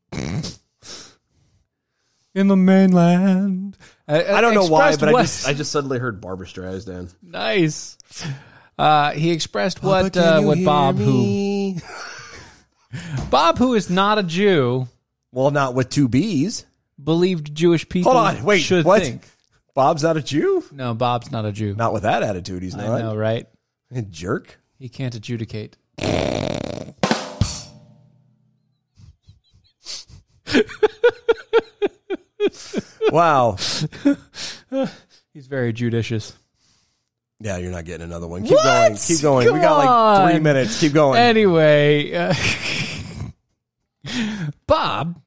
S1: in the mainland.
S4: I don't know why, but I just I just suddenly heard Barbara Streisand.
S1: nice. Uh, he expressed what uh, what Bob
S4: who
S1: who Bob who is not a Jew
S4: Well, not with two B's.
S1: believed Jewish people
S4: Hold on, wait,
S1: should
S4: what?
S1: think.
S4: Bob's not a Jew?
S1: No, Bob's not a Jew.
S4: Not with that attitude, he's
S1: I know,
S4: not.
S1: right?
S4: Jerk.
S1: He can't adjudicate.
S4: Wow.
S1: He's very judicious.
S4: yeah, you're not getting another one. Keep
S1: What?
S4: going. Keep going. we got
S1: Come
S4: like three
S1: on.
S4: minutes. Keep going.
S1: Anyway, uh, Bob.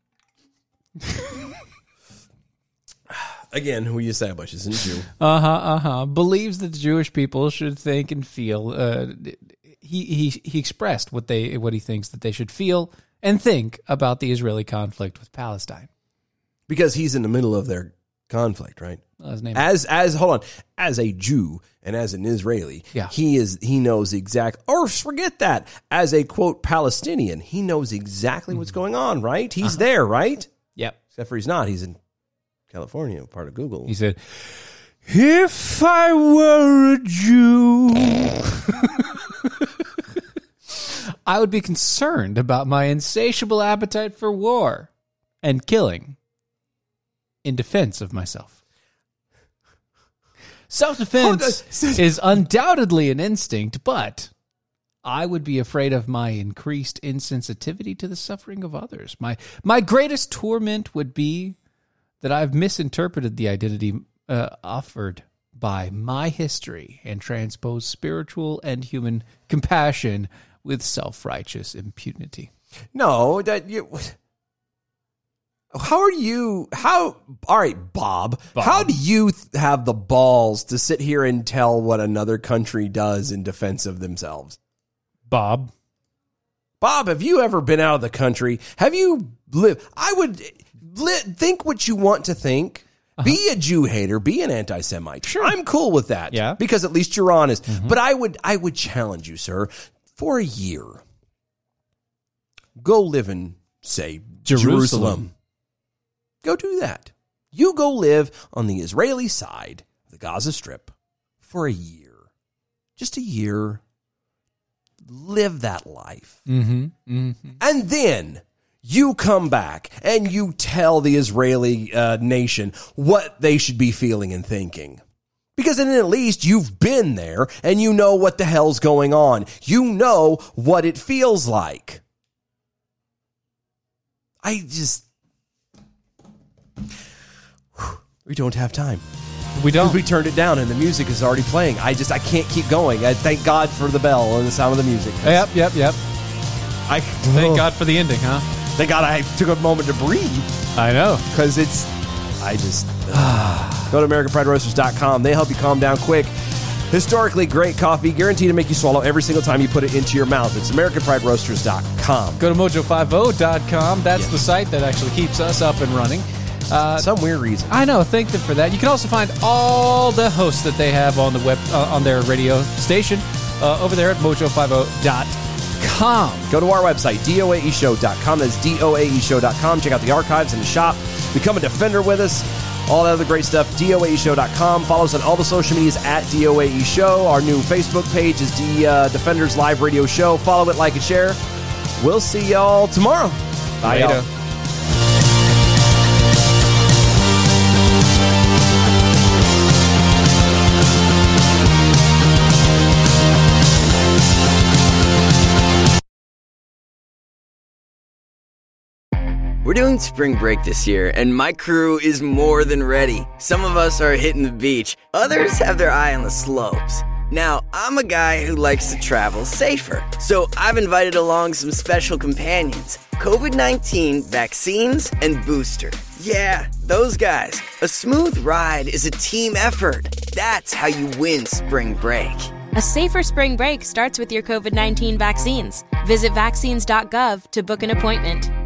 S4: Again, who you establish isn't Jew.
S1: uh-huh uh-huh believes that the jewish people should think and feel uh he he he expressed what they what he thinks that they should feel and think about the israeli conflict with palestine
S4: because he's in the middle of their conflict, right?
S1: Well, Uh, his name
S4: As as hold on, as a Jew and as an Israeli,
S1: Yeah.
S4: he is he knows exact or forget that as a quote Palestinian, he knows exactly what's
S1: Mm-hmm.
S4: going on, right? He's
S1: Uh-huh.
S4: there, right?
S1: yep
S4: Except for he's not. He's in California, part of Google.
S1: he said if i were a jew i would be concerned about my insatiable appetite for war and killing in defense of myself. Self defense is undoubtedly an instinct, but I would be afraid of my increased insensitivity to the suffering of others. My my greatest torment would be that I've misinterpreted the identity uh, offered by my history and transposed spiritual and human compassion with self-righteous impunity.
S4: No, that you. How are you? How? All right, Bob. How do you th- have the balls to sit here and tell what another country does in defense of themselves?
S1: Bob,
S4: Bob, have you ever been out of the country? Have you lived? I would li- think what you want to think. Be a Jew hater. Be an anti-Semite. Sure, I'm cool with that.
S1: Yeah.
S4: because at least you're honest. But I would, I would challenge you, sir, for a year. Go live in, say,
S1: Jerusalem.
S4: Jerusalem. Go do that. You go live on the Israeli side of the Gaza Strip for a year, just a year. Live that life. And then you come back and you tell the Israeli uh, nation what they should be feeling and thinking. Because then at least you've been there and you know what the hell's going on. You know what it feels like. I just. We don't have time.
S1: we don't.
S4: We turned it down and the music is already playing. I just, I can't keep going. I thank God for the bell and the sound of the music.
S1: Yep, yep, yep.
S4: I,
S1: Thank God for the ending, huh?
S4: Thank God I took a moment to breathe.
S1: I know.
S4: because it's i just go to americanprideroasters.com they help you calm down quick historically great coffee guaranteed to make you swallow every single time you put it into your mouth it's americanprideroasters.com
S1: Go to mojo50.com. That's the site that actually keeps us up and running.
S4: some weird reason
S1: I know. Thank them for that. You can also find all the hosts that they have on the web uh, on their radio station uh, over there at mojo50.com.
S4: go to our website E doaeshow.com that's E doaeshow.com check out the archives and the shop become a defender with us all that other great stuff doaeshow.com follow us on all the social medias at doae E show our new facebook page is the uh, defenders live radio show follow it like and share we'll see y'all tomorrow bye y'all.
S1: Later.
S8: We're doing spring break this year, and my crew is more than ready. Some of us are hitting the beach, others have their eye on the slopes. Now, I'm a guy who likes to travel safer, so I've invited along some special companions COVID 19 vaccines and booster. Yeah, those guys. A smooth ride is a team effort. That's how you win spring break.
S9: A safer spring break starts with your COVID 19 vaccines. Visit vaccines.gov to book an appointment.